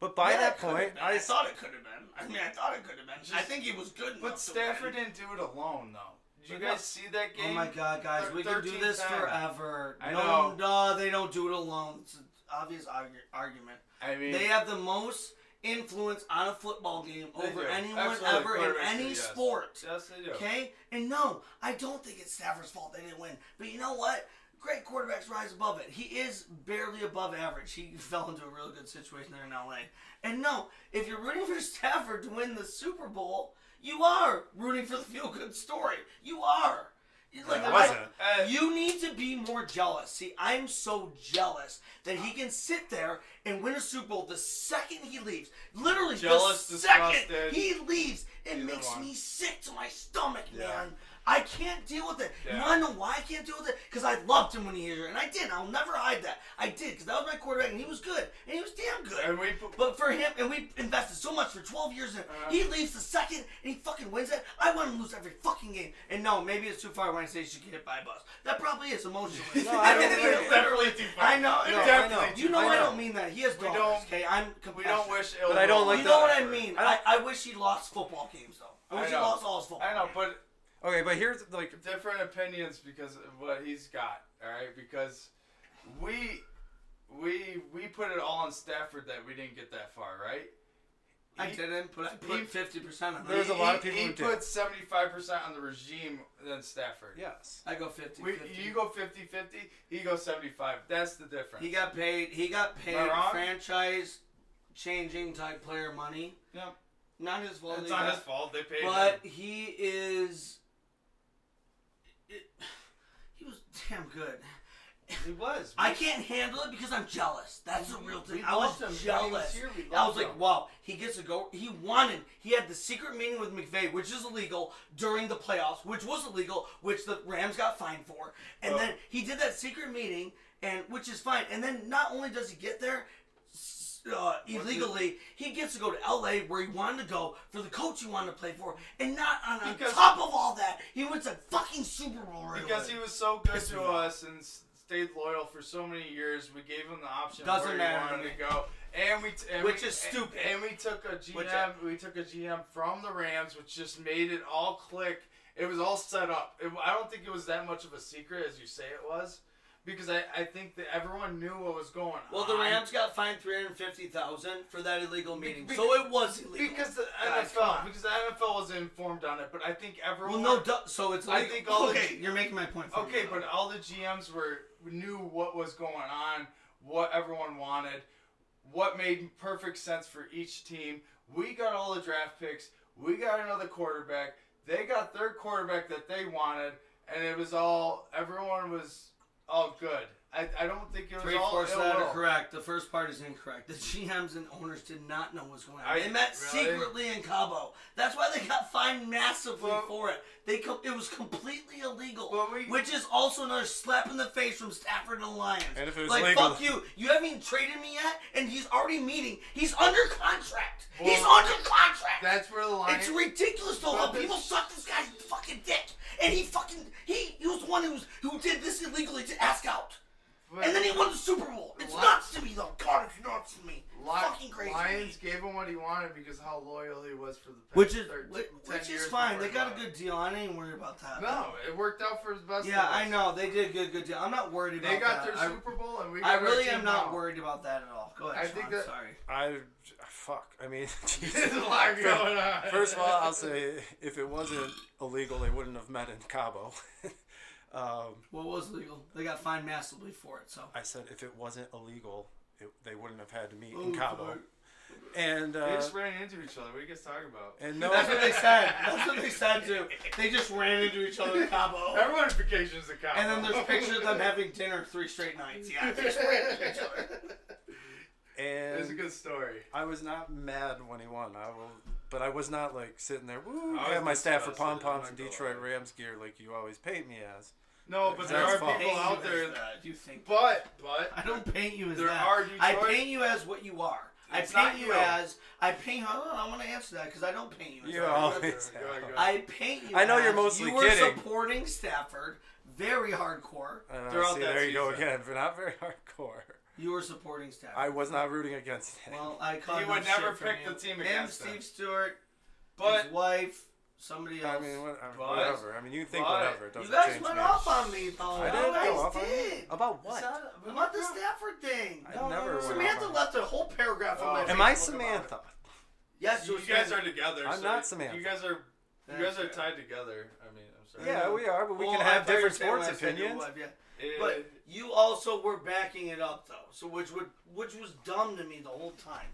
S4: But by
S6: Yeah,
S4: that
S6: it could've
S4: point,
S6: been.
S4: I saw.
S6: it could have been. I mean, I thought it could have been. I think he was good.
S5: But
S6: enough to
S5: Stafford
S6: win.
S5: didn't do it alone, though. Did you
S6: But
S5: guys
S6: no.
S5: see that game?
S6: Oh my god, guys,
S5: Thir-
S6: we can do
S5: 13
S6: this
S5: times.
S6: forever.
S5: I
S6: no,
S5: know.
S6: no, they don't do it alone. It's an obvious argu- argument.
S5: I mean,
S6: They have the most influence on a football game
S5: They
S6: over
S5: do.
S6: anyone
S5: Absolutely.
S6: ever in
S5: Quarterbacks do,
S6: any
S5: yes.
S6: sport.
S5: yes, they do.
S6: Okay? And no, I don't think it's Stafford's fault they didn't win. But you know what? Great quarterbacks rise above it. He is barely above average. He fell into a really good situation there in LA. And no, if you're rooting for Stafford to win the Super Bowl, you are rooting for the feel good story. You are. You- Like,
S4: I wasn't.
S5: Uh,
S6: you need to be more jealous. See, I'm so jealous that he can sit there and win a Super Bowl the second he leaves. Literally,
S5: Jealous,
S6: the second
S5: disgusted.
S6: he leaves, it
S5: Either
S6: makes
S5: one.
S6: me sick to my stomach,
S5: Yeah.
S6: man. I can't deal with it. You
S5: Yeah.
S6: want to know why I can't deal with it? Because I loved him when he was here, and I did. I'll never hide that. I did because that was my quarterback, and he was good, and he was damn good.
S5: And we put-
S6: but for him, and we invested so much for 12 years in. him.
S5: Uh-huh.
S6: he leaves the second, and he fucking wins it. I want him to lose every fucking game. And no, maybe it's too far when I say he should get hit by a bus. That probably is emotionally.
S4: No, I don't
S6: mean
S4: think
S6: it
S4: it's
S6: literally.
S5: definitely too far.
S6: I know.
S5: No,
S6: it-
S5: I know.
S6: You know I,
S5: I know.
S6: don't mean that. He has daughters.
S5: don't-
S6: okay, I'm.
S5: we don't
S6: compassionate.
S5: wish ill.
S4: But I don't
S5: will
S4: like
S6: You
S5: on
S6: know what I
S5: Stafford.
S6: mean? I,
S4: I
S6: I wish he lost football games though. I
S5: I
S6: wish he
S5: know.
S6: lost all his football.
S5: I know, but
S4: Okay, but here's like
S5: different opinions because of what he's got. All right, because we we we put it all on Stafford that we didn't get that far, right?
S6: I
S5: He-
S6: didn't, but I put
S5: he-
S6: fifty percent on
S4: There was
S6: it.
S4: a lot of
S5: He-
S4: people
S5: He,
S4: who did.
S5: put seventy five percent on the regime than Stafford.
S4: yes.
S6: I go 50,
S5: We,
S6: 50.
S5: you go 50 50, he goes 75. That's the difference.
S6: He got paid. He got paid
S5: Am I wrong?
S6: franchise changing type player money.
S5: Yep.
S6: Not his fault.
S5: It's
S6: that he
S5: not
S6: got-
S5: his fault. They paid him.
S6: But he is. It, he was damn good.
S5: He was.
S6: I can't handle it because I'm jealous. That's the real thing.
S5: we
S6: I was
S5: loved him. When he was
S6: jealous.
S5: here, we
S6: I was
S5: loved
S6: like,
S5: him.
S6: wow, he gets to go. He wanted. He had the secret meeting with McVay, which is illegal during the playoffs, which was illegal, which the Rams got fined for. And then he did that secret meeting, and which is fine. And then not only does he get there. s- Uh, illegally, he gets to go to LA where he wanted to go for the coach he wanted to play for, and not on, on
S5: Because-
S6: top of all that, he went to fucking Super Bowl. Right
S5: because
S6: away.
S5: he was so good
S6: Pissed me
S5: to
S6: off.
S5: us and s- stayed loyal for so many years. We gave him the option of
S6: Doesn't
S5: where
S6: matter
S5: he
S6: to
S5: wanted
S6: me.
S5: to go. And we t- and
S6: Which
S5: we-
S6: is stupid.
S5: And we took a GM.
S6: Which-
S5: we took a GM from the Rams, which just made it all click. It was all set up. It, I don't think it was that much of a secret as you say it was, because I, I think that everyone knew what was going
S6: Well,
S5: on.
S6: the Rams got fined three hundred fifty thousand for that illegal meeting,
S5: be-
S6: so it was illegal.
S5: Because the
S6: Guys, come
S5: NFL,
S6: on.
S5: because the NFL was informed on it, but I think
S6: well,
S5: everyone.
S6: no, du- so it's
S5: I
S6: illegal.
S5: think all the-
S6: okay, you're making my point. for me,
S5: Okay,
S6: though.
S5: but all the GMs were knew what was going on, what everyone wanted, what made perfect sense for each team. We got all the draft picks. We got another quarterback. They got their quarterback that they wanted, and it was all everyone was Oh, good. I, I don't think it was
S6: Three
S5: all
S6: fourths of
S5: ill
S6: that
S5: will.
S6: are correct. The first part is incorrect. The GMs and owners did not know what was going on.
S5: I-
S6: they met
S5: really?
S6: secretly in Cabo. That's why they got fined massively
S5: Well-
S6: for it. They co- it was completely illegal,
S5: Well, we-
S6: which is also another slap in the face from Stafford and the Lions.
S4: And if it was
S6: like
S4: legal-
S6: fuck you, you haven't even traded me yet, and he's already meeting. He's under contract. he's
S5: Well,
S6: under contract.
S5: That's where the Lions.
S6: It's ridiculous though how
S5: But this-
S6: people suck this guy's fucking dick, and he fucking he he was the one who was, who did this illegally to ask out,
S5: but
S6: and then he won the Super Bowl. It's
S5: Li-
S6: nuts to me though. God, it's nuts to me.
S5: Li-
S6: fucking crazy. to me.
S5: Lions gave him what he wanted because of how loyal he was for the past
S6: Which is
S5: 13
S6: which,
S5: 10
S6: which is
S5: years
S6: fine. They
S5: before
S6: got a
S5: that.
S6: good deal. I ain't worried about that.
S5: No, it worked out for his best.
S6: Yeah,
S5: of us.
S6: I know they did a good good deal. I'm not worried about
S5: They got
S6: that.
S5: their
S6: I-
S5: Super Bowl, and we.
S6: I,
S5: Got our
S6: really
S5: team
S6: am not
S5: now.
S6: worried about that at all. Go ahead,
S5: I
S6: Sean.
S5: think that-
S6: sorry.
S4: I fuck. I mean,
S5: There's a
S4: Jesus.
S5: lot going on.
S4: First of all, I'll say if it wasn't illegal, they wouldn't have met in Cabo. um,
S6: What was legal? They got fined massively for it. So
S4: I said if it wasn't illegal, it, they wouldn't have had to meet
S6: Oh,
S4: in Cabo.
S6: fuck.
S4: And
S5: They
S4: uh,
S5: just ran into each other. What are you guys talking about?
S4: and no,
S6: that's what they said. That's what they said too. They just ran into each other in Cabo.
S5: Everyone's vacation is a cop.
S6: And then there's pictures of them having dinner three straight nights. Yeah. they just ran into each other.
S5: It's a
S4: and
S5: good story.
S4: I was not mad when he won. I will, but I was not like sitting there. Woo,
S5: I
S4: I have
S5: was
S4: my staff for pom poms
S5: disgusted, I'm
S4: and
S5: not gonna
S4: Detroit
S5: lie.
S4: Rams gear like you always paint me as.
S5: No, but there
S4: That's
S5: are
S4: fine.
S5: people
S6: Paint
S5: out
S6: you
S5: there.
S6: as that. You think?
S5: But but
S6: I don't paint you as
S5: There
S6: that.
S5: are
S6: I
S5: Detroit-
S6: paint you as what you are. I
S5: It's not
S6: paint you
S5: you.
S6: as I paint. Hold on, I'm gonna answer that because I don't paint you as
S4: You
S6: that.
S4: are.
S6: I paint you.
S4: I know you're
S6: as
S4: mostly
S6: you were
S4: kidding.
S6: supporting Stafford very hardcore.
S4: And, uh,
S5: Throughout
S4: see,
S5: that
S4: there you go
S5: season.
S4: again, but not very hardcore.
S6: You were supporting Stafford.
S4: I was not rooting against him.
S6: well, I called
S5: You would
S6: no
S5: never
S6: shit from
S5: pick
S6: you.
S5: the team
S6: Him,
S5: against
S6: Steve
S5: them.
S6: Stewart,
S5: But
S6: his wife, somebody
S4: I
S6: else.
S4: mean, what, I mean,
S5: But-
S4: whatever. I mean, you think
S5: but-
S4: whatever. It doesn't
S6: you guys
S4: change
S6: went
S4: me.
S6: off on me though.
S4: I
S6: You
S4: didn't
S6: guys
S4: go off on you.
S6: did.
S4: About what?
S6: About the Stafford thing.
S4: I never went
S6: Samantha
S4: off on
S6: left a whole paragraph on my.
S5: Wow.
S4: Am
S6: Facebook
S4: I
S6: about
S4: Samantha?
S6: it. Yes,
S5: Oh. you
S6: was
S5: guys
S6: me.
S5: are together.
S4: I'm
S5: so
S4: not
S5: you-
S4: Samantha.
S5: You guys are you
S6: That's
S5: guys are
S6: fair.
S5: tied together. I mean, I'm sorry.
S4: Yeah, we are, but we
S6: Well,
S4: can
S6: I
S4: have
S6: thought you were
S4: different
S6: saying
S4: sports
S6: what I said to
S4: opinions.
S6: Wife, yeah.
S5: It-
S6: But you also were backing it up though, so which would which was dumb to me the whole time.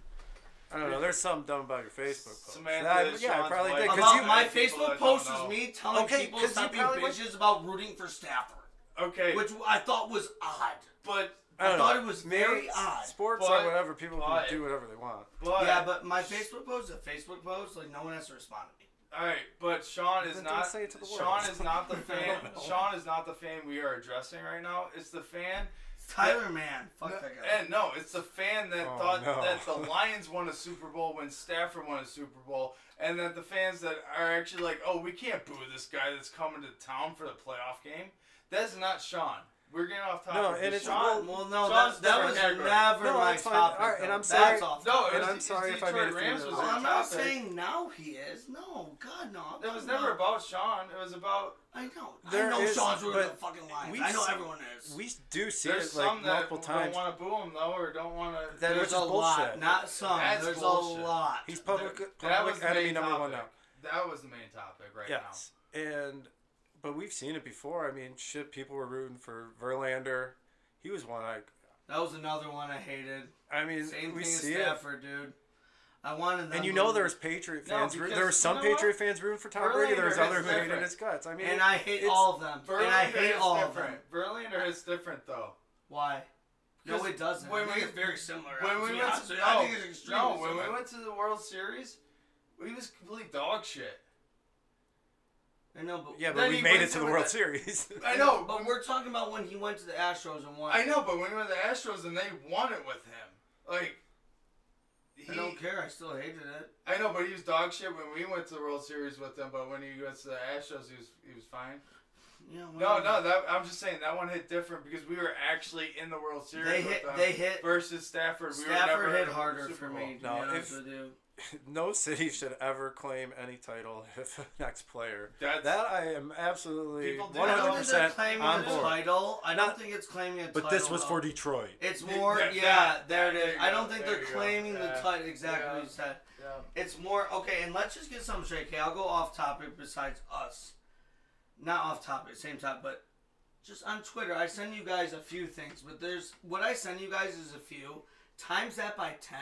S4: I don't know. There's something dumb about your Facebook post.
S5: Samantha
S4: That-
S5: is
S4: yeah, I
S5: Sean's
S4: probably did.
S5: wife.
S4: Because
S6: About
S4: you,
S6: my
S5: People
S6: Facebook
S5: that don't
S6: post
S5: know.
S6: was me telling
S4: Okay,
S6: people
S4: 'cause
S6: to
S4: you
S6: stop being
S4: probably went-
S6: bitches about rooting for Stafford,
S5: okay,
S6: which I thought was odd.
S5: but
S4: I, don't
S6: I thought
S4: know.
S6: it was
S4: Maybe
S6: very
S4: s-
S6: odd.
S4: Sports
S5: But-
S4: or whatever, people
S5: but-
S4: can do whatever they want.
S5: but
S6: yeah, but my Facebook post, is a Facebook post, like no one has to respond to me.
S5: all right, but Sean is
S4: Then don't
S5: not
S4: say it to the world.
S5: Sean is not the
S4: I
S5: fan.
S4: don't know.
S5: Sean is not the fan we are addressing right now. It's the fan
S6: Tyler, man, fuck that guy.
S5: And no, it's the fan that
S4: Oh,
S5: thought
S4: no.
S5: that the Lions won a Super Bowl when Stafford won a Super Bowl, and that the fans that are actually like, oh, we can't boo this guy that's coming to town for the playoff game. That's not Sean. We're getting off topic.
S4: No, and it's-
S5: Sean.
S6: well, no,
S5: Sean's
S6: that, that
S5: different
S6: was
S5: category.
S6: never
S4: No,
S6: my
S4: that's fine.
S6: topic.
S4: All right,
S6: though.
S4: and I'm
S6: That's
S4: sorry-
S6: off
S5: no,
S6: topic.
S5: it
S4: And
S5: was,
S4: I'm sorry
S5: it's
S4: if I made
S5: Detroit
S4: it seem
S5: Rams
S4: that
S5: was
S4: way.
S6: Well,
S5: our
S6: I'm not
S5: topic.
S6: saying now he is. No, God, no. I'm
S5: It was
S6: talking
S5: never
S6: about-
S5: about Sean. It was about
S6: I know.
S4: There
S6: I know
S4: is-
S6: Sean's rooting for the
S4: but
S6: fucking Lions.
S4: we've
S6: I know
S4: seen-
S6: everyone is.
S4: We do see
S5: there's
S4: it like
S5: some that
S4: multiple times.
S5: don't want to boo him though, or don't want to.
S4: That-
S6: There's
S4: which is
S6: a lot,
S4: bullshit.
S6: not some.
S5: That's
S6: There's
S5: bullshit.
S6: a lot.
S4: He's public,
S5: that
S4: public
S5: was the
S4: enemy
S5: main
S4: number one now.
S5: topic. That was the main topic right
S4: Yes, and but we've seen it before. I mean, shit, people were rooting for Verlander. He was one I.
S6: That was another one I hated.
S4: I mean,
S6: Same
S4: we
S6: thing as
S4: see it.
S6: Stafford, dude. I wanted them
S4: And you
S6: to
S4: know
S6: win.
S4: there was Patriot
S5: No,
S4: fans. root-
S5: because
S4: there were
S5: you
S4: some
S5: know
S4: Patriot
S5: what?
S4: fans rooting for Tom Brady. There was
S5: Verlander
S4: others
S5: is
S4: who hated
S5: different.
S4: his guts. I mean,
S6: and I hate
S4: it's-
S6: all of them.
S5: now. Verlander
S6: and I hate
S5: is
S6: all
S5: different.
S6: of them.
S5: Verlander is different though.
S6: Why? No,
S5: 'Cause
S6: it doesn't.
S5: when
S6: I
S5: we-
S6: think it's very similar.
S5: When
S6: to oh,
S5: we
S6: be
S5: went
S6: honest
S5: to
S6: with you.
S5: no,
S6: I think it's extremely
S5: no, when
S6: similar.
S5: we went to the World Series, we was complete dog shit.
S6: I know, but
S4: yeah,
S5: Then
S4: but we
S5: he
S4: made it
S5: wins
S4: to the
S5: it with
S4: World
S5: the-
S4: Series.
S5: I know,
S6: But we're talking about when he went to the Astros and won.
S5: I know, but when we were the Astros and they won it with him, like he,
S6: I don't care. I still hated it.
S5: I know, but he was dog shit when we went to the World Series with them. But when he went to the Astros, he was he was fine.
S6: Yeah,
S5: No,
S6: whatever.
S5: no, that I'm just saying that one hit different because we were actually in the World Series.
S6: They
S5: with
S6: hit-
S5: them
S6: they hit-
S5: versus Stafford. We were
S6: Stafford
S5: never
S6: hit
S5: in the
S6: harder
S5: Super
S6: for
S5: Bowl.
S6: me. To
S4: No,
S6: be honest
S4: if-
S6: with you.
S4: no city should ever claim any title if the next player.
S5: That's-
S4: that I am absolutely
S5: People do
S4: one
S5: that
S4: hundred
S5: all
S6: I don't think they're
S4: percent
S6: claiming
S4: on
S6: a
S4: board.
S6: title. I
S4: Not-
S6: don't think it's claiming a title.
S4: But this was
S6: though.
S4: for Detroit.
S6: It's more,
S5: Yeah,
S6: yeah,
S5: that-
S6: there it
S5: there
S6: is.
S5: you
S6: I
S5: go,
S6: don't think
S5: there
S6: they're
S5: you go.
S6: claiming
S5: Yeah.
S6: the title exactly
S5: Yeah.
S6: what you said.
S5: Yeah.
S6: It's more okay, and let's just get something straight. Okay, I'll go off topic. Besides us, not off topic, same topic, but just on Twitter, I send you guys a few things. But there's what I send you guys is a few times that by 10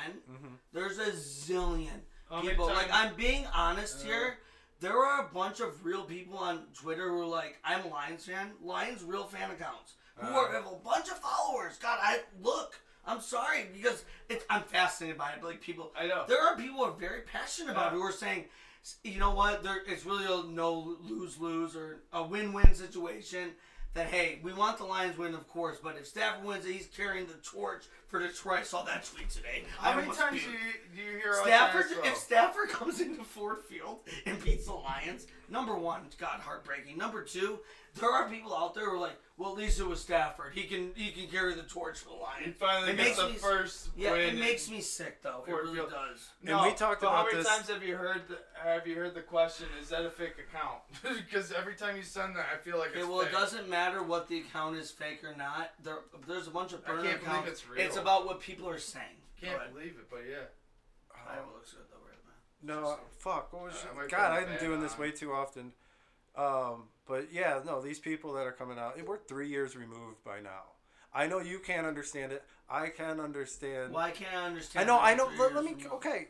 S6: There's a zillion
S5: Mm-hmm. How many
S6: people. Like
S5: times- Uh,
S6: I'm being honest here. There are a bunch of real people on Twitter who are like, "I'm a Lions fan. Lions real fan accounts." who
S5: Uh-huh.
S6: are, have a bunch of followers. God, I look. I'm sorry because it's, I'm fascinated by it. But like people,
S5: I know. Uh-huh.
S6: there are people who are very passionate about it who are saying, s- you know what, there it's really a no lose lose or a win win situation. That hey, we want the Lions win, of course, but if Stafford wins, he's carrying the torch for Detroit. I saw that tweet today. I
S5: How many
S6: almost
S5: times
S6: puked.
S5: do you, do you hear us
S6: Stafford,
S5: ask, though?
S6: if Stafford comes into Ford Field and beats the Lions, number one, God, heartbreaking. Number two, there are people out there who are like, well, at least it was Stafford. He can he can carry the torch for the
S5: He
S6: Lions.
S5: finally
S6: It
S5: gets
S6: makes
S5: the
S6: me s-
S5: first
S6: Yeah,
S5: win.
S6: it makes me sick though. It
S5: Ford
S6: really
S5: Field.
S6: does.
S4: And we talked
S5: but
S4: about
S5: how many
S4: this-
S5: times have you heard the, have you heard the question? Is that a fake account? Because every time you send that, I feel like
S6: Okay,
S5: it's
S6: well, it
S5: fake.
S6: doesn't matter what the account is fake or not. There, there's a bunch of
S5: I
S6: burner
S5: can't believe
S6: accounts.
S5: it's real.
S6: It's about what people are saying.
S5: Can't
S6: Go ahead.
S5: believe it, but yeah.
S6: I have looks good though, right now.
S4: No, fuck. What was
S5: Uh,
S4: your-
S5: I might put
S4: God,
S5: a
S4: I've been
S5: fan
S4: doing this
S5: on.
S4: way too often. Um, but yeah, no, these people that are coming out, we're three years removed by now. I know you can't understand it. I can understand.
S6: Why can't I understand?
S4: I know.
S6: that
S4: I know.
S6: after
S4: Let, let
S6: years
S4: me.
S6: of-
S4: Okay.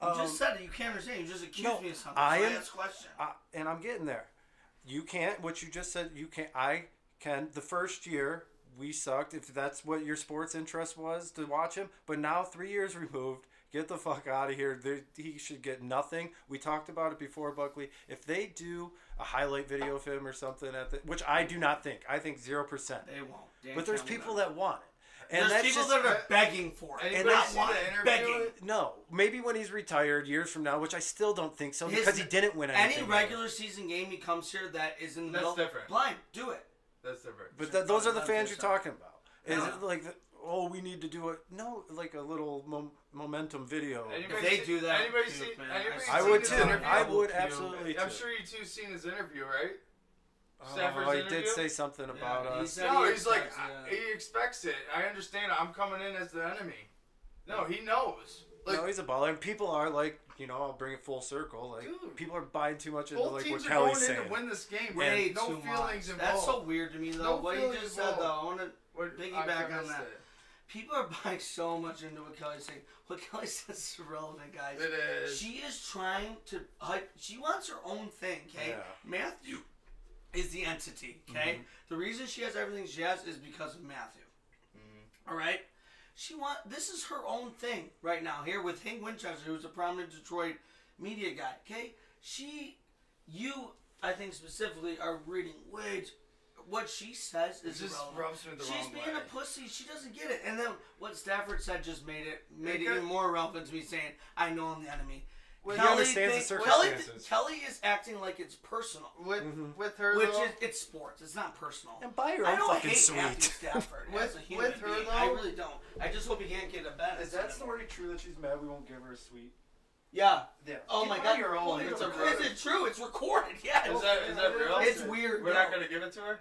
S6: You
S4: Um,
S6: just said it. You can't understand. You just accused
S4: no,
S6: me of something.
S4: I
S6: so
S4: am-
S6: asked a question.
S4: I, and I'm getting there. You can't. What you just said. You can't. I can. The first year we sucked. If that's what your sports interest was to watch him, but now three years removed. Get the fuck out of here. There, he should get nothing. We talked about it before, Buckley. If they do a highlight video of him or something at the, which I do not think. I think zero percent.
S6: They won't. Dan
S4: But there's
S6: Campbell
S4: people
S6: doesn't.
S4: that want it, and
S6: there's
S4: that's
S6: people
S4: just,
S6: that are begging for it.
S5: Anybody
S6: not
S5: see
S6: want
S5: the
S6: it,
S5: interview
S6: begging.
S5: with-
S4: no. Maybe when he's retired years from now, which I still don't think so,
S6: His-
S4: because he didn't win anything.
S6: Any regular season game he comes here that is in the
S5: That's
S6: middle,
S5: different.
S6: blind, do it.
S5: That's different.
S4: But th- those are the
S6: Sometimes
S4: fans
S6: there's
S4: you're talking about. Is
S6: Yeah.
S4: it like, the, oh, we need to do it? No, like a little mom- momentum video.
S5: Anybody
S6: If they
S5: see-
S6: do that,
S5: anybody
S6: puke,
S5: see-
S6: man.
S5: anybody
S6: see
S4: I
S5: seen
S4: would
S5: his
S4: too.
S5: interview?
S4: I would
S6: puke.
S4: absolutely
S5: I'm
S4: too.
S5: sure you two seen his interview, right? Stafford's
S4: Oh, he did
S5: interview?
S4: say something about
S6: he
S4: us.
S6: said-
S5: No,
S6: he
S5: he's like
S6: expects,
S5: I-
S6: yeah.
S5: he expects it. I understand. I'm coming in as the enemy. No, he knows. Like
S4: no, he's a baller. And people are like, you know, I'll bring it full circle. Like,
S5: Dude.
S4: people are buying too much into
S5: both
S4: like what
S5: teams are going
S4: Kelly's saying.
S5: in to win this game.
S6: Way
S5: no
S6: too
S5: feelings
S6: much.
S5: involved.
S6: That's so weird to me though.
S5: No
S6: what he
S5: feelings
S6: just said though, I want to.
S5: What-
S6: Piggyback
S5: I
S6: on
S5: missed
S6: that. People are buying so much into what Kelly's saying. What Kelly says is irrelevant, guys.
S5: It is.
S6: She is trying to hype. She wants her own thing, okay?
S4: Yeah.
S6: Matthew is the entity, okay?
S5: Mm-hmm.
S6: The reason she has everything she has is because of Matthew.
S5: Mm-hmm.
S6: All right? She want this is her own thing right now here with Hank Winchester, who's a prominent Detroit media guy, okay? She, you, I think specifically, are reading way too- what she says is
S5: just
S6: irrelevant.
S5: rubs me the
S6: She's
S5: wrong
S6: being
S5: way.
S6: a pussy. She doesn't get it. And then what Stafford said just made it made it
S5: Because-
S6: even more relevant to me saying, "I know I'm the enemy."
S5: Well,
S4: he understands the
S6: Kelly,
S4: circumstances.
S6: Kelly is acting like it's personal,
S5: With
S4: Mm-hmm.
S5: with her
S6: which
S5: though,
S6: is it's sports. It's not personal.
S4: And buy your
S6: I
S4: own
S6: don't
S4: fucking
S6: hate
S4: suite.
S6: Matthew Stafford
S5: With-
S6: as a human
S5: with her,
S6: being. I
S5: though-
S6: really don't. I just hope he can't get a bet.
S4: true that she's mad we won't give her a sweet?
S6: Yeah.
S4: Yeah.
S6: Oh my God.
S4: Your
S6: Well,
S4: own.
S6: it's a- is it true? It's recorded. Yes.
S5: Is that is that real?
S6: It's weird,
S5: We're not
S6: though.
S5: gonna give it to her.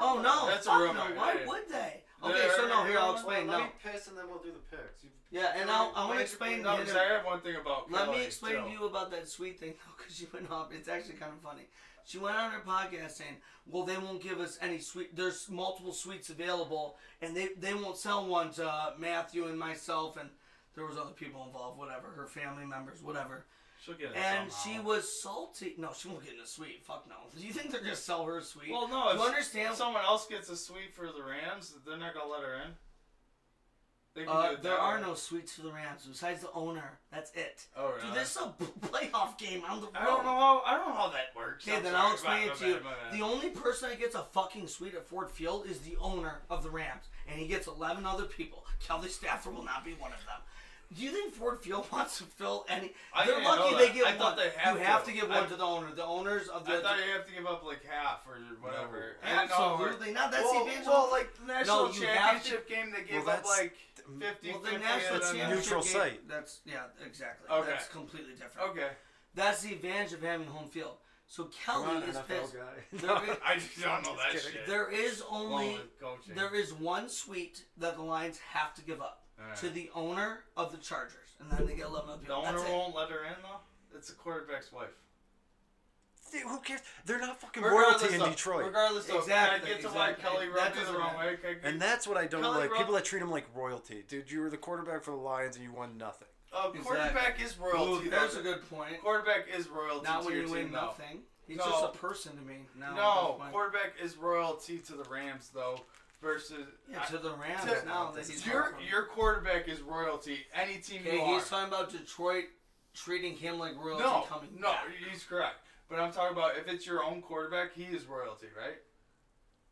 S6: oh no.
S5: That's a
S6: Fuck
S5: rumor,
S6: No. Why
S5: yeah.
S6: would they?
S5: Yeah,
S6: Okay, so no. Here I'll
S4: Let
S6: explain.
S4: me
S6: No.
S4: piss and then we'll do the picks.
S6: Yeah, and I'll, I want to explain.
S5: No,
S6: the
S5: because
S6: inter-
S5: I have one thing about.
S6: Let
S5: Kelly,
S6: me explain to
S5: too.
S6: you about that sweet thing though, because she went off. It's actually kind of funny. She went on her podcast saying, "Well, they won't give us any sweet. There's multiple sweets available, and they they won't sell one to uh, Matthew and myself, and there was other people involved, whatever, her family members, whatever."
S5: She'll get it
S6: And she
S5: somehow.
S6: was salty. No, she won't get in a sweet. Fuck no. Do you think they're gonna sell her a sweet?
S5: Well, no.
S6: Do
S5: If
S6: you understand?
S5: someone else gets a suite for the Rams, they're not gonna let her in. They can do
S6: Uh,
S5: it
S6: there
S5: that
S6: are
S5: way.
S6: no sweets for the Rams besides the owner. That's it.
S5: Oh,
S6: Dude,
S5: really?
S6: this is a p- playoff game on the road.
S5: I don't know how I don't know how that works.
S6: Okay,
S5: I'm
S6: then
S5: sorry,
S6: I'll explain
S5: my-
S6: it
S5: my
S6: to you.
S5: bad, my bad.
S6: The only person that gets a fucking suite at Ford Field is the owner of the Rams, and he gets 11 other people. Kelly Stafford will not be one of them. Do you think Ford Field wants to fill any?
S5: I
S6: They're
S5: didn't know
S6: lucky
S5: that.
S6: they get
S5: I
S6: one.
S5: thought they have
S6: you
S5: to.
S6: have to give one
S5: I-
S6: to the owner. The owners of the
S5: I thought you have to give up like half or whatever. I didn't know how it worked.
S6: absolutely not. That's
S5: well,
S6: the advantage.
S5: well, like the national
S6: No, you have to-
S5: championship game, they gave up
S4: that's-
S5: like 50
S6: Well, the
S5: 50
S6: national
S5: and then-
S6: championship
S4: Neutral
S6: game-
S4: site.
S6: That's yeah, exactly.
S5: Okay.
S6: That's completely different.
S5: Okay,
S6: That's the advantage of having home field. So Kelly is pissed. There is-
S5: I just don't know that
S4: kidding.
S5: shit.
S6: There is only
S5: Along with coaching.
S6: there is one suite that the Lions have to give up
S5: Alright.
S6: to the owner of the Chargers, and then they get eleven other
S5: the
S6: people.
S5: owner
S6: That's it.
S5: won't let her in though. It's the quarterback's wife.
S4: Who cares? They're not fucking royalty in
S5: of-
S4: Detroit.
S5: Regardless of
S6: Exactly,
S5: I get to why
S6: exactly.
S5: Kelly
S6: That
S5: rubbed me the
S6: doesn't
S5: wrong
S6: matter.
S5: way. okay,
S4: And that's what I don't
S5: Kelly
S4: like.
S5: Ro-
S4: People that treat him like royalty. Dude, you were the quarterback for the Lions and you won nothing.
S5: uh, quarterback is
S6: Ooh,
S5: royalty.
S6: there's
S5: though.
S6: a good point.
S5: Quarterback is royalty.
S6: Not
S5: to
S6: when
S5: your
S6: you win
S5: team, though.
S6: nothing. He's
S5: No.
S6: just a person to me now.
S5: No,
S6: at this point.
S5: quarterback is royalty to the Rams though. Versus
S6: Yeah, to the Rams
S5: To-
S6: now.
S5: I-
S6: That he's
S5: your
S6: from.
S5: your quarterback is royalty. Any team
S6: Okay,
S5: you are.
S6: he's talking about Detroit treating him like royalty
S5: no,
S6: coming
S5: no,
S6: back.
S5: he's correct. But I'm talking about if it's your own quarterback, he is royalty, right?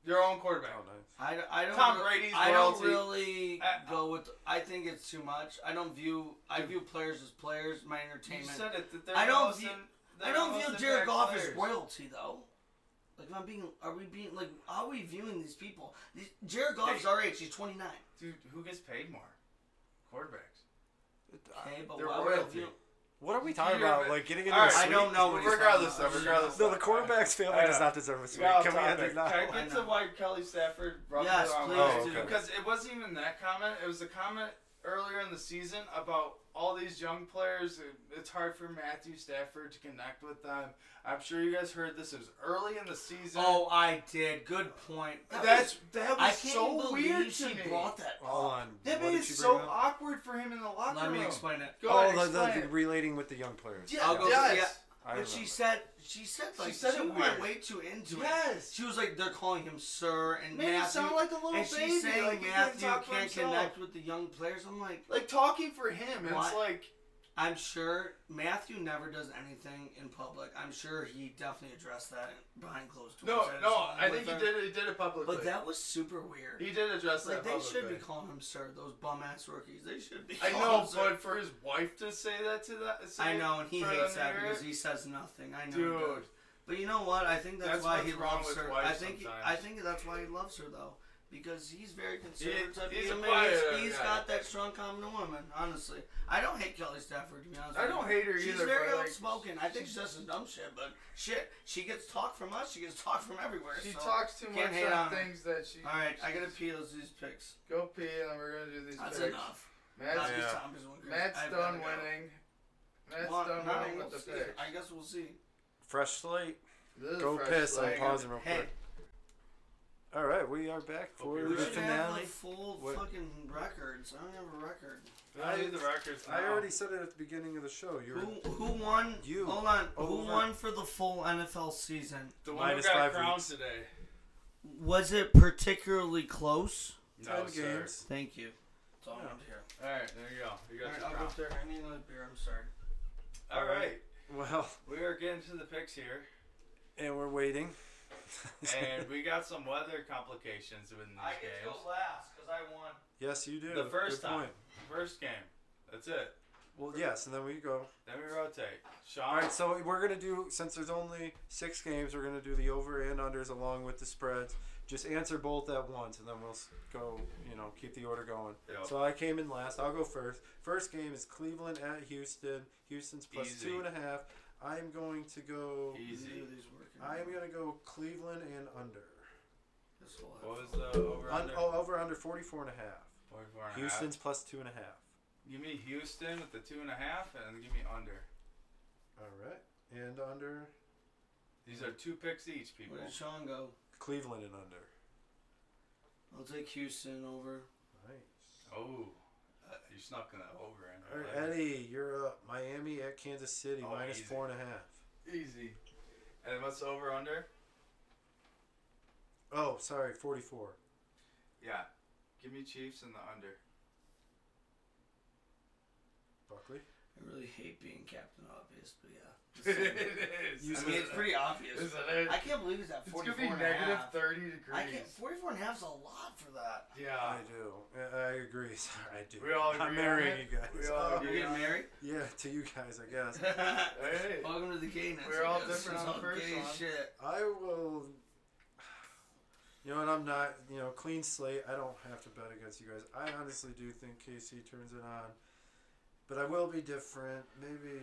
S5: Your own quarterback.
S4: Oh, nice.
S6: I, I don't.
S5: Tom
S6: re-
S5: Brady's
S6: I don't
S5: royalty. Uh,
S6: really
S5: I-
S6: go with. I think it's too much. I don't view. I view players as players. My entertainment.
S5: You said it. That they're
S6: I don't
S5: most
S6: view-
S5: in-
S6: I
S5: they're
S6: don't
S5: most
S6: view Jared
S5: impact
S6: Goff as
S5: players.
S6: royalty though. Like if I'm being, are we being like, how are we viewing these people? These, Jared Goff's
S5: Hey.
S6: our age. He's 29.
S5: Dude, who gets paid more? Quarterbacks.
S6: Okay, but
S5: Uh, They're
S6: why would I
S5: royalty.
S6: view?
S4: What are we talking
S5: You're-
S4: about? Like getting into
S5: All
S4: a
S5: right,
S4: suite?
S6: I don't know what he's
S5: Regardless
S6: talking
S5: of,
S6: about.
S5: regardless
S4: No,
S5: of-
S4: the quarterback's family
S5: I
S4: does
S5: know.
S4: not deserve a suite.
S5: We're off
S4: Can we end
S5: topic.
S4: it now?
S5: Can I
S6: I
S5: get
S6: know.
S5: to why Kelly Stafford brought
S6: Yes,
S5: the wrong
S6: please
S5: guy?
S4: do. Okay.
S5: Because it wasn't even that comment. It was the comment earlier in the season about all these young players. it- It's hard for Matthew Stafford to connect with them. I'm sure you guys heard this. It was early in the season.
S6: Oh, I did. Good point. That
S5: that's
S6: was-
S5: that
S6: I
S5: was
S6: can't
S5: so
S6: believe
S5: weird
S6: she
S5: to me.
S6: brought that. up.
S4: Hold on.
S5: That
S4: what
S5: made
S4: did
S5: it
S4: she
S5: so
S4: bring up?
S5: awkward for him in the locker
S6: Let
S5: room.
S6: me explain it.
S5: Go
S4: Oh,
S5: ahead,
S4: the, the,
S5: explain
S4: the
S5: it.
S4: relating with the young players.
S5: Yeah,
S6: I'll go-
S5: yes.
S4: I
S6: But she
S4: remember.
S6: said, she said like she,
S5: said it
S6: went
S5: weird.
S6: way too into it.
S5: Yes.
S6: She was like they're calling him sir and
S5: Made
S6: Matthew.
S5: it sound like a little
S6: and she's
S5: baby.
S6: saying
S5: like he couldn't
S6: Matthew
S5: talk for
S6: can't
S5: himself.
S6: connect with the young players. I'm like,
S5: Like talking for him, it's
S6: What?
S5: like
S6: I'm sure Matthew never does anything in public. I'm sure he definitely addressed that behind closed doors.
S5: no,
S6: just
S5: no.
S6: saw him
S5: I
S6: with
S5: think he
S6: her.
S5: did. He did it publicly.
S6: But that was super weird.
S5: he did address
S6: like
S5: that.
S6: they should
S5: publicly.
S6: be calling him sir. Those bum ass rookies. They should be.
S5: I
S6: calling
S5: know,
S6: him sir.
S5: but for his wife to say that to that, say
S6: I know, and he
S5: for
S6: hates
S5: them to
S6: that
S5: hear
S6: because
S5: it,
S6: he says nothing. I know, he
S5: Dude.
S6: does. But you know what? I think that's,
S5: That's
S6: why
S5: what's
S6: he
S5: wrong
S6: loves
S5: with
S6: her.
S5: wives
S6: I think he- I
S5: sometimes.
S6: think that's why he loves her though, because he's very
S5: He-
S6: conservative.
S5: he's
S6: he's
S5: a
S6: a man,
S5: quiet
S6: he's-
S5: guy.
S6: he's got that strong common to women. Honestly, I don't hate Kelly Stafford to be honest.
S5: I
S6: with
S5: don't
S6: you.
S5: hate her
S6: She's
S5: either.
S6: very
S5: but like,
S6: outspoken. I think she does some dumb shit, but shit, she gets talk from us. She gets talk from everywhere.
S5: She
S6: so.
S5: talks too
S6: can't
S5: much
S6: hate
S5: on
S6: on her.
S5: things that she.
S6: All right, I gotta pee those these picks.
S5: Go pee, and we're gonna do these.
S6: That's
S5: picks.
S6: enough.
S5: Matt's,
S6: That's
S4: Yeah.
S6: Tom is one crazy.
S5: Matt's
S6: I've gotta
S5: done
S6: go.
S5: winning. Matt's
S6: Well,
S5: done
S6: no,
S5: winning
S6: we'll
S5: with the
S6: see.
S5: picks.
S6: I guess we'll see.
S4: Fresh slate.
S5: This is
S4: Go
S5: fresh
S4: piss. I'm
S5: leg.
S4: pausing real
S6: Hey,
S4: quick. All right, we are back for
S5: you're
S4: the
S6: we should have
S4: finale.
S6: the full
S4: What?
S6: fucking records. I don't have a record.
S5: I do the records.
S4: I
S5: now.
S4: already said it at the beginning of the show. You were
S6: Who who won?
S4: You.
S6: Hold on.
S4: Over.
S6: Who won for the full NFL season?
S5: The one who
S4: Minus
S5: got
S4: five
S5: crowned
S4: weeks.
S5: today.
S6: Was it particularly close?
S5: No,
S4: ten
S5: sir.
S4: games.
S6: Thank you. That's all I wanted to hear.
S5: All right, there you go. You got
S6: Alright,
S5: your
S6: I'll
S5: crown.
S6: go up there. I need another beer. I'm sorry.
S5: All right,
S4: Well,
S5: we are getting to the picks here,
S4: and we're waiting.
S5: and we got some weather complications in these games.
S6: last because I won.
S4: yes, you do.
S5: The first
S4: Good
S5: time,
S4: Point.
S5: first game. That's it.
S4: Well, yes, and then we go.
S5: Then we rotate.
S4: All
S5: Sean,
S4: right, so we're gonna do since there's only six games, we're gonna do the over and unders along with the spreads. Just answer both at once, and then we'll s- go. You know, keep the order going.
S5: Yep.
S4: So I came in last. I'll go first. First game is Cleveland at Houston. Houston's plus
S5: Easy.
S4: two and a half. I am going to go.
S5: easy.
S6: Neither of these working.
S4: I am gonna go Cleveland and under.
S6: This will
S5: What
S6: have-
S5: was the over
S4: Un-
S5: under?
S4: oh, over under 44 and a half.
S5: 44 and a half.
S4: Houston's plus two and a half.
S5: Give me Houston with the two and a half, and give me under.
S4: All right, and under
S5: These are two picks each, people.
S6: Where did Sean go?
S4: Cleveland and under.
S6: I'll take Houston over.
S4: Nice.
S5: Oh, uh, you snuck in that over
S4: All
S5: and
S4: right, Eddie, you're up. Miami at Kansas City
S5: Oh,
S4: minus
S5: easy.
S4: four and a half.
S5: Easy. And what's the over under?
S4: Oh, sorry, 44.
S5: Yeah. Give me Chiefs and the under.
S4: Buckley.
S6: I really hate being Captain Obvious, but yeah.
S5: it is.
S4: You
S6: I mean, it's pretty obvious.
S5: Isn't it?
S6: I can't believe it's at
S5: it's gonna
S6: 44
S5: be
S6: and a
S5: negative
S6: half.
S5: thirty
S6: I can't.
S5: degrees.
S6: 44 and a half is a lot for that.
S5: Yeah.
S4: I do. I- I agree. Sorry, I do.
S5: We all agree
S4: I'm
S5: on
S4: marrying
S5: it?
S4: you guys.
S5: We all
S4: Oh,
S5: agree.
S6: You're getting married?
S4: yeah, to you guys, I guess.
S5: Hey.
S6: Welcome to the gayness.
S5: We're all
S6: This is
S5: different on the
S6: all
S5: first
S6: gay
S5: one.
S6: shit.
S4: I will. You know, and I'm not. You know, clean slate. I don't have to bet against you guys. I honestly do think KC turns it on, but I will be different. Maybe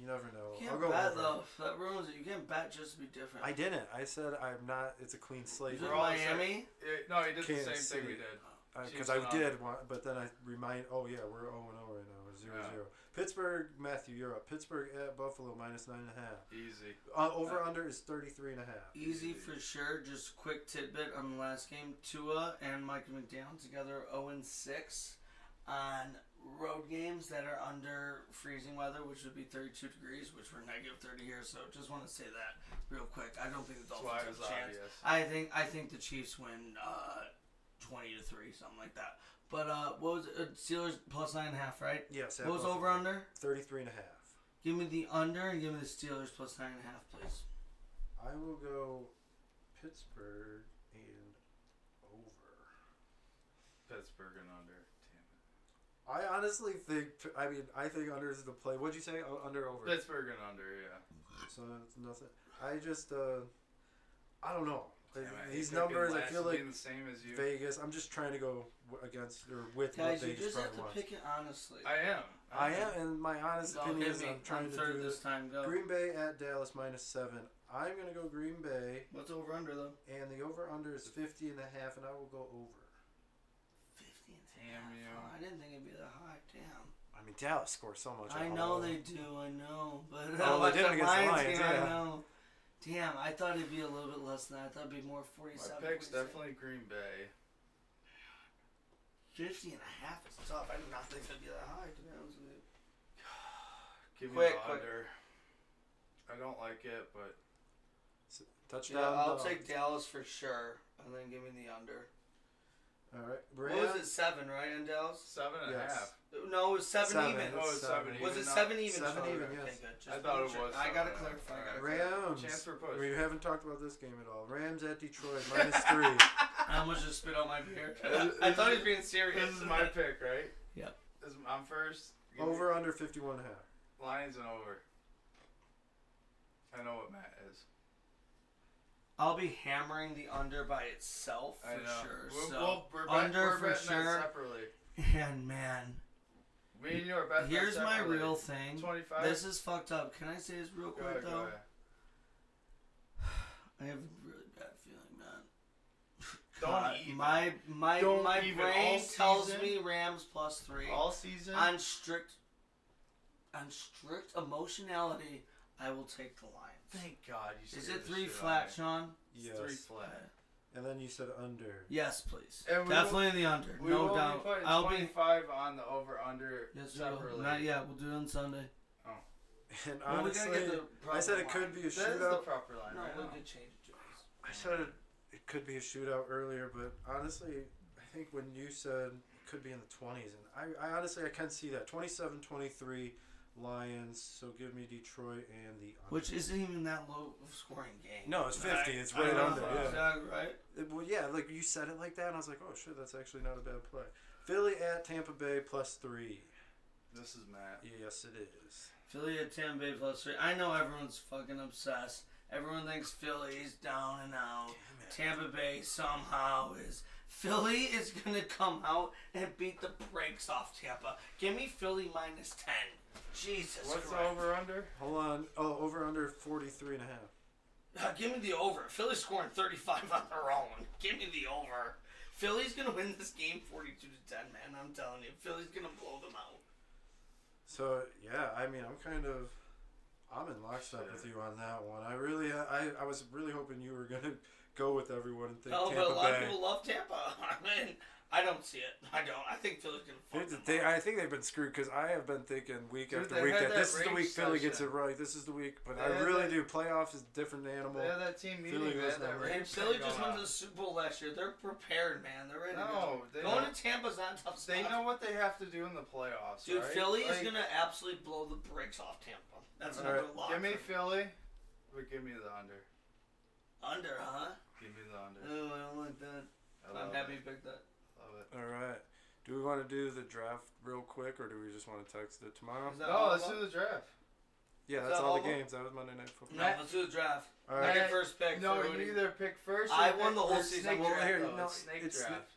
S4: you never know.
S6: You
S4: I'll
S6: can't
S4: go
S6: bet
S4: over.
S6: though. That ruins it. You can't bet just to be different.
S4: I didn't. I said I'm not. It's a clean slate
S6: You did
S5: We're all the same.
S6: Miami.
S5: Eh, no, he did the same
S4: Kansas
S5: thing we
S4: City.
S5: did.
S4: because
S5: Chiefs
S4: Uh, I
S5: and
S4: did want, but then I remind. Oh yeah, we're 0 and 0 right now. We're 0
S5: Yeah.
S4: 0. Pittsburgh, Matthew, you're up. Pittsburgh at Buffalo minus nine and a half.
S5: Easy.
S4: Uh, over under is 33 and a half.
S6: Easy for sure. Just quick tidbit oh on the last game. Tua and Mike McDowell together 0 and 6 on road games that are under freezing weather, which would be 32 degrees, which we're negative 30 here. So just want to say that real quick. I don't think the
S7: That's why it
S6: Dolphins
S7: was
S6: have a chance.
S7: obvious.
S6: I think I think the Chiefs win uh, 20 to three, something like that. But uh, what was it? Uh, Steelers plus nine and a half, right?
S4: Yes.
S6: What was over under?
S4: 33 and a half.
S6: Give me the under and give me the Steelers plus nine and a half, please.
S4: I will go Pittsburgh and over.
S5: Pittsburgh and under. Damn
S4: I honestly think. I mean, I think under is the play. What'd you say? O- Under over.
S5: it. Pittsburgh and under, yeah.
S4: So it's nothing. I just. uh I don't know. Like,
S5: Damn, hate
S4: These
S5: picking
S4: numbers, I
S5: last
S4: feel
S5: and
S4: like
S5: being the same as you.
S4: Vegas. I'm just trying to go w- against or with
S6: Guys,
S4: what
S6: you
S4: Vegas
S6: just have
S4: probably
S6: to
S4: wants.
S6: pick it honestly.
S5: I am.
S4: I am, and my honest
S6: Don't
S4: opinion
S6: hit
S4: is
S6: me.
S4: I'm trying to
S6: third
S4: do
S6: this uh, time. Go.
S4: Green Bay at Dallas minus seven. I'm gonna go Green Bay,
S6: What's over under though?
S4: and the over under is 50 and a half, and I will go over.
S6: 15
S5: Damn you.
S6: Oh, I didn't think it'd be that high. Damn.
S4: I mean, Dallas scores so much.
S6: I
S4: at
S6: know
S4: home.
S6: they do. I know, but
S4: Oh, they
S6: I watched
S4: did
S6: that
S4: against the
S6: Lions
S4: Lions,
S6: game,
S4: yeah.
S6: I know. Damn, I thought it'd be a little bit less than that. I thought it'd be more
S5: My
S6: 47.
S5: pick's
S6: 46.
S5: definitely Green Bay.
S6: 50 and a half is tough. I did not think it'd be that high. To be honest with you.
S5: Give me
S6: Quick,
S5: the
S6: quick.
S5: under. I don't like it, but
S4: touchdown.
S6: Yeah, I'll
S4: dog.
S6: take Dallas for sure, and then give me the under.
S4: All right,
S6: What was
S4: Rams-
S6: it? Seven, right? In Dallas?
S5: seven and a half.
S4: Yes.
S6: No, it was seven,
S4: Seven.
S6: even.
S5: Oh, it's seven even.
S6: Was it
S5: not-
S6: seven even?
S4: Seven
S6: Sean?
S4: even,
S6: Okay,
S4: yes.
S6: good. Just
S5: I thought
S6: making
S5: it
S6: sure.
S5: was
S6: I gotta
S5: seven.
S6: clarify. I gotta
S5: Alright.
S4: Rams.
S5: Chance for push.
S4: We haven't talked about this game at all. Rams at Detroit minus three.
S6: I almost just spit out my beer.
S5: This-
S6: I thought he was
S5: this
S6: being serious.
S5: This is my pick, right?
S6: Yep.
S5: This, I'm first. Give me
S4: over under 51 and a half.
S5: Lions and over. I know what Matt is.
S6: I'll be hammering the under by itself
S5: I
S6: for
S5: know.
S6: sure.
S5: We're,
S6: so
S5: well, we're bet-
S6: under
S5: we're
S6: for
S5: betting that
S6: sure.
S5: Separately.
S6: And man,
S5: Me and you are betting. that
S6: here's my
S5: separately.
S6: real thing.
S5: 25?
S6: This is fucked up. Can I say this real
S5: Go
S6: quick
S5: ahead,
S6: though?
S5: go ahead.
S6: I have a really bad feeling, man.
S5: Don't
S6: God,
S5: even.
S6: my my
S5: Don't
S6: my
S5: even.
S6: brain
S5: All
S6: tells
S5: season?
S6: me Rams plus three.
S5: All season.
S6: on strict on strict emotionality, I will take the Lions.
S5: Thank God you.
S6: Is
S5: scared
S6: it
S5: the
S6: three
S5: shit out of
S6: flat,
S5: me.
S6: Sean?
S5: It's Three
S4: Yes.
S5: flat.
S4: And then you said under.
S6: Yes, please.
S5: And we
S6: Definitely the under,
S5: We
S6: no
S5: will
S6: doubt.
S5: Be putting
S6: I'll be.
S5: 25 on the over under
S6: Yes, we will.
S5: separately.
S6: Not yet. We'll do it on Sunday.
S4: And
S6: Well, we
S4: honestly,
S6: gotta get the
S4: I
S6: proper
S4: said it
S6: line.
S4: could be a
S5: That is the
S4: shootout.
S5: proper line.
S6: No,
S5: right
S6: we
S5: now.
S6: did change it to us.
S4: I said it, it could be a shootout earlier, but honestly, I think when you said it could be in the 20s, and I, I honestly I can see that 27 23 Lions, so give me Detroit and the under.
S6: Which isn't even that low of scoring game.
S4: No, it's 50. It's right
S5: I-
S4: under. Yeah.
S6: Exactly right.
S4: It- well, yeah, like you said it like that, and I was like, oh, shit, that's actually not a bad play. Philly at Tampa Bay plus three.
S5: This is Matt.
S4: Yes, it is.
S6: Philly at Tampa Bay plus three. I know everyone's fucking obsessed. Everyone thinks Philly's down and out. Tampa Bay somehow is. Philly is gonna come out and beat the brakes off Tampa. Give me Philly minus ten. Jesus
S5: What's
S6: Christ.
S5: over under?
S4: Hold on. Oh, over under 43 and a half.
S6: Uh, give me the over. Philly's scoring 35 on their own. Give me the over. Philly's gonna win this game 42 to 10, man. I'm telling you, Philly's gonna blow them out.
S4: So yeah, I mean, I'm kind of, I'm in lockstep with you on that one. I really, I, I was really hoping you were gonna go with everyone and think
S6: No, Oh, but a
S4: Tampa
S6: lot of
S4: Bay.
S6: people love Tampa. I mean, I don't see it. I don't. I think Philly's gonna. Fuck
S4: Here's the
S6: them
S4: thing,
S6: up.
S4: I think they've been screwed because I have been thinking week
S5: Dude,
S4: after
S5: they
S4: week
S5: had
S4: that
S5: that
S4: this is the
S5: range
S4: week Philly gets it
S5: session.
S4: right. This is the week, but
S5: They
S4: I
S5: had
S4: really
S5: that-
S4: do. Playoffs is a different animal.
S5: They had that team meeting.
S4: Philly
S5: they
S4: was
S5: had that
S4: never-
S5: range
S6: And Philly
S5: thing
S6: just went
S5: going on.
S6: to the Super Bowl last year. They're prepared, man. They're ready.
S5: No,
S6: to
S5: they
S6: go. going
S5: don't.
S6: to Tampa's not a tough spot.
S5: They know what they have to do in the playoffs.
S6: Dude,
S5: right?
S6: Philly is
S5: Like,
S6: gonna absolutely blow the brakes off Tampa. That's
S4: All
S6: another
S4: right.
S6: lock.
S5: Give
S6: for
S5: me
S6: me.
S5: Philly, but give me the under.
S6: under, huh?
S5: Give me the under.
S6: Oh, I don't like that.
S5: I love
S6: I'm happy
S5: It.
S6: you picked that.
S5: Love it.
S4: All right, do we want to do the draft real quick, or do we just want to text it tomorrow?
S6: Is that
S5: No,
S6: all
S5: let's
S6: of
S5: do
S6: them?
S5: the draft.
S4: Yeah,
S6: is
S4: that's
S6: that
S4: all
S6: all of
S4: the
S6: 'em?
S4: games. That was Monday night football.
S6: No, let's do the draft.
S4: All
S6: Make
S4: right.
S6: your first pick.
S5: No,
S6: for
S5: you
S6: Rudy.
S5: either pick first. Or
S6: I
S5: pick
S6: won the whole
S5: or
S6: season.
S5: Snake
S6: Well,
S5: draft,
S4: here,
S5: though.
S4: no,
S5: It's snake
S4: it's-
S5: draft.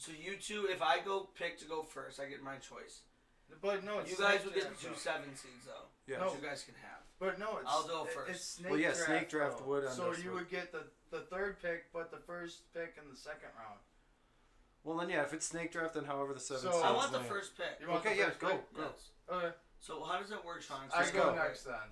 S6: So you two, if I go pick to go first, I get my choice.
S5: But no, it's
S6: You
S5: snake
S6: guys will get
S5: draft,
S6: the two
S5: though.
S6: seven seeds though,
S4: Yeah.
S5: No.
S6: which you guys can have.
S5: But no, it's,
S6: I'll go
S5: it-
S6: first.
S5: It's snake
S4: Well, yeah,
S5: draft,
S4: snake draft
S5: though.
S4: would on
S5: So
S4: this
S5: you
S4: one.
S5: would get the the third pick, but the first pick in the second round.
S4: Well, then yeah, if it's snake draft, then however the seven.
S5: So-
S4: seeds
S6: I want the
S4: land.
S6: first pick.
S5: Oh, You want
S4: Okay,
S5: the
S4: yeah,
S5: first
S4: go,
S5: pick?
S4: go.
S6: Yes.
S5: Okay,
S6: So how does that work, Sean?
S5: I
S4: Let's
S5: go
S4: go.
S5: next then.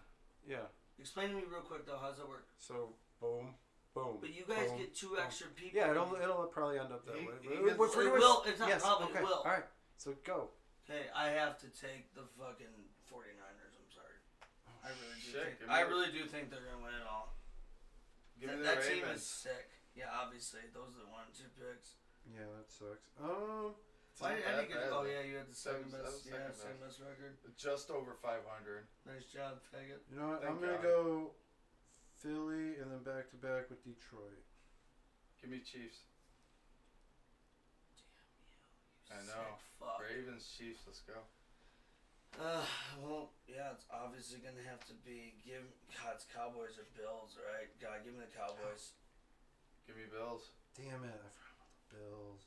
S4: Yeah.
S6: Explain to me real quick though. How does that work?
S4: So boom, boom.
S6: But you guys
S4: boom,
S6: get two
S4: boom.
S6: extra people.
S4: Yeah, it'll it'll probably end up that
S5: He-
S4: way.
S5: he
S4: But-
S5: gets-
S4: but for
S6: It
S4: us-
S6: will. It's not
S4: yes,
S6: probably, it
S4: okay.
S6: will.
S4: All right. So go.
S6: Hey, I have to take the fucking 49ers. I'm sorry. I really do.
S5: Shit, give
S6: think,
S5: me
S6: I
S5: the-
S6: really do think they're gonna win it all.
S5: Give me
S6: That- that
S5: the
S6: team is
S5: Ravens.
S6: sick. Yeah, obviously those are the one and two picks.
S4: Yeah, that sucks. Um,
S6: Why
S5: not
S6: did I
S5: that
S6: think it-
S5: bad,
S6: Oh
S5: though.
S6: yeah, you had the second
S5: Seven- that
S6: best.
S5: was
S6: Yeah,
S5: second
S6: second best record.
S5: Just over 500.
S6: Nice job, faggot.
S4: you know what?
S5: Thank
S4: I'm gonna
S5: God.
S4: go Philly and then back to back with Detroit.
S5: Give me Chiefs. I
S6: Sick
S5: know.
S6: Fuck.
S5: Ravens, Chiefs, let's go.
S6: Uh, well, yeah, it's obviously gonna have to be give. God, it's Cowboys or Bills, right? God, give me the Cowboys.
S5: Give me Bills.
S4: Damn it! I forgot about the Bills.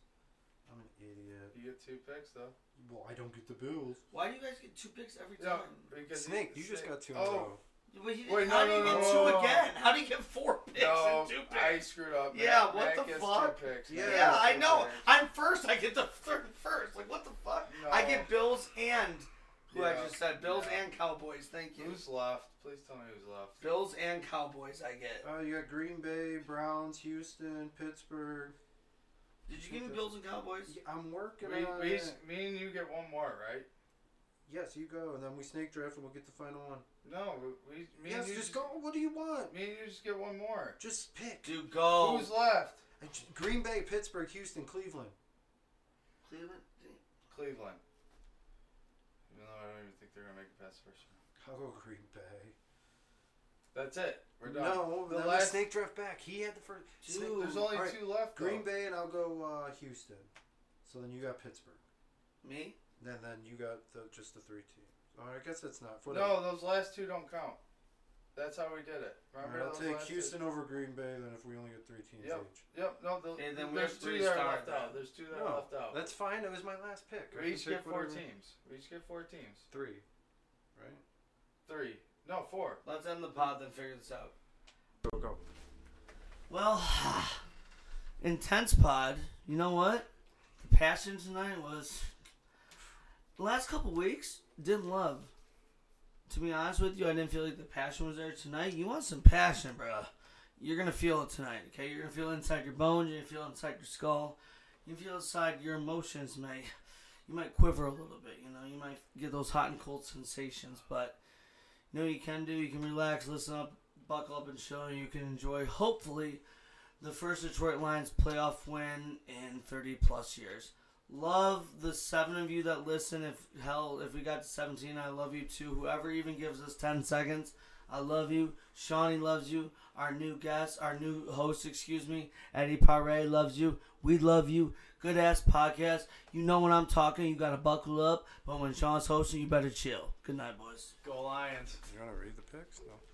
S4: I'm an idiot.
S5: You get two picks, though.
S4: Well, I don't get the Bills.
S6: Why do you guys get two picks every
S5: No,
S6: time?
S5: because
S4: Snake, you just
S5: Snake-
S4: got two. In a
S5: Oh,
S4: row.
S6: But he,
S5: Wait,
S6: how
S5: no,
S6: do you
S5: no,
S6: get
S5: no,
S6: two
S5: no, no.
S6: again? How do you get four picks
S5: no,
S6: and two picks?
S5: I screwed up.
S6: Yeah,
S5: Matt-
S6: what
S5: Matt
S6: the
S5: gets
S6: fuck?
S5: Two picks.
S4: Yeah,
S5: Matt
S6: yeah,
S5: gets
S6: I
S5: two
S6: know.
S5: picks.
S6: I'm first. I get the third first. Like, what the fuck? I
S5: No.
S6: get Bills and who I
S5: Yeah.
S6: just said. Bills
S5: Yeah.
S6: and Cowboys. Thank you.
S5: Who's left? Please tell me who's left.
S6: Bills and Cowboys. I get.
S4: Uh, you got Green Bay, Browns, Houston, Pittsburgh.
S6: Did you give me Bills and Cowboys?
S4: Yeah, I'm working
S5: We,
S4: on
S5: we,
S4: it.
S5: me and you get one more, right?
S4: Yes, you go, and then we snake draft, and we'll get the final one.
S5: No, we. we me
S4: yes,
S5: and you
S4: just go. What do you want?
S5: Me and you just get one more.
S4: Just pick.
S6: Dude, go.
S5: Who's left?
S4: I j- Green Bay, Pittsburgh, Houston, Cleveland.
S6: Cleveland?
S5: Cleveland. Even though I don't even think they're gonna make it past the first round.
S4: I'll go Green Bay.
S5: That's it. We're done.
S4: No,
S5: the
S4: then we
S5: last.
S4: snake draft back. He had the first. snake-
S5: There's only
S4: All right,
S5: two left. though.
S4: Green Bay, and I'll go uh, Houston. So then you got Pittsburgh.
S6: Me?
S4: Then then you got the, just the three teams. All right, I guess that's not. whatever.
S5: No, those last two don't count. That's how we did it.
S4: All
S5: Remember
S4: right, I'll
S5: those
S4: take
S5: last two?
S4: Houston over Green Bay. Then if we only get three teams
S5: Yep.
S4: each.
S5: Yep. No, the,
S6: Okay, then we
S5: there's
S6: have
S5: two
S6: three
S5: that are
S6: star
S5: left
S6: then.
S5: out. There's two that
S4: No,
S5: are left out.
S4: That's fine. It was my last pick. I
S5: we
S4: can
S5: each
S4: pick
S5: get four
S4: whatever-
S5: teams. We each get four teams.
S4: Three, right?
S5: Three. No, four.
S6: Let's end the pod then figure this out.
S4: Go go.
S6: Well, intense pod. You know what? The passion tonight was the last couple weeks didn't love. To be honest with you, I didn't feel like the passion was there tonight. You want some passion, bro? You're gonna feel it tonight. Okay, you're gonna feel it inside your bones. You're gonna feel it inside your skull. You can feel inside your emotions, mate. You might quiver a little bit. You know, you might get those hot and cold sensations. But you know, what you can do. You can relax, listen up, buckle up, and chill. And you can enjoy. Hopefully, the first Detroit Lions playoff win in 30 plus years. Love the seven of you that listen. If hell, if we got to 17, I love you too. Whoever even gives us 10 seconds, I love you. Shawnee loves you. Our new guest, our new host, excuse me, Eddie Pare loves you. We love you. Good ass podcast. You know when I'm talking, you gotta buckle up. But when Sean's hosting, you better chill. Good night, boys.
S5: Go Lions.
S4: You want to read the picks? No.